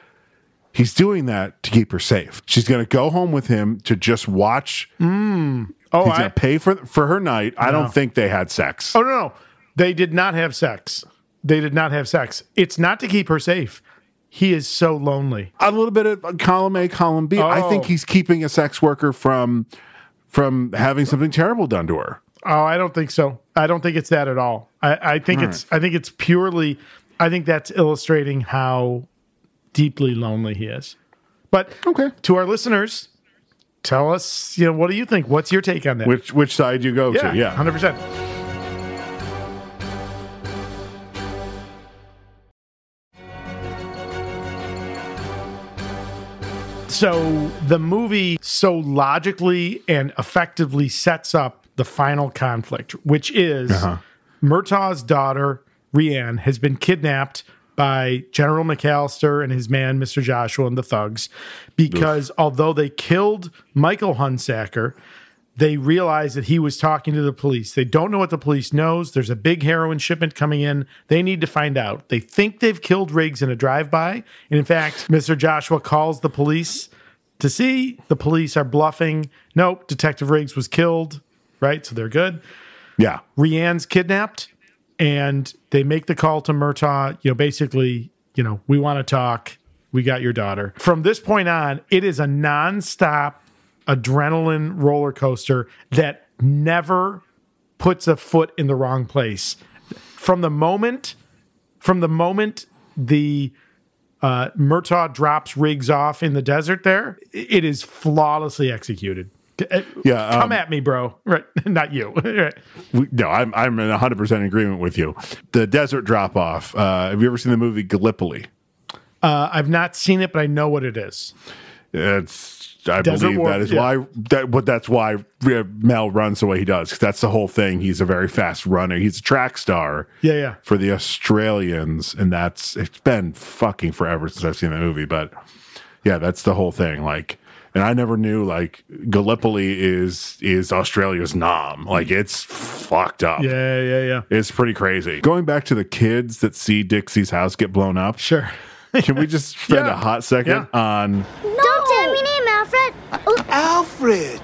Speaker 2: He's doing that to keep her safe. She's going to go home with him to just watch.
Speaker 3: Mm. Oh,
Speaker 2: He's
Speaker 3: I-
Speaker 2: going to pay for for her night. I
Speaker 3: No.
Speaker 2: don't think they had sex.
Speaker 3: Oh no, no, they did not have sex. They did not have sex. It's not to keep her safe. He is so lonely.
Speaker 2: A little bit of column A, column B. I
Speaker 3: Oh.
Speaker 2: think he's keeping a sex worker from from having something terrible done to her.
Speaker 3: Oh, I don't think so. I don't think it's that at all. I, I think
Speaker 2: All
Speaker 3: it's. I think it's purely. I think that's illustrating how deeply lonely he is. But okay, to our listeners, tell us. You know, what do you think? What's your take on that?
Speaker 2: Which which side you go
Speaker 3: Oh,
Speaker 2: to? Yeah.
Speaker 3: hundred percent. So the movie so logically and effectively sets up the final conflict, which is Murtaugh's daughter, Rianne, has been kidnapped by General McAllister and his man, Mr. Joshua, and the thugs. Because although they killed Michael Hunsacker, they realize that he was talking to the police. They don't know what the police knows. There's a big heroin shipment coming in. They need to find out. They think they've killed Riggs in a drive-by. And in fact, Mr. Joshua calls the police to see the police are bluffing. Nope, Detective Riggs was killed, right? So they're good.
Speaker 2: Yeah.
Speaker 3: Rianne's kidnapped and they make the call to Murtaugh, you know, basically, you know, we want to talk. We got your daughter. From this point on, it is a nonstop adrenaline roller coaster that never puts a foot in the wrong place. From the moment from the moment the uh, Murtaugh drops rigs off in the desert there, it is flawlessly executed.
Speaker 2: Yeah,
Speaker 3: Come
Speaker 2: um,
Speaker 3: at me, bro. Right. Not you. Right.
Speaker 2: We, no, I'm I'm in 100 percent agreement with you. The desert drop off. Uh, have you ever seen the movie Gallipoli?
Speaker 3: Uh, I've not seen it, but I know what it is.
Speaker 2: It's I
Speaker 3: Desert
Speaker 2: believe
Speaker 3: War-
Speaker 2: that is
Speaker 3: yeah.
Speaker 2: why that what that's why uh, Mel runs the way he does. 'cause that's the whole thing. He's a very fast runner. He's a track star.
Speaker 3: Yeah, yeah.
Speaker 2: For the Australians, and that's it's been fucking forever since I've seen that movie. But yeah, that's the whole thing. Like, and I never knew like Gallipoli is is Australia's nom. Like it's fucked up.
Speaker 3: Yeah, yeah, yeah.
Speaker 2: It's pretty crazy. Going back to the kids that see Dixie's house get blown up.
Speaker 3: Sure.
Speaker 2: Can we just spend a hot second on
Speaker 10: Don't tell me name, Alfred.
Speaker 15: Oh. Alfred.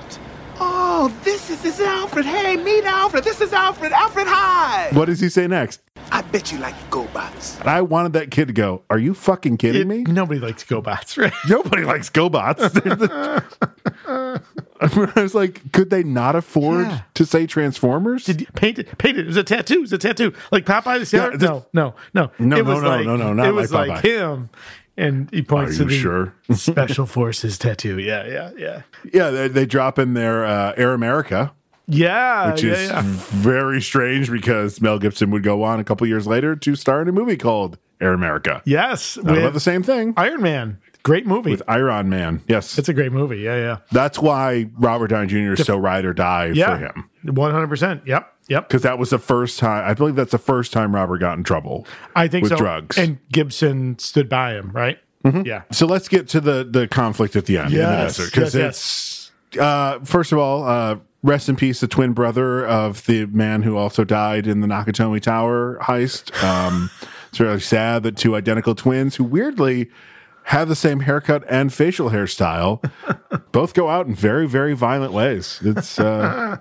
Speaker 15: Oh, this is this is Alfred. Hey, meet Alfred. This is Alfred. Alfred, hi.
Speaker 2: what does he say next?
Speaker 15: I bet you like GoBots.
Speaker 2: And I wanted that kid to go, Are you fucking kidding me?
Speaker 3: Nobody likes GoBots, right?
Speaker 2: Nobody likes GoBots. I was like, Could they not afford to say Transformers? Did
Speaker 3: you paint it? Paint it. It was a tattoo. It was a tattoo. Like Popeye the Sailor. no, no, no,
Speaker 2: No, no,
Speaker 3: It was
Speaker 2: no,
Speaker 3: like-
Speaker 2: no, no, not
Speaker 3: It was
Speaker 2: like
Speaker 3: like,
Speaker 2: Popeye.
Speaker 3: him, and he points
Speaker 2: Are
Speaker 3: to
Speaker 2: you
Speaker 3: the
Speaker 2: sure?
Speaker 3: Special Forces tattoo. Yeah, yeah, yeah,
Speaker 2: Yeah, they, they drop in their uh, Air America.
Speaker 3: yeah.
Speaker 2: which
Speaker 3: Oh, yeah,
Speaker 2: is
Speaker 3: yeah.
Speaker 2: very strange because Mel Gibson would go on a couple years later to star in a movie called Air America.
Speaker 3: yes,
Speaker 2: Not about the same thing.
Speaker 3: Iron Man, great movie.
Speaker 2: With Iron Man, yes,
Speaker 3: it's a great movie. Yeah, yeah,
Speaker 2: That's why Robert Downey Jr. is so ride or die
Speaker 3: yeah.
Speaker 2: for him
Speaker 3: one hundred percent. Yep, yep.
Speaker 2: because that was the first time. I believe that's the first time Robert got in trouble.
Speaker 3: I think
Speaker 2: with
Speaker 3: so.
Speaker 2: drugs. Mm-hmm.
Speaker 3: and Gibson stood by him, right? Yeah.
Speaker 2: so let's get to the the conflict at the end in the
Speaker 3: Yes,
Speaker 2: desert because
Speaker 3: yes, yes.
Speaker 2: it's uh, first of all, uh, rest in peace, the twin brother of the man who also died in the Nakatomi Tower heist. Um, it's really sad that two identical twins who weirdly have the same haircut and facial hairstyle both go out in very, very violent ways. It's uh,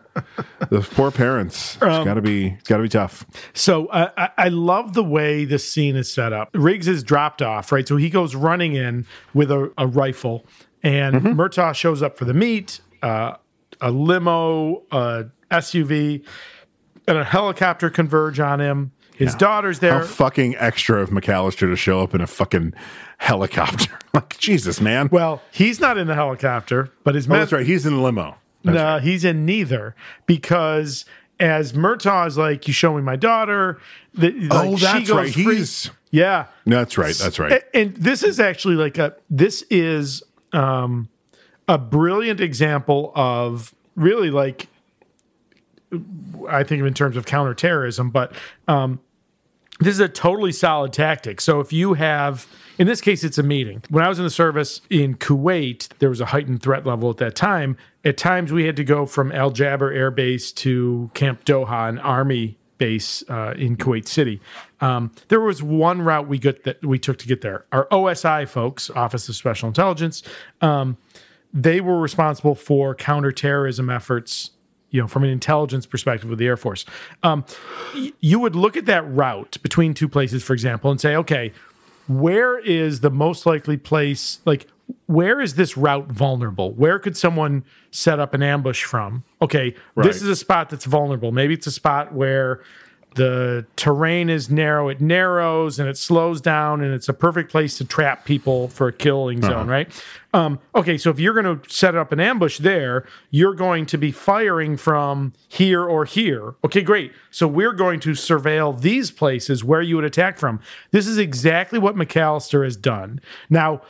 Speaker 2: the poor parents. It's
Speaker 3: Um,
Speaker 2: gotta be, it's gotta be tough.
Speaker 3: So uh, I, I love the way this scene is set up. Riggs is dropped off, right? So he goes running in with a, a rifle, and
Speaker 2: Mm-hmm.
Speaker 3: Murtaugh shows up for the meet, uh, a limo, uh, a SUV, and a helicopter converge on him. His
Speaker 2: Yeah.
Speaker 3: daughter's there.
Speaker 2: How fucking extra of McAllister to show up in a fucking helicopter. like Jesus, man.
Speaker 3: Well, he's not in the helicopter, but his
Speaker 2: oh, that's right. He's in the limo.
Speaker 3: no, he's in neither because as Murtaugh is like, "You show me my daughter." The,
Speaker 2: Oh,
Speaker 3: like,
Speaker 2: that's right.
Speaker 3: free.
Speaker 2: He's-
Speaker 3: yeah.
Speaker 2: No, that's right. That's right.
Speaker 3: A- And, this is actually like a this is um a brilliant example of really like I think of in terms of counterterrorism, but um this is a totally solid tactic. So if you have in this case it's a meeting. When I was in the service in Kuwait, there was a heightened threat level at that time. At times we had to go from Al Jaber Air Base to Camp Doha, an army base uh, in Kuwait City. Um, there was one route we got that we took to get there. Our OSI folks, Office of Special Intelligence, um, they were responsible for counterterrorism efforts. You know, from an intelligence perspective with the Air Force, um, y- you would look at that route between two places, for example, and say, okay, where is the most likely place? Like, where is this route vulnerable? Where could someone set up an ambush from? Okay,
Speaker 2: Right.
Speaker 3: this is a spot that's vulnerable. Maybe it's a spot where the terrain is narrow, it narrows and it slows down, and it's a perfect place to trap people for a killing zone, right? Um, okay, so if you're going to set up an ambush there, you're going to be firing from here or here. Okay, great. So we're going to surveil these places where you would attack from. This is exactly what McAllister has done. Now,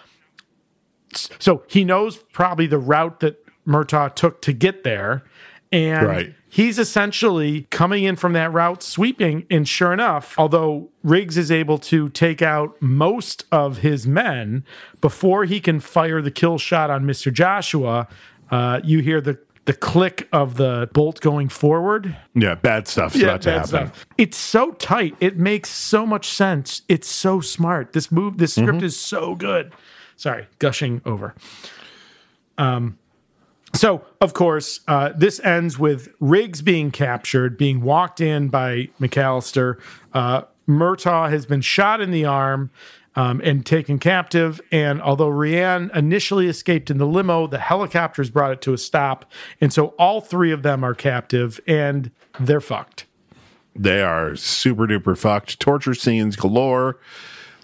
Speaker 3: so he knows probably the route that Murtaugh took to get there. And
Speaker 2: Right.
Speaker 3: he's essentially coming in from that route, sweeping. And sure enough, although Riggs is able to take out most of his men before he can fire the kill shot on Mr. Joshua, uh, you hear the, the click of the bolt going forward.
Speaker 2: Yeah, bad stuff's about to
Speaker 3: bad
Speaker 2: happen.
Speaker 3: stuff. It's so tight. It makes so much sense. It's so smart. This move, this script
Speaker 2: Mm-hmm.
Speaker 3: is so good. Sorry, gushing over. Um, so of course, uh, this ends with Riggs being captured, being walked in by McAllister. Uh, Murtaugh has been shot in the arm. Um, and taken captive. And although Rianne initially escaped in the limo, the helicopters brought it to a stop. And so all three of them are captive and they're fucked.
Speaker 2: They are super duper fucked. Torture scenes galore.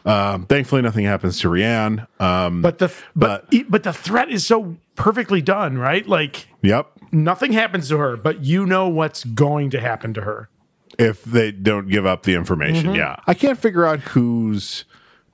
Speaker 2: Um, thankfully, nothing happens to Rianne. Um,
Speaker 3: but the but e- but the threat is so perfectly done, right? Like
Speaker 2: yep.
Speaker 3: nothing happens to her, but you know what's going to happen to her.
Speaker 2: If they don't give up the information,
Speaker 3: Mhm.
Speaker 2: yeah. I can't figure out whose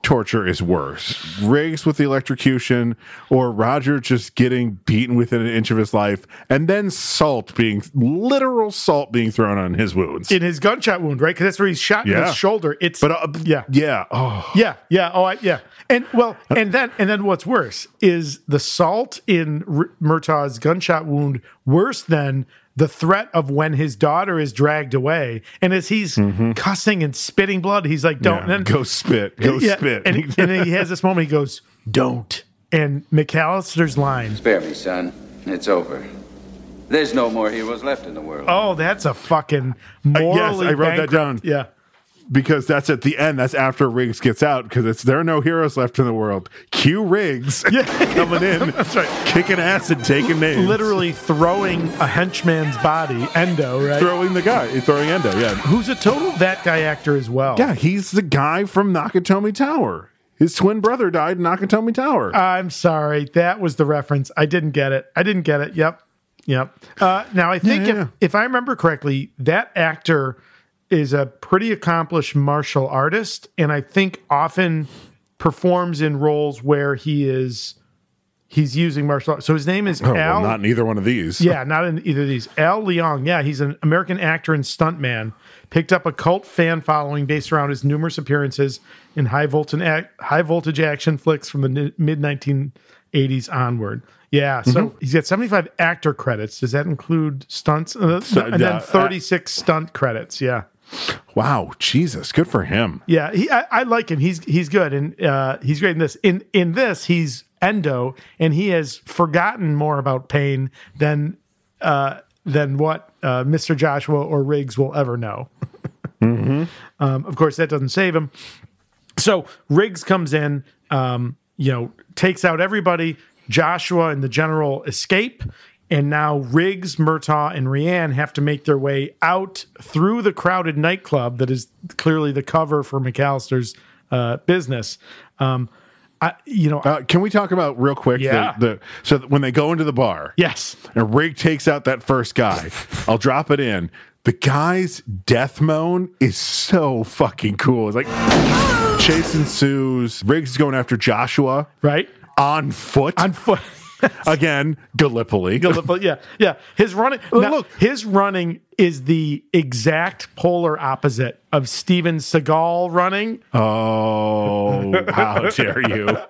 Speaker 2: torture is worse: Riggs with the electrocution, or Roger just getting beaten within an inch of his life, and then salt being literal salt being thrown on his wounds.
Speaker 3: In his gunshot wound, right? Because that's where he's shot in
Speaker 2: Yeah.
Speaker 3: his shoulder. It's
Speaker 2: but uh,
Speaker 3: yeah,
Speaker 2: yeah. Oh,
Speaker 3: yeah, yeah. Oh, I, yeah. And well,
Speaker 2: Uh,
Speaker 3: and then and then what's worse is the salt in R- Murtaugh's gunshot wound worse than the threat of when his daughter is dragged away. And as he's cussing and spitting blood, he's like, "Don't."
Speaker 2: Mm-hmm. Yeah,
Speaker 3: and
Speaker 2: go spit, go
Speaker 3: Yeah,
Speaker 2: spit.
Speaker 3: And, and then he has this moment. He goes, "Don't." And McAllister's line.
Speaker 9: Spare me, son. It's over. There's no more heroes left in the world.
Speaker 3: Oh, that's a fucking
Speaker 2: Uh,
Speaker 3: morally.
Speaker 2: yes, I wrote that
Speaker 3: bankrupt-
Speaker 2: down.
Speaker 3: Yeah.
Speaker 2: Because that's at the end. That's after Riggs gets out. Because it's there are no heroes left in the world. Cue Riggs coming in, that's right. kicking ass and taking names,
Speaker 3: Literally throwing a henchman's body, Endo, right?
Speaker 2: throwing the guy, throwing Endo. Yeah,
Speaker 3: Who's a total that guy actor as well?
Speaker 2: yeah. He's the guy from Nakatomi Tower. His twin brother died in Nakatomi Tower.
Speaker 3: I'm sorry, that was the reference. I didn't get it. I didn't get it. Yep, yep. Uh, now I think
Speaker 2: Yeah,
Speaker 3: if,
Speaker 2: yeah.
Speaker 3: if I remember correctly, that actor is a pretty accomplished martial artist, and I think often performs in roles where he is he's using martial arts. So his name is
Speaker 2: oh, well,
Speaker 3: Al.
Speaker 2: not in either one of these.
Speaker 3: Yeah, not in either of these. Al Leong, yeah, he's an American actor and stuntman. Picked up a cult fan following based around his numerous appearances in high voltage ac- high voltage action flicks from the mid 1980s 80s onward. Yeah, so
Speaker 2: Mm-hmm.
Speaker 3: he's got 75 actor credits. Does that include stunts? Uh,
Speaker 2: So,
Speaker 3: and
Speaker 2: yeah,
Speaker 3: then
Speaker 2: uh,
Speaker 3: 36 stunt credits. Yeah.
Speaker 2: Wow, Jesus, good for him.
Speaker 3: Yeah, he, I, I like him. He's he's good and uh, he's great in this. In in this, he's endo, and he has forgotten more about pain than uh, than what uh, Mr. Joshua or Riggs will ever know. Um, of course, that doesn't save him. So Riggs comes in, um, you know, takes out everybody. Joshua and the general escape. And now Riggs, Murtaugh, and Rianne have to make their way out through the crowded nightclub that is clearly the cover for McAllister's uh, business. Um, I, you know,
Speaker 2: Uh, can we talk about real quick?
Speaker 3: Yeah.
Speaker 2: The, the, so that when they go into the bar,
Speaker 3: yes,
Speaker 2: and Rig takes out that first guy. I'll drop it in. The guy's death moan is so fucking cool. It's like chase ensues. Riggs is going after Joshua,
Speaker 3: right?
Speaker 2: On foot. On
Speaker 3: foot.
Speaker 2: Again, Gallipoli.
Speaker 3: Gallipoli, yeah, yeah. His running. now, look, his running is the exact polar opposite of Steven Seagal running.
Speaker 2: Oh, how dare you!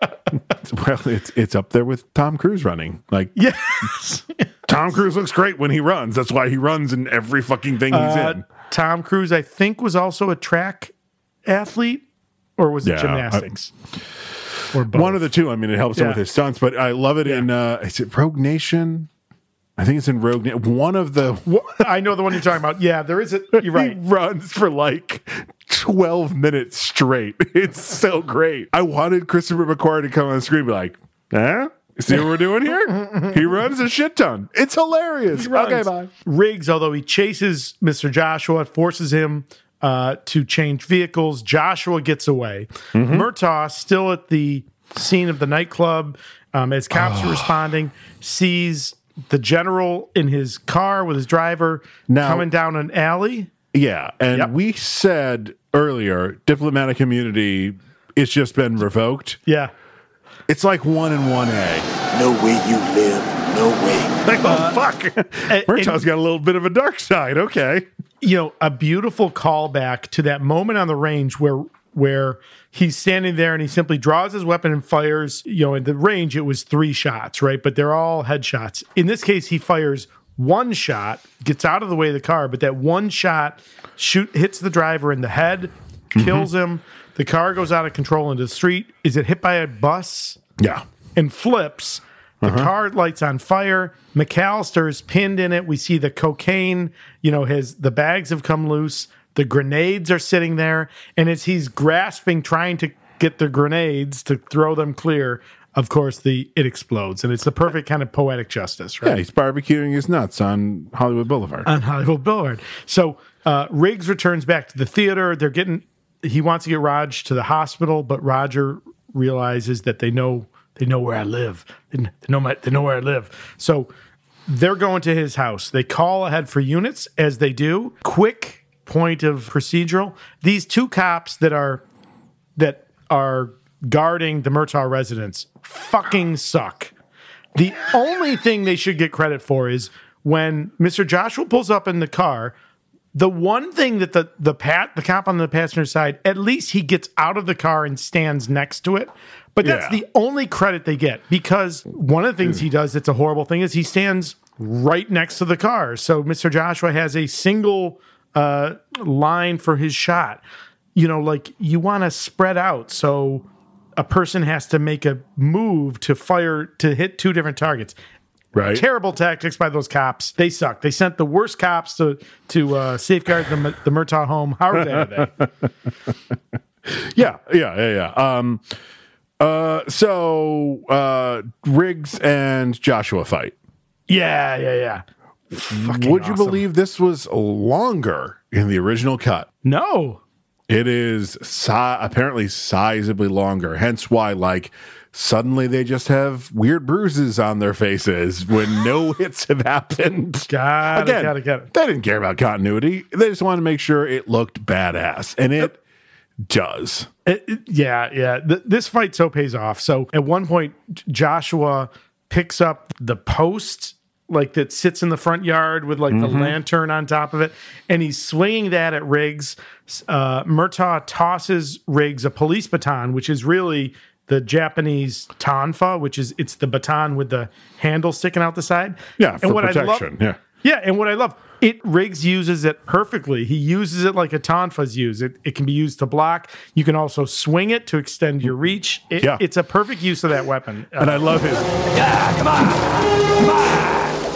Speaker 2: Well, it's it's up there with Tom Cruise running. Like,
Speaker 3: yes,
Speaker 2: Tom Cruise looks great when he runs. That's why he runs in every fucking thing he's
Speaker 3: Uh,
Speaker 2: in.
Speaker 3: Tom Cruise, I think, was also a track athlete, or was it
Speaker 2: Yeah, I-
Speaker 3: gymnastics?
Speaker 2: One of the two. I mean, it helps him
Speaker 3: Yeah.
Speaker 2: with his stunts, but I love it in uh, is it Rogue Nation? I think it's in Rogue Nation. One of the
Speaker 3: Wha- I know the one you're talking about. Yeah, there is a. You're right.
Speaker 2: runs for like twelve minutes straight. It's so great. I wanted Christopher McQuarrie to come on the screen, and be like, huh? See what we're doing here? He runs a shit ton. It's hilarious. Okay, bye.
Speaker 3: Riggs, although he chases Mr. Joshua, forces him uh, to change vehicles. Joshua gets away.
Speaker 2: Mm-hmm.
Speaker 3: Murtaugh, still at the scene of the nightclub, um, as cops are responding, sees the general in his car with his driver
Speaker 2: Now-
Speaker 3: coming down an alley.
Speaker 2: Yeah, and we said earlier, diplomatic immunity. It's just been revoked.
Speaker 3: Yeah.
Speaker 2: It's like one and one A.
Speaker 5: No way you live. No way.
Speaker 2: Like,
Speaker 3: Uh,
Speaker 2: oh fuck, Murtaugh's got a little bit of a dark side. Okay,
Speaker 3: you know a beautiful callback to that moment on the range where where he's standing there and he simply draws his weapon and fires you know in the range it was three shots right but they're all headshots in this case he fires one shot gets out of the way of the car but that one shot shoot hits the driver in the head kills him the car goes out of control into the street is it hit by a bus
Speaker 2: yeah.
Speaker 3: and flips. The car lights on fire. McAllister is pinned in it. We see the cocaine, you know, his the bags have come loose. The grenades are sitting there. And as he's grasping, trying to get the grenades to throw them clear, of course, the it explodes. And it's the perfect kind of poetic justice,
Speaker 2: Yeah,
Speaker 3: right?
Speaker 2: he's barbecuing his nuts on Hollywood Boulevard.
Speaker 3: on Hollywood Boulevard. So uh, Riggs returns back to the theater. They're getting he wants to get Raj to the hospital, but Roger realizes that they know they know where I live. They kn- they know my they know where I live. So they're going to his house. They call ahead for units as they do. Quick point of procedural. These two cops that are that are guarding the Murtaugh residence fucking suck. The only thing they should get credit for is when Mr. Joshua pulls up in the car, the one thing that the the pat the cop on the passenger side, at least he gets out of the car and stands next to it. But that's
Speaker 2: Yeah.
Speaker 3: the only credit they get because one of the things he does that's a horrible thing is he stands right next to the car. So Mr. Joshua has a single uh, line for his shot. You know, like you want to spread out. So a person has to make a move to fire to hit two different targets.
Speaker 2: Right.
Speaker 3: Terrible tactics by those cops. They suck. They sent the worst cops to to uh, safeguard the, Mur- the Murtaugh home. How are they? Are they?
Speaker 2: yeah, yeah, yeah, yeah. Um, uh, so uh, Riggs and Joshua fight.
Speaker 3: Yeah, yeah, yeah.
Speaker 2: Would you believe this was longer in the original cut?
Speaker 3: No.
Speaker 2: It is si- apparently sizably longer, hence why, like, suddenly they just have weird bruises on their faces when no hits have happened.
Speaker 3: Got it, got it, got it.
Speaker 2: They didn't care about continuity. They just wanted to make sure it looked badass, and it does.
Speaker 3: It- it- Uh, yeah, yeah. Th- this fight so pays off. So at one point, J- Joshua picks up the post like that sits in the front yard with like
Speaker 2: Mm-hmm.
Speaker 3: the lantern on top of it, and he's swinging that at Riggs. S- Uh, Murtaugh tosses Riggs a police baton, which is really the Japanese tanfa, which is it's the baton with the handle sticking out the side.
Speaker 2: Yeah, for protection.
Speaker 3: I love, yeah, yeah, and what I love, it Riggs uses it perfectly. He uses it like a tanfa's use. It it can be used to block. You can also swing it to extend your reach. It,
Speaker 2: Yeah.
Speaker 3: it's a perfect use of that weapon. Uh,
Speaker 2: And I love his.
Speaker 10: Yeah, come on. Come on.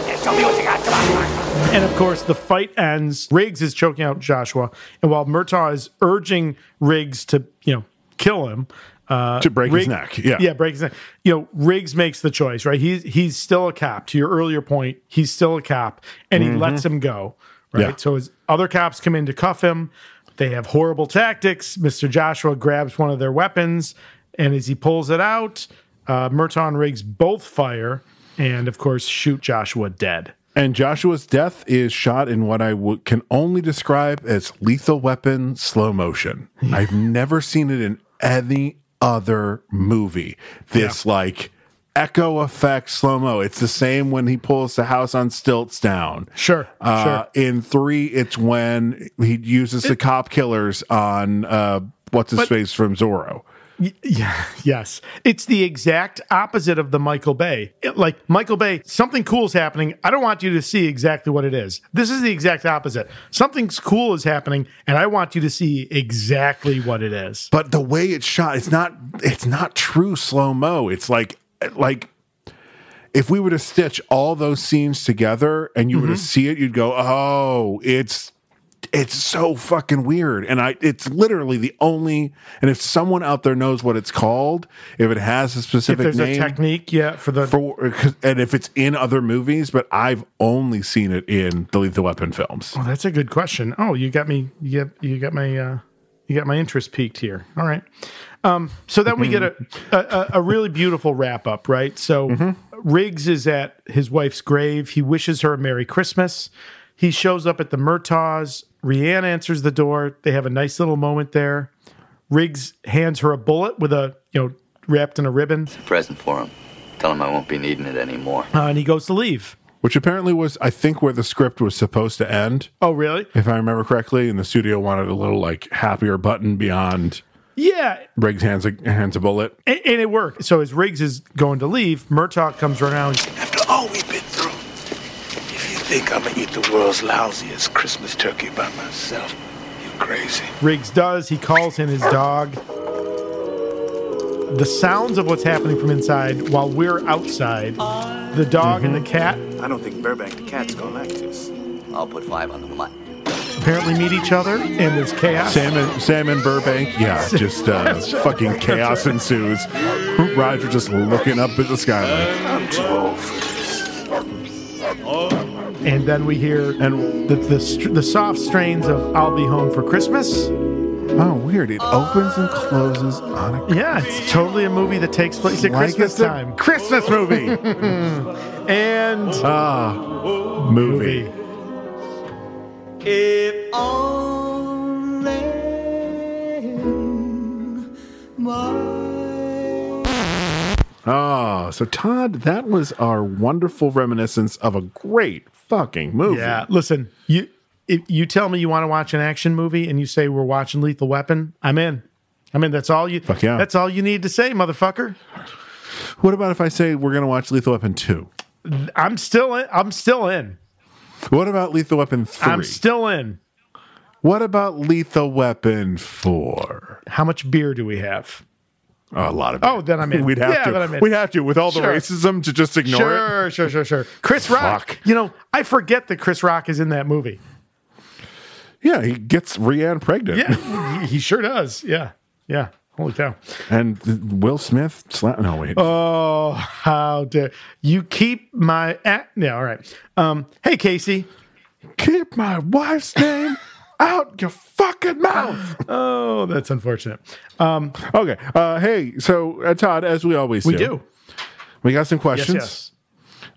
Speaker 10: Yeah, show me what you got. Come on. Come on.
Speaker 3: And of course, the fight ends. Riggs is choking out Joshua, and while Murtaugh is urging Riggs to, you know, kill him, uh,
Speaker 2: To break his neck, yeah.
Speaker 3: yeah, break his neck. You know, Riggs makes the choice, right? He's he's still a cop. To your earlier point, he's still a cop, and he
Speaker 2: Mhm.
Speaker 3: lets him go, right?
Speaker 2: Yeah.
Speaker 3: So his other cops come in to cuff him. They have horrible tactics. Mister Joshua grabs one of their weapons, and as he pulls it out, uh, Murtaugh and Riggs both fire, and of course, shoot Joshua dead.
Speaker 2: And Joshua's death is shot in what I w- can only describe as lethal weapon slow motion.
Speaker 3: Hmm.
Speaker 2: I've never seen it in any other movie. This like echo effect slow mo. It's the same when he pulls the house on stilts down.
Speaker 3: Sure,
Speaker 2: Uh,
Speaker 3: sure.
Speaker 2: In three, it's when he uses the cop killers on uh, what's his
Speaker 3: But-
Speaker 2: face from Zorro.
Speaker 3: Y- Yeah, yes. It's the exact opposite of the Michael Bay. It- like Michael Bay, something cool's happening. I don't want you to see exactly what it is. This is the exact opposite. Something's cool is happening and I want you to see exactly what it is.
Speaker 2: But the way it's shot, it's not it's not true slow mo. It's like like if we were to stitch all those scenes together and you
Speaker 3: Mm-hmm.
Speaker 2: were to see it, you'd go, "Oh, it's it's so fucking weird." And I it's literally the only and if someone out there knows what it's called, if it has a
Speaker 3: If
Speaker 2: specific
Speaker 3: there's
Speaker 2: name
Speaker 3: a technique, yeah, for the
Speaker 2: for 'cause- and if it's in other movies, but I've only seen it in the Lethal Weapon films.
Speaker 3: Oh, that's a good question. Oh, you got me you got you got my uh you got my interest peaked here. All right. Um, so then we get a, a, a, a really beautiful wrap up, right? So Riggs is at his wife's grave. He wishes her a Merry Christmas. He shows up at the Murtaugh's. Rianne answers the door. They have a nice little moment there. Riggs hands her a bullet with a, you know, wrapped in a ribbon,
Speaker 9: Present for him. Tell him I won't be needing it anymore.
Speaker 3: uh, and he goes to leave.
Speaker 2: Which apparently was, I think, where the script was supposed to end.
Speaker 3: Oh, really?
Speaker 2: if I remember correctly, and the studio wanted a little like happier button beyond
Speaker 3: Yeah.
Speaker 2: Briggs hands a, hands a bullet.
Speaker 3: And, and it worked. So as Riggs is going to leave, Murtaugh comes around.
Speaker 5: After all we've been through, if you think I'm gonna eat the world's lousiest Christmas turkey by myself, you're crazy.
Speaker 3: Riggs does. He calls in his dog. The sounds of what's happening from inside while we're outside, the dog and the
Speaker 2: Mm-hmm.
Speaker 3: cat
Speaker 15: I don't think Burbank the cat's gonna like this.
Speaker 9: I'll put five on the blunt.
Speaker 3: apparently meet each other, and there's chaos.
Speaker 2: Sam and, Sam and Burbank, yeah, just uh, fucking chaos ensues. Roger just looking up at the skyline.
Speaker 5: I'm too old for
Speaker 3: And then we hear and the, the, str- the soft strains of I'll Be Home for Christmas.
Speaker 2: Oh, weird. It opens and closes on a
Speaker 3: Yeah, it's totally a movie that takes place at
Speaker 2: Like
Speaker 3: Christmas
Speaker 2: it's a
Speaker 3: time.
Speaker 2: Christmas movie.
Speaker 3: and
Speaker 2: ah, movie.
Speaker 10: If only
Speaker 2: Ah, so Todd, that was our wonderful reminiscence of a great fucking movie.
Speaker 3: Yeah, listen, you if you tell me you want to watch an action movie and you say we're watching Lethal Weapon, I'm in. I mean, that's all you.
Speaker 2: Fuck yeah.
Speaker 3: That's all you need to say, motherfucker.
Speaker 2: What about if I say we're going to watch Lethal Weapon 2?
Speaker 3: I'm still in. I'm still in.
Speaker 2: What about Lethal Weapon 3?
Speaker 3: I'm still in.
Speaker 2: What about Lethal Weapon 4?
Speaker 3: How much beer do we have?
Speaker 2: Oh, a lot of
Speaker 3: Oh, then I'm in.
Speaker 2: We'd have
Speaker 3: Yeah,
Speaker 2: to.
Speaker 3: then I'm in.
Speaker 2: We'd have to with all the
Speaker 3: Sure.
Speaker 2: racism to just ignore it.
Speaker 3: sure, sure, sure, sure. Chris Rock.
Speaker 2: Fuck.
Speaker 3: You know, I forget that Chris Rock is in that movie.
Speaker 2: Yeah, he gets Rianne pregnant.
Speaker 3: Yeah, he- he sure does. Yeah, yeah. Holy cow.
Speaker 2: And Will Smith sla- No, wait.
Speaker 3: Oh, how dare you keep my? a yeah, all right. Um, hey, Casey.
Speaker 2: Keep my wife's name out your fucking mouth.
Speaker 3: Oh, that's unfortunate. Um,
Speaker 2: Okay. Uh, hey, so uh, Todd, as we always
Speaker 3: we
Speaker 2: do,
Speaker 3: do.
Speaker 2: we got some questions.
Speaker 3: yes.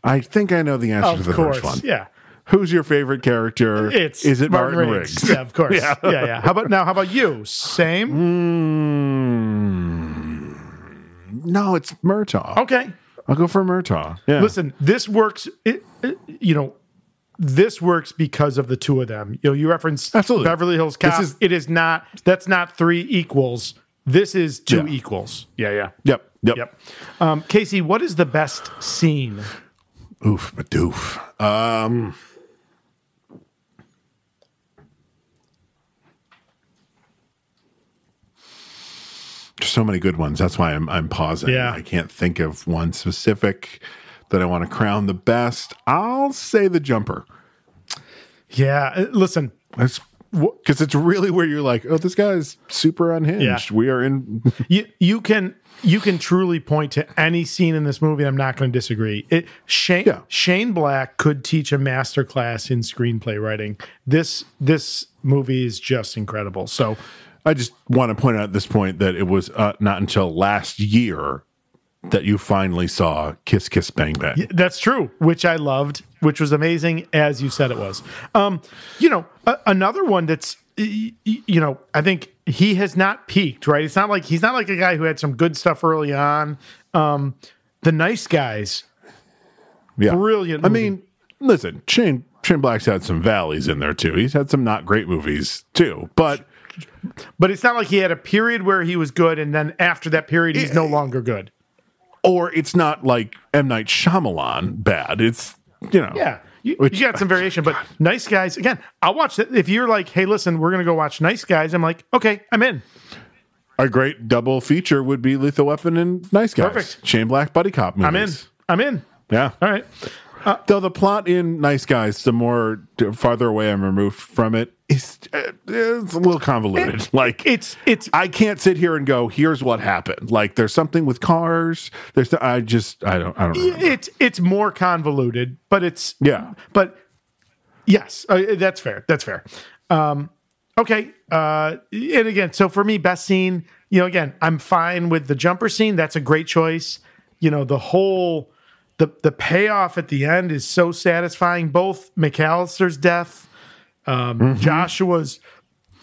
Speaker 2: I think I know the answer to
Speaker 3: Of
Speaker 2: the
Speaker 3: course.
Speaker 2: first one.
Speaker 3: Yeah.
Speaker 2: Who's your favorite character?
Speaker 3: It's
Speaker 2: is it Martin, Riggs?
Speaker 3: Yeah, of course. yeah. yeah, How about now? How about you? Same.
Speaker 2: Mm, no, it's Murtaugh.
Speaker 3: Okay.
Speaker 2: I'll go for Murtaugh. Yeah.
Speaker 3: Oh. Listen, this works. It, it- you know, this works because of the two of them. You know, you referenced
Speaker 2: Absolutely.
Speaker 3: Beverly Hills Cop.
Speaker 2: This is-
Speaker 3: it is not. That's not three equals. This is two equals. Yeah, yeah.
Speaker 2: Yep. Yep. Yep.
Speaker 3: Um, Casey, what is the best scene?
Speaker 2: Oof, a doof. Um, there's so many good ones. That's why I'm I'm pausing.
Speaker 3: Yeah.
Speaker 2: I can't think of one specific that I want to crown the best. I'll say the jumper.
Speaker 3: Yeah. uh, Listen,
Speaker 2: That's because it's really where you're like, oh, this guy's super unhinged. We are in.
Speaker 3: you you can you can truly point to any scene in this movie. and I'm not going to disagree. It Shane Shane Black could teach a master class in screenplay writing. This this movie is just incredible. So
Speaker 2: I just want to point out at this point that it was uh, not until last year that you finally saw Kiss Kiss Bang Bang.
Speaker 3: Y- That's true, which I loved, which was amazing, as you said it was. Um, you know, a- another one that's, y- y- you know, I think he has not peaked, right? It's not like he's not like a guy who had some good stuff early on. Um, the nice guys,
Speaker 2: Yeah.
Speaker 3: brilliant.
Speaker 2: I mean, listen, Shane Shane Black's had some valleys in there too. He's had some not great movies too, but
Speaker 3: but it's not like he had a period where he was good, and then after that period, he's no longer good.
Speaker 2: or it's not like M Night Shyamalan bad. It's you know,
Speaker 3: Yeah. You, you got some variation, but nice guys. Again, I'll watch that. If you're like, hey, listen, we're going to go watch Nice Guys, I'm like, okay, I'm in.
Speaker 2: A great double feature would be Lethal Weapon and Nice Guys.
Speaker 3: Perfect.
Speaker 2: Shane Black buddy cop movies.
Speaker 3: I'm in. I'm in.
Speaker 2: Yeah.
Speaker 3: All right.
Speaker 2: Though the plot in Nice Guys, the more the farther away I'm removed from it, is uh, it's a little convoluted. like
Speaker 3: it's it's
Speaker 2: I can't sit here and go, here's what happened. Like there's something with cars. There's I just I don't I don't know.
Speaker 3: it's it's more convoluted, but it's
Speaker 2: yeah.
Speaker 3: But yes, uh, that's fair. That's fair. Um, okay, uh, and again, so for me, best scene. You know, again, I'm fine with the jumper scene. That's a great choice. You know, the whole the the payoff at the end is so satisfying. Both McAllister's death, um, Joshua's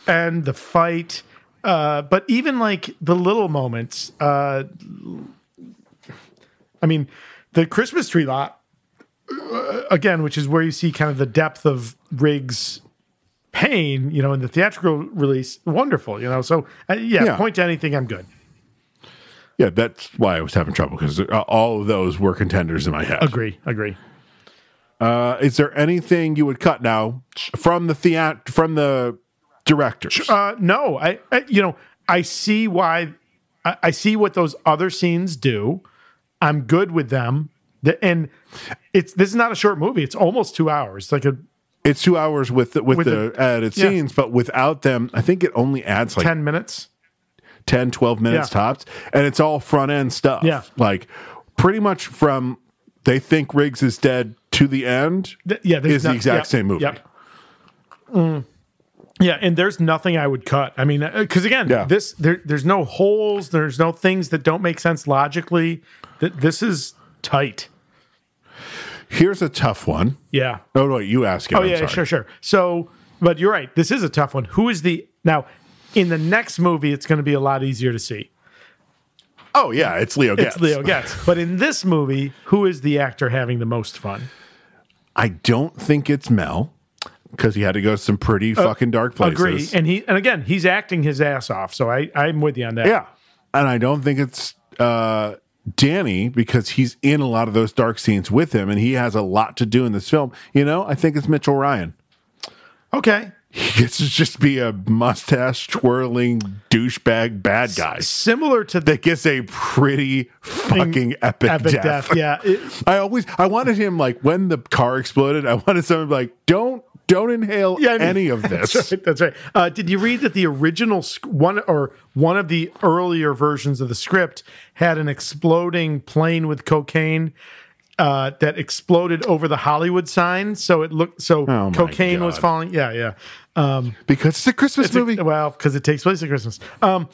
Speaker 3: and the fight. Uh, but even like the little moments, uh, I mean, the Christmas tree lot uh, again, which is where you see kind of the depth of Riggs' pain, you know, in the theatrical release. Wonderful, you know. So uh, yeah,
Speaker 2: Yeah.
Speaker 3: point to anything, I'm good.
Speaker 2: Yeah, that's why I was having trouble because all of those were contenders in my head.
Speaker 3: Agree, agree.
Speaker 2: Uh, is there anything you would cut now from the theat from the directors?
Speaker 3: Uh, no, I, I, you know, I see why, I, I see what those other scenes do. I'm good with them, the, and it's this is not a short movie. It's almost two hours. It's like a
Speaker 2: It's two hours with the, with,
Speaker 3: With
Speaker 2: the,
Speaker 3: the-
Speaker 2: added
Speaker 3: yeah.
Speaker 2: scenes, but without them, I think it only adds like 10,
Speaker 3: ten minutes.
Speaker 2: 12 minutes
Speaker 3: Yeah.
Speaker 2: tops, and it's all front end stuff.
Speaker 3: Yeah.
Speaker 2: like pretty much from they think Riggs is dead to the end.
Speaker 3: Th- yeah, there's
Speaker 2: is the
Speaker 3: not-
Speaker 2: exact
Speaker 3: yep,
Speaker 2: same movie.
Speaker 3: Yep. Mm. Yeah, and there's nothing I would cut. I mean, because again,
Speaker 2: Yeah.
Speaker 3: this there, there's no holes, there's no things that don't make sense logically. That this is tight.
Speaker 2: Here's a tough one.
Speaker 3: Yeah.
Speaker 2: Oh no, you ask it.
Speaker 3: oh
Speaker 2: I'm
Speaker 3: yeah,
Speaker 2: sorry.
Speaker 3: sure, sure. So, but you're right. This is a tough one. Who is the now? In the next movie, it's going to be a lot easier to see.
Speaker 2: Oh yeah, it's Leo. Getz.
Speaker 3: It's Leo Getz. But in this movie, who is the actor having the most fun?
Speaker 2: I don't think it's Mel because he had to go to some pretty fucking dark places.
Speaker 3: Oh, Agree. And he and again, he's acting his ass off. So I I'm with you on that.
Speaker 2: yeah. And I don't think it's uh, Danny because he's in a lot of those dark scenes with him and he has a lot to do in this film. You know, I think it's Mitchell Ryan.
Speaker 3: Okay.
Speaker 2: He gets to just be a mustache twirling douchebag bad guy.
Speaker 3: Similar to
Speaker 2: that gets a pretty fucking epic,
Speaker 3: Epic
Speaker 2: death.
Speaker 3: death. Yeah. It-
Speaker 2: I always I wanted him like when the car exploded, I wanted someone to be like, don't don't inhale
Speaker 3: Yeah, I mean,
Speaker 2: any of this.
Speaker 3: that's right, that's right. Uh, did you read that the original sc- one or one of the earlier versions of the script had an exploding plane with cocaine uh, that exploded over the Hollywood sign? So it looked so
Speaker 2: Oh, my
Speaker 3: cocaine was
Speaker 2: God.
Speaker 3: falling. Yeah, yeah. Um,
Speaker 2: because it's a Christmas
Speaker 3: movie. well, because it takes place at Christmas. Um,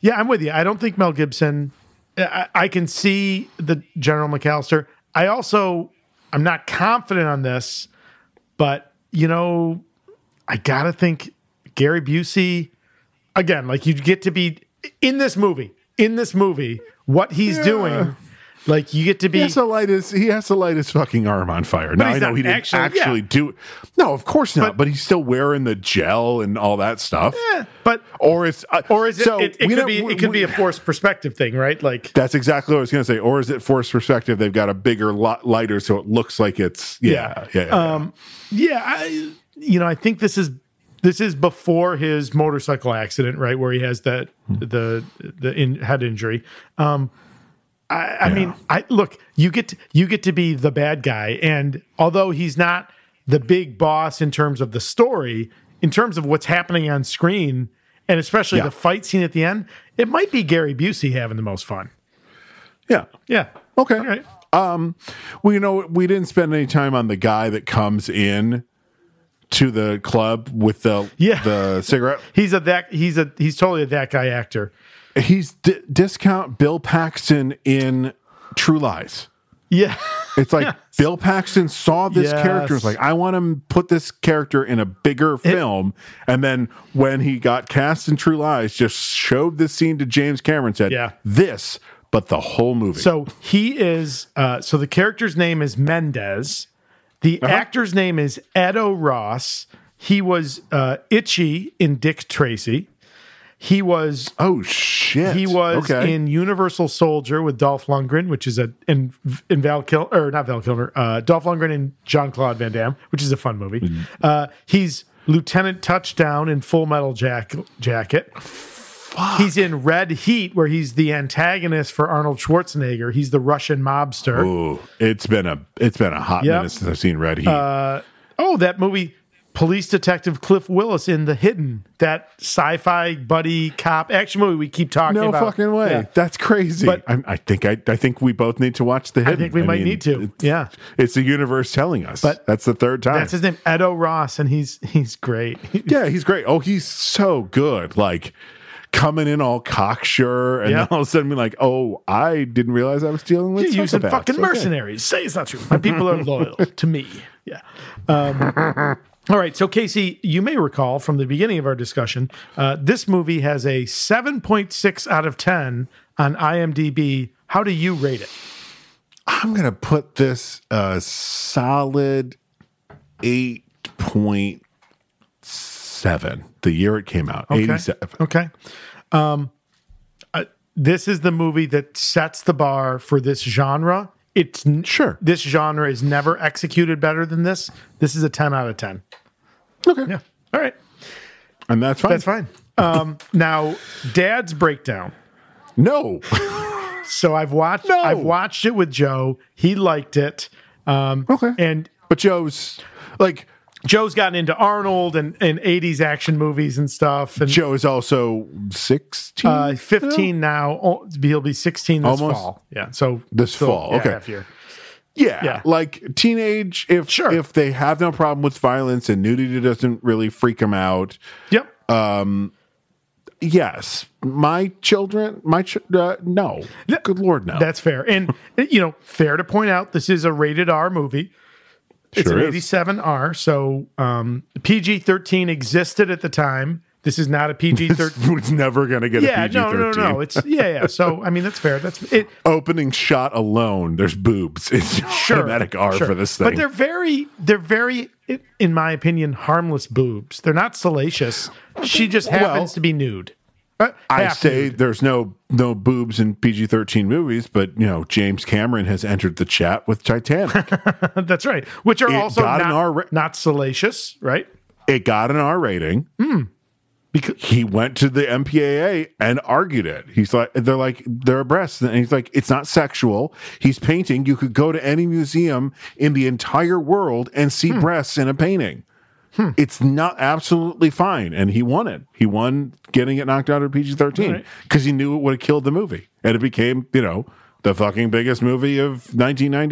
Speaker 3: yeah, I'm with you. I don't think Mel Gibson. I, I can see the General McAllister. I also I'm not confident on this, but you know, I gotta think Gary Busey again. Like you get to be in this movie. In this movie, what he's doing Like you get to be.
Speaker 2: He has to light his. He has to light his fucking arm on fire.
Speaker 3: But
Speaker 2: Now I
Speaker 3: he's
Speaker 2: know
Speaker 3: not
Speaker 2: he didn't
Speaker 3: actually-
Speaker 2: actually,
Speaker 3: yeah.
Speaker 2: do it. No, of course not. But, he's still wearing the gel and all that stuff.
Speaker 3: but
Speaker 2: or it's uh,
Speaker 3: or is it?
Speaker 2: so
Speaker 3: it, it
Speaker 2: we
Speaker 3: could
Speaker 2: don't-
Speaker 3: be.
Speaker 2: we-
Speaker 3: It could be a
Speaker 2: we-
Speaker 3: forced perspective thing, right? Like
Speaker 2: That's exactly what I was going to say. Or is it forced perspective? They've got a bigger lot lighter, so it looks like it's yeah, yeah. yeah.
Speaker 3: um yeah i you know i think this is this is before his motorcycle accident right where he has that the the in, head injury um i i mean i look you get to, you get to be the bad guy and although he's not the big boss in terms of the story in terms of what's happening on screen and especially
Speaker 2: Yeah.
Speaker 3: the fight scene at the end it might be gary busey having the most fun
Speaker 2: yeah.
Speaker 3: yeah
Speaker 2: Okay. Um, well, you know, we didn't spend any time on the guy that comes in to the club with the
Speaker 3: Yeah.
Speaker 2: the cigarette.
Speaker 3: he's a that he's a he's totally a that guy actor
Speaker 2: He's d- discount Bill Paxton in True Lies.
Speaker 3: yeah
Speaker 2: It's like Bill Paxton saw this character. It's
Speaker 3: Yes.
Speaker 2: like I want to put this character in a bigger film, and then when he got cast in True Lies, just showed this scene to James Cameron. Said,
Speaker 3: Yeah.
Speaker 2: this, but the whole movie."
Speaker 3: So he is. Uh, so the character's name is Mendez. The actor's name is Edo Ross. He was uh, Itchy in Dick Tracy. He was.
Speaker 2: Oh shit!
Speaker 3: He was
Speaker 2: Okay.
Speaker 3: in Universal Soldier with Dolph Lundgren, which is a in in Val Kil or not Val Kilmer, uh, Dolph Lundgren and Jean Claude Van Damme, which is a fun movie.
Speaker 2: Mm-hmm.
Speaker 3: Uh, he's Lieutenant Touchdown in Full Metal Jack- Jacket. He's in Red Heat, where he's the antagonist for Arnold Schwarzenegger. He's the Russian mobster.
Speaker 2: Ooh, it's been a it's been a hot
Speaker 3: Yep.
Speaker 2: minute since I've seen Red Heat.
Speaker 3: Uh, oh, that movie, Police Detective Cliff Willis in The Hidden, that sci-fi buddy cop action movie we keep talking
Speaker 2: no
Speaker 3: about.
Speaker 2: fucking way.
Speaker 3: Yeah.
Speaker 2: That's crazy.
Speaker 3: But-
Speaker 2: I, I think I, I think we both need to watch the. Hidden.
Speaker 3: I think we might
Speaker 2: mean,
Speaker 3: need to.
Speaker 2: It's,
Speaker 3: Yeah,
Speaker 2: it's the universe telling us. But that's the third time.
Speaker 3: that's his name, Edo Ross, and he's he's great.
Speaker 2: yeah, he's great. Oh, he's so good. Like coming in all cocksure, and
Speaker 3: Yeah.
Speaker 2: then all of a sudden being like, "Oh, I didn't realize I was dealing with
Speaker 3: You're using
Speaker 2: psychopaths."
Speaker 3: fucking
Speaker 2: Okay.
Speaker 3: mercenaries. Say it's not true. My people are loyal to me. Yeah. Um, all right. So, Casey, you may recall from the beginning of our discussion, uh, this movie has a 7.6 out of 10 on IMDb. How do you rate it?
Speaker 2: I'm gonna put this a solid eight point seven. The year it came out,
Speaker 3: Okay.
Speaker 2: eighty seven.
Speaker 3: Okay. Um, uh, this is the movie that sets the bar for this genre. It's n-
Speaker 2: sure
Speaker 3: this genre is never executed better than this. This is a 10 out of 10.
Speaker 2: Okay.
Speaker 3: Yeah. All right.
Speaker 2: And that's fine.
Speaker 3: That's fine. Um, now, Dad's breakdown.
Speaker 2: No.
Speaker 3: so I've watched. I've watched it with Joe. He liked it. Um,
Speaker 2: okay.
Speaker 3: And
Speaker 2: but Joe's like
Speaker 3: Joe's gotten into Arnold and and eighties action movies and stuff. And
Speaker 2: Joe is also sixteen,
Speaker 3: uh, fifteen now. Oh, He'll be sixteen this
Speaker 2: Almost.
Speaker 3: fall. Yeah. So
Speaker 2: This
Speaker 3: so,
Speaker 2: fall,
Speaker 3: yeah,
Speaker 2: okay.
Speaker 3: half year.
Speaker 2: Yeah,
Speaker 3: Yeah.
Speaker 2: like teenage. If if they have no problem with violence and nudity doesn't really freak them out.
Speaker 3: Yep.
Speaker 2: Um. Yes, my children. My ch- uh, no. Good lord, no.
Speaker 3: That's fair. And you know, fair to point out this is a rated R movie. It's
Speaker 2: Sure
Speaker 3: an
Speaker 2: is.
Speaker 3: 87 R, so um, PG 13 existed at the time. This is not a PG 13.
Speaker 2: it's never gonna get
Speaker 3: yeah,
Speaker 2: a PG thirteen.
Speaker 3: no, no, no. It's yeah, yeah. So I mean, that's fair. That's it.
Speaker 2: opening shot alone. There's boobs. It's
Speaker 3: Sure,
Speaker 2: automatic R
Speaker 3: sure.
Speaker 2: for this thing.
Speaker 3: But they're very, they're very, i- in my opinion, harmless boobs. They're not salacious. She just
Speaker 2: Well-
Speaker 3: happens to be nude. Uh,
Speaker 2: I
Speaker 3: half
Speaker 2: say
Speaker 3: nude.
Speaker 2: there's no no boobs in PG thirteen movies, but you know James Cameron has entered the chat with Titanic.
Speaker 3: that's right. Which are
Speaker 2: It
Speaker 3: also
Speaker 2: got an
Speaker 3: not,
Speaker 2: R ra-
Speaker 3: not salacious, right?
Speaker 2: it got an R rating.
Speaker 3: Because
Speaker 2: he went to the MPAA and argued it. He's like, they're like, they're a breast. And he's like, it's not sexual. He's painting. You could go to any museum in the entire world and see breasts in a painting. It's not absolutely fine. And he won it. He won getting it knocked out of PG 13
Speaker 3: Alright.
Speaker 2: because he knew it would have killed the movie. And it became, you know, the fucking biggest movie of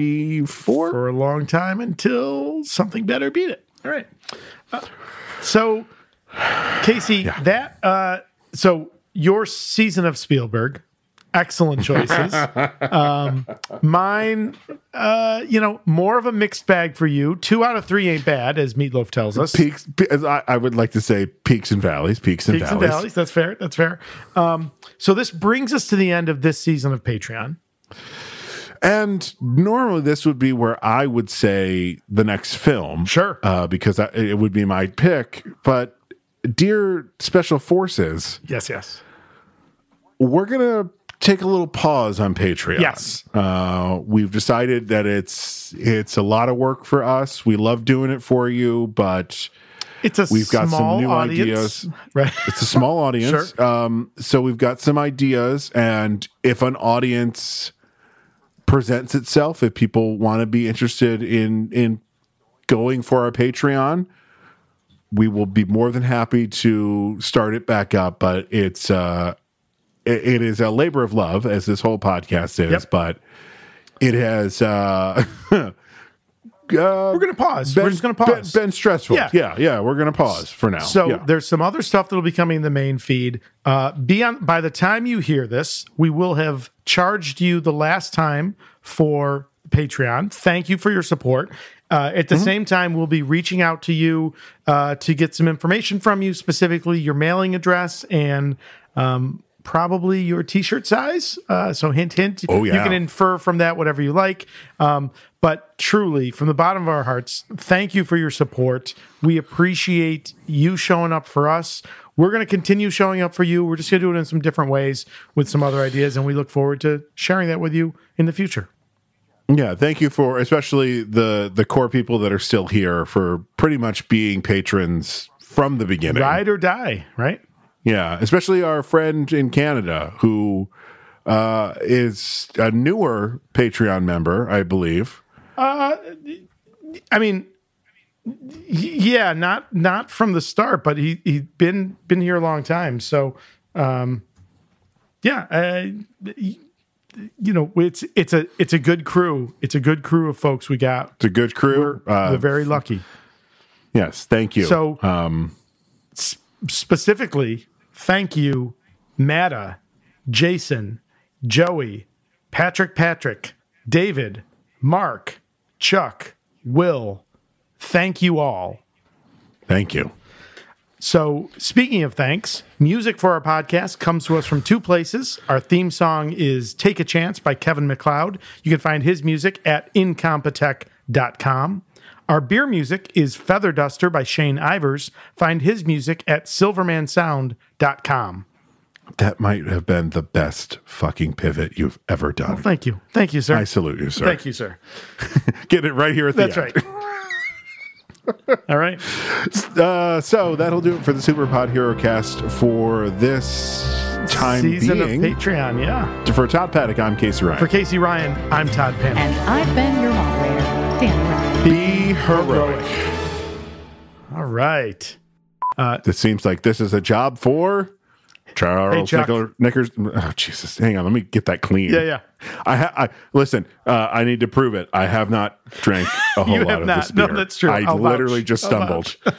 Speaker 2: 1994.
Speaker 3: for a long time until something better beat it. All right. Uh, so, Casey, that uh, so your season of Spielberg, excellent choices. um, mine, uh, you know, more of a mixed bag for you. Two out of three ain't bad, as Meatloaf tells us.
Speaker 2: Peaks, pe- as I, I would like to say peaks and valleys, peaks and,
Speaker 3: Peaks
Speaker 2: valleys.
Speaker 3: and valleys. That's fair. That's fair. Um, so this brings us to the end of this season of Patreon.
Speaker 2: And normally this would be where I would say the next film.
Speaker 3: Sure.
Speaker 2: Uh, because I, it would be my pick. But dear Special Forces,
Speaker 3: Yes, yes.
Speaker 2: we're going to take a little pause on Patreon.
Speaker 3: Yes.
Speaker 2: Uh, we've decided that it's it's a lot of work for us. We love doing it for you, but
Speaker 3: It's a
Speaker 2: we've got
Speaker 3: small
Speaker 2: some new
Speaker 3: audience.
Speaker 2: ideas.
Speaker 3: Right.
Speaker 2: It's a small audience.
Speaker 3: Sure.
Speaker 2: Um, so we've got some ideas, and if an audience presents itself, if people want to be interested in in going for our Patreon, we will be more than happy to start it back up. But it's uh, it, it is a labor of love, as this whole podcast is.
Speaker 3: Yep.
Speaker 2: But it has. Uh, Uh,
Speaker 3: We're going to pause. We're just going to pause.
Speaker 2: Been, been stressful.
Speaker 3: Yeah.
Speaker 2: Yeah. yeah, We're going to pause for now.
Speaker 3: So
Speaker 2: yeah.
Speaker 3: there's some other stuff that'll be coming in the main feed. Uh, be on by the time you hear this, we will have charged you the last time for Patreon. Thank you for your support. Uh, at the
Speaker 2: Mm-hmm.
Speaker 3: same time, we'll be reaching out to you uh, to get some information from you, specifically your mailing address and um, probably your T-shirt size. Uh, so hint, hint.
Speaker 2: Oh,
Speaker 3: You can
Speaker 2: yeah.
Speaker 3: infer from that whatever you like. Um, but truly, from the bottom of our hearts, thank you for your support. We appreciate you showing up for us. We're going to continue showing up for you. We're just going to do it in some different ways with some other ideas, and we look forward to sharing that with you in the future.
Speaker 2: Yeah, thank you for especially the the core people that are still here for pretty much being patrons from the beginning.
Speaker 3: Ride or die, right?
Speaker 2: Yeah, especially our friend in Canada who uh is a newer Patreon member, I believe.
Speaker 3: Uh, I mean, y- yeah, not not from the start, but he he been been here a long time. So, um, yeah, I, you know, it's it's a it's a good crew. It's a good crew of folks we got.
Speaker 2: It's a good crew. uh,
Speaker 3: We're very lucky.
Speaker 2: yes, thank you.
Speaker 3: So-
Speaker 2: um
Speaker 3: Specifically, thank you, Matta, Jason, Joey, Patrick, Patrick, David, Mark, Chuck, Will. Thank you all.
Speaker 2: thank you.
Speaker 3: So, speaking of thanks, music for our podcast comes to us from two places. Our theme song is Take a Chance by Kevin McLeod. You can find his music at incompetech.com. Our beer music is Feather Duster by Shane Ivers. Find his music at silvermansound.com.
Speaker 2: That might have been the best fucking pivot you've ever done.
Speaker 3: Thank you. Thank you, sir.
Speaker 2: I salute you, sir.
Speaker 3: Thank you, sir.
Speaker 2: Get it right here at the
Speaker 3: That's
Speaker 2: end.
Speaker 3: right. All right.
Speaker 2: Uh, so that'll do it for the Super Pod Hero Cast for this time
Speaker 3: Season
Speaker 2: being.
Speaker 3: of Patreon, yeah.
Speaker 2: for Todd Paddock, I'm Casey Ryan.
Speaker 3: For Casey Ryan, I'm Todd Pan.
Speaker 1: And I've been your moderator, Danny Ryan.
Speaker 2: Be heroic.
Speaker 3: All right.
Speaker 2: It seems like this is a job for Charles
Speaker 3: Hey, Chuck.
Speaker 2: Nicker, Nickers. Oh, Jesus. Hang on. Let me get that clean.
Speaker 3: Yeah, yeah.
Speaker 2: I, ha- I listen. Uh, I need to prove it. I have not drank a whole
Speaker 3: You
Speaker 2: lot
Speaker 3: have
Speaker 2: of
Speaker 3: not.
Speaker 2: this beer.
Speaker 3: No, that's true.
Speaker 2: I
Speaker 3: I'll
Speaker 2: literally
Speaker 3: vouch.
Speaker 2: just
Speaker 3: I'll
Speaker 2: stumbled.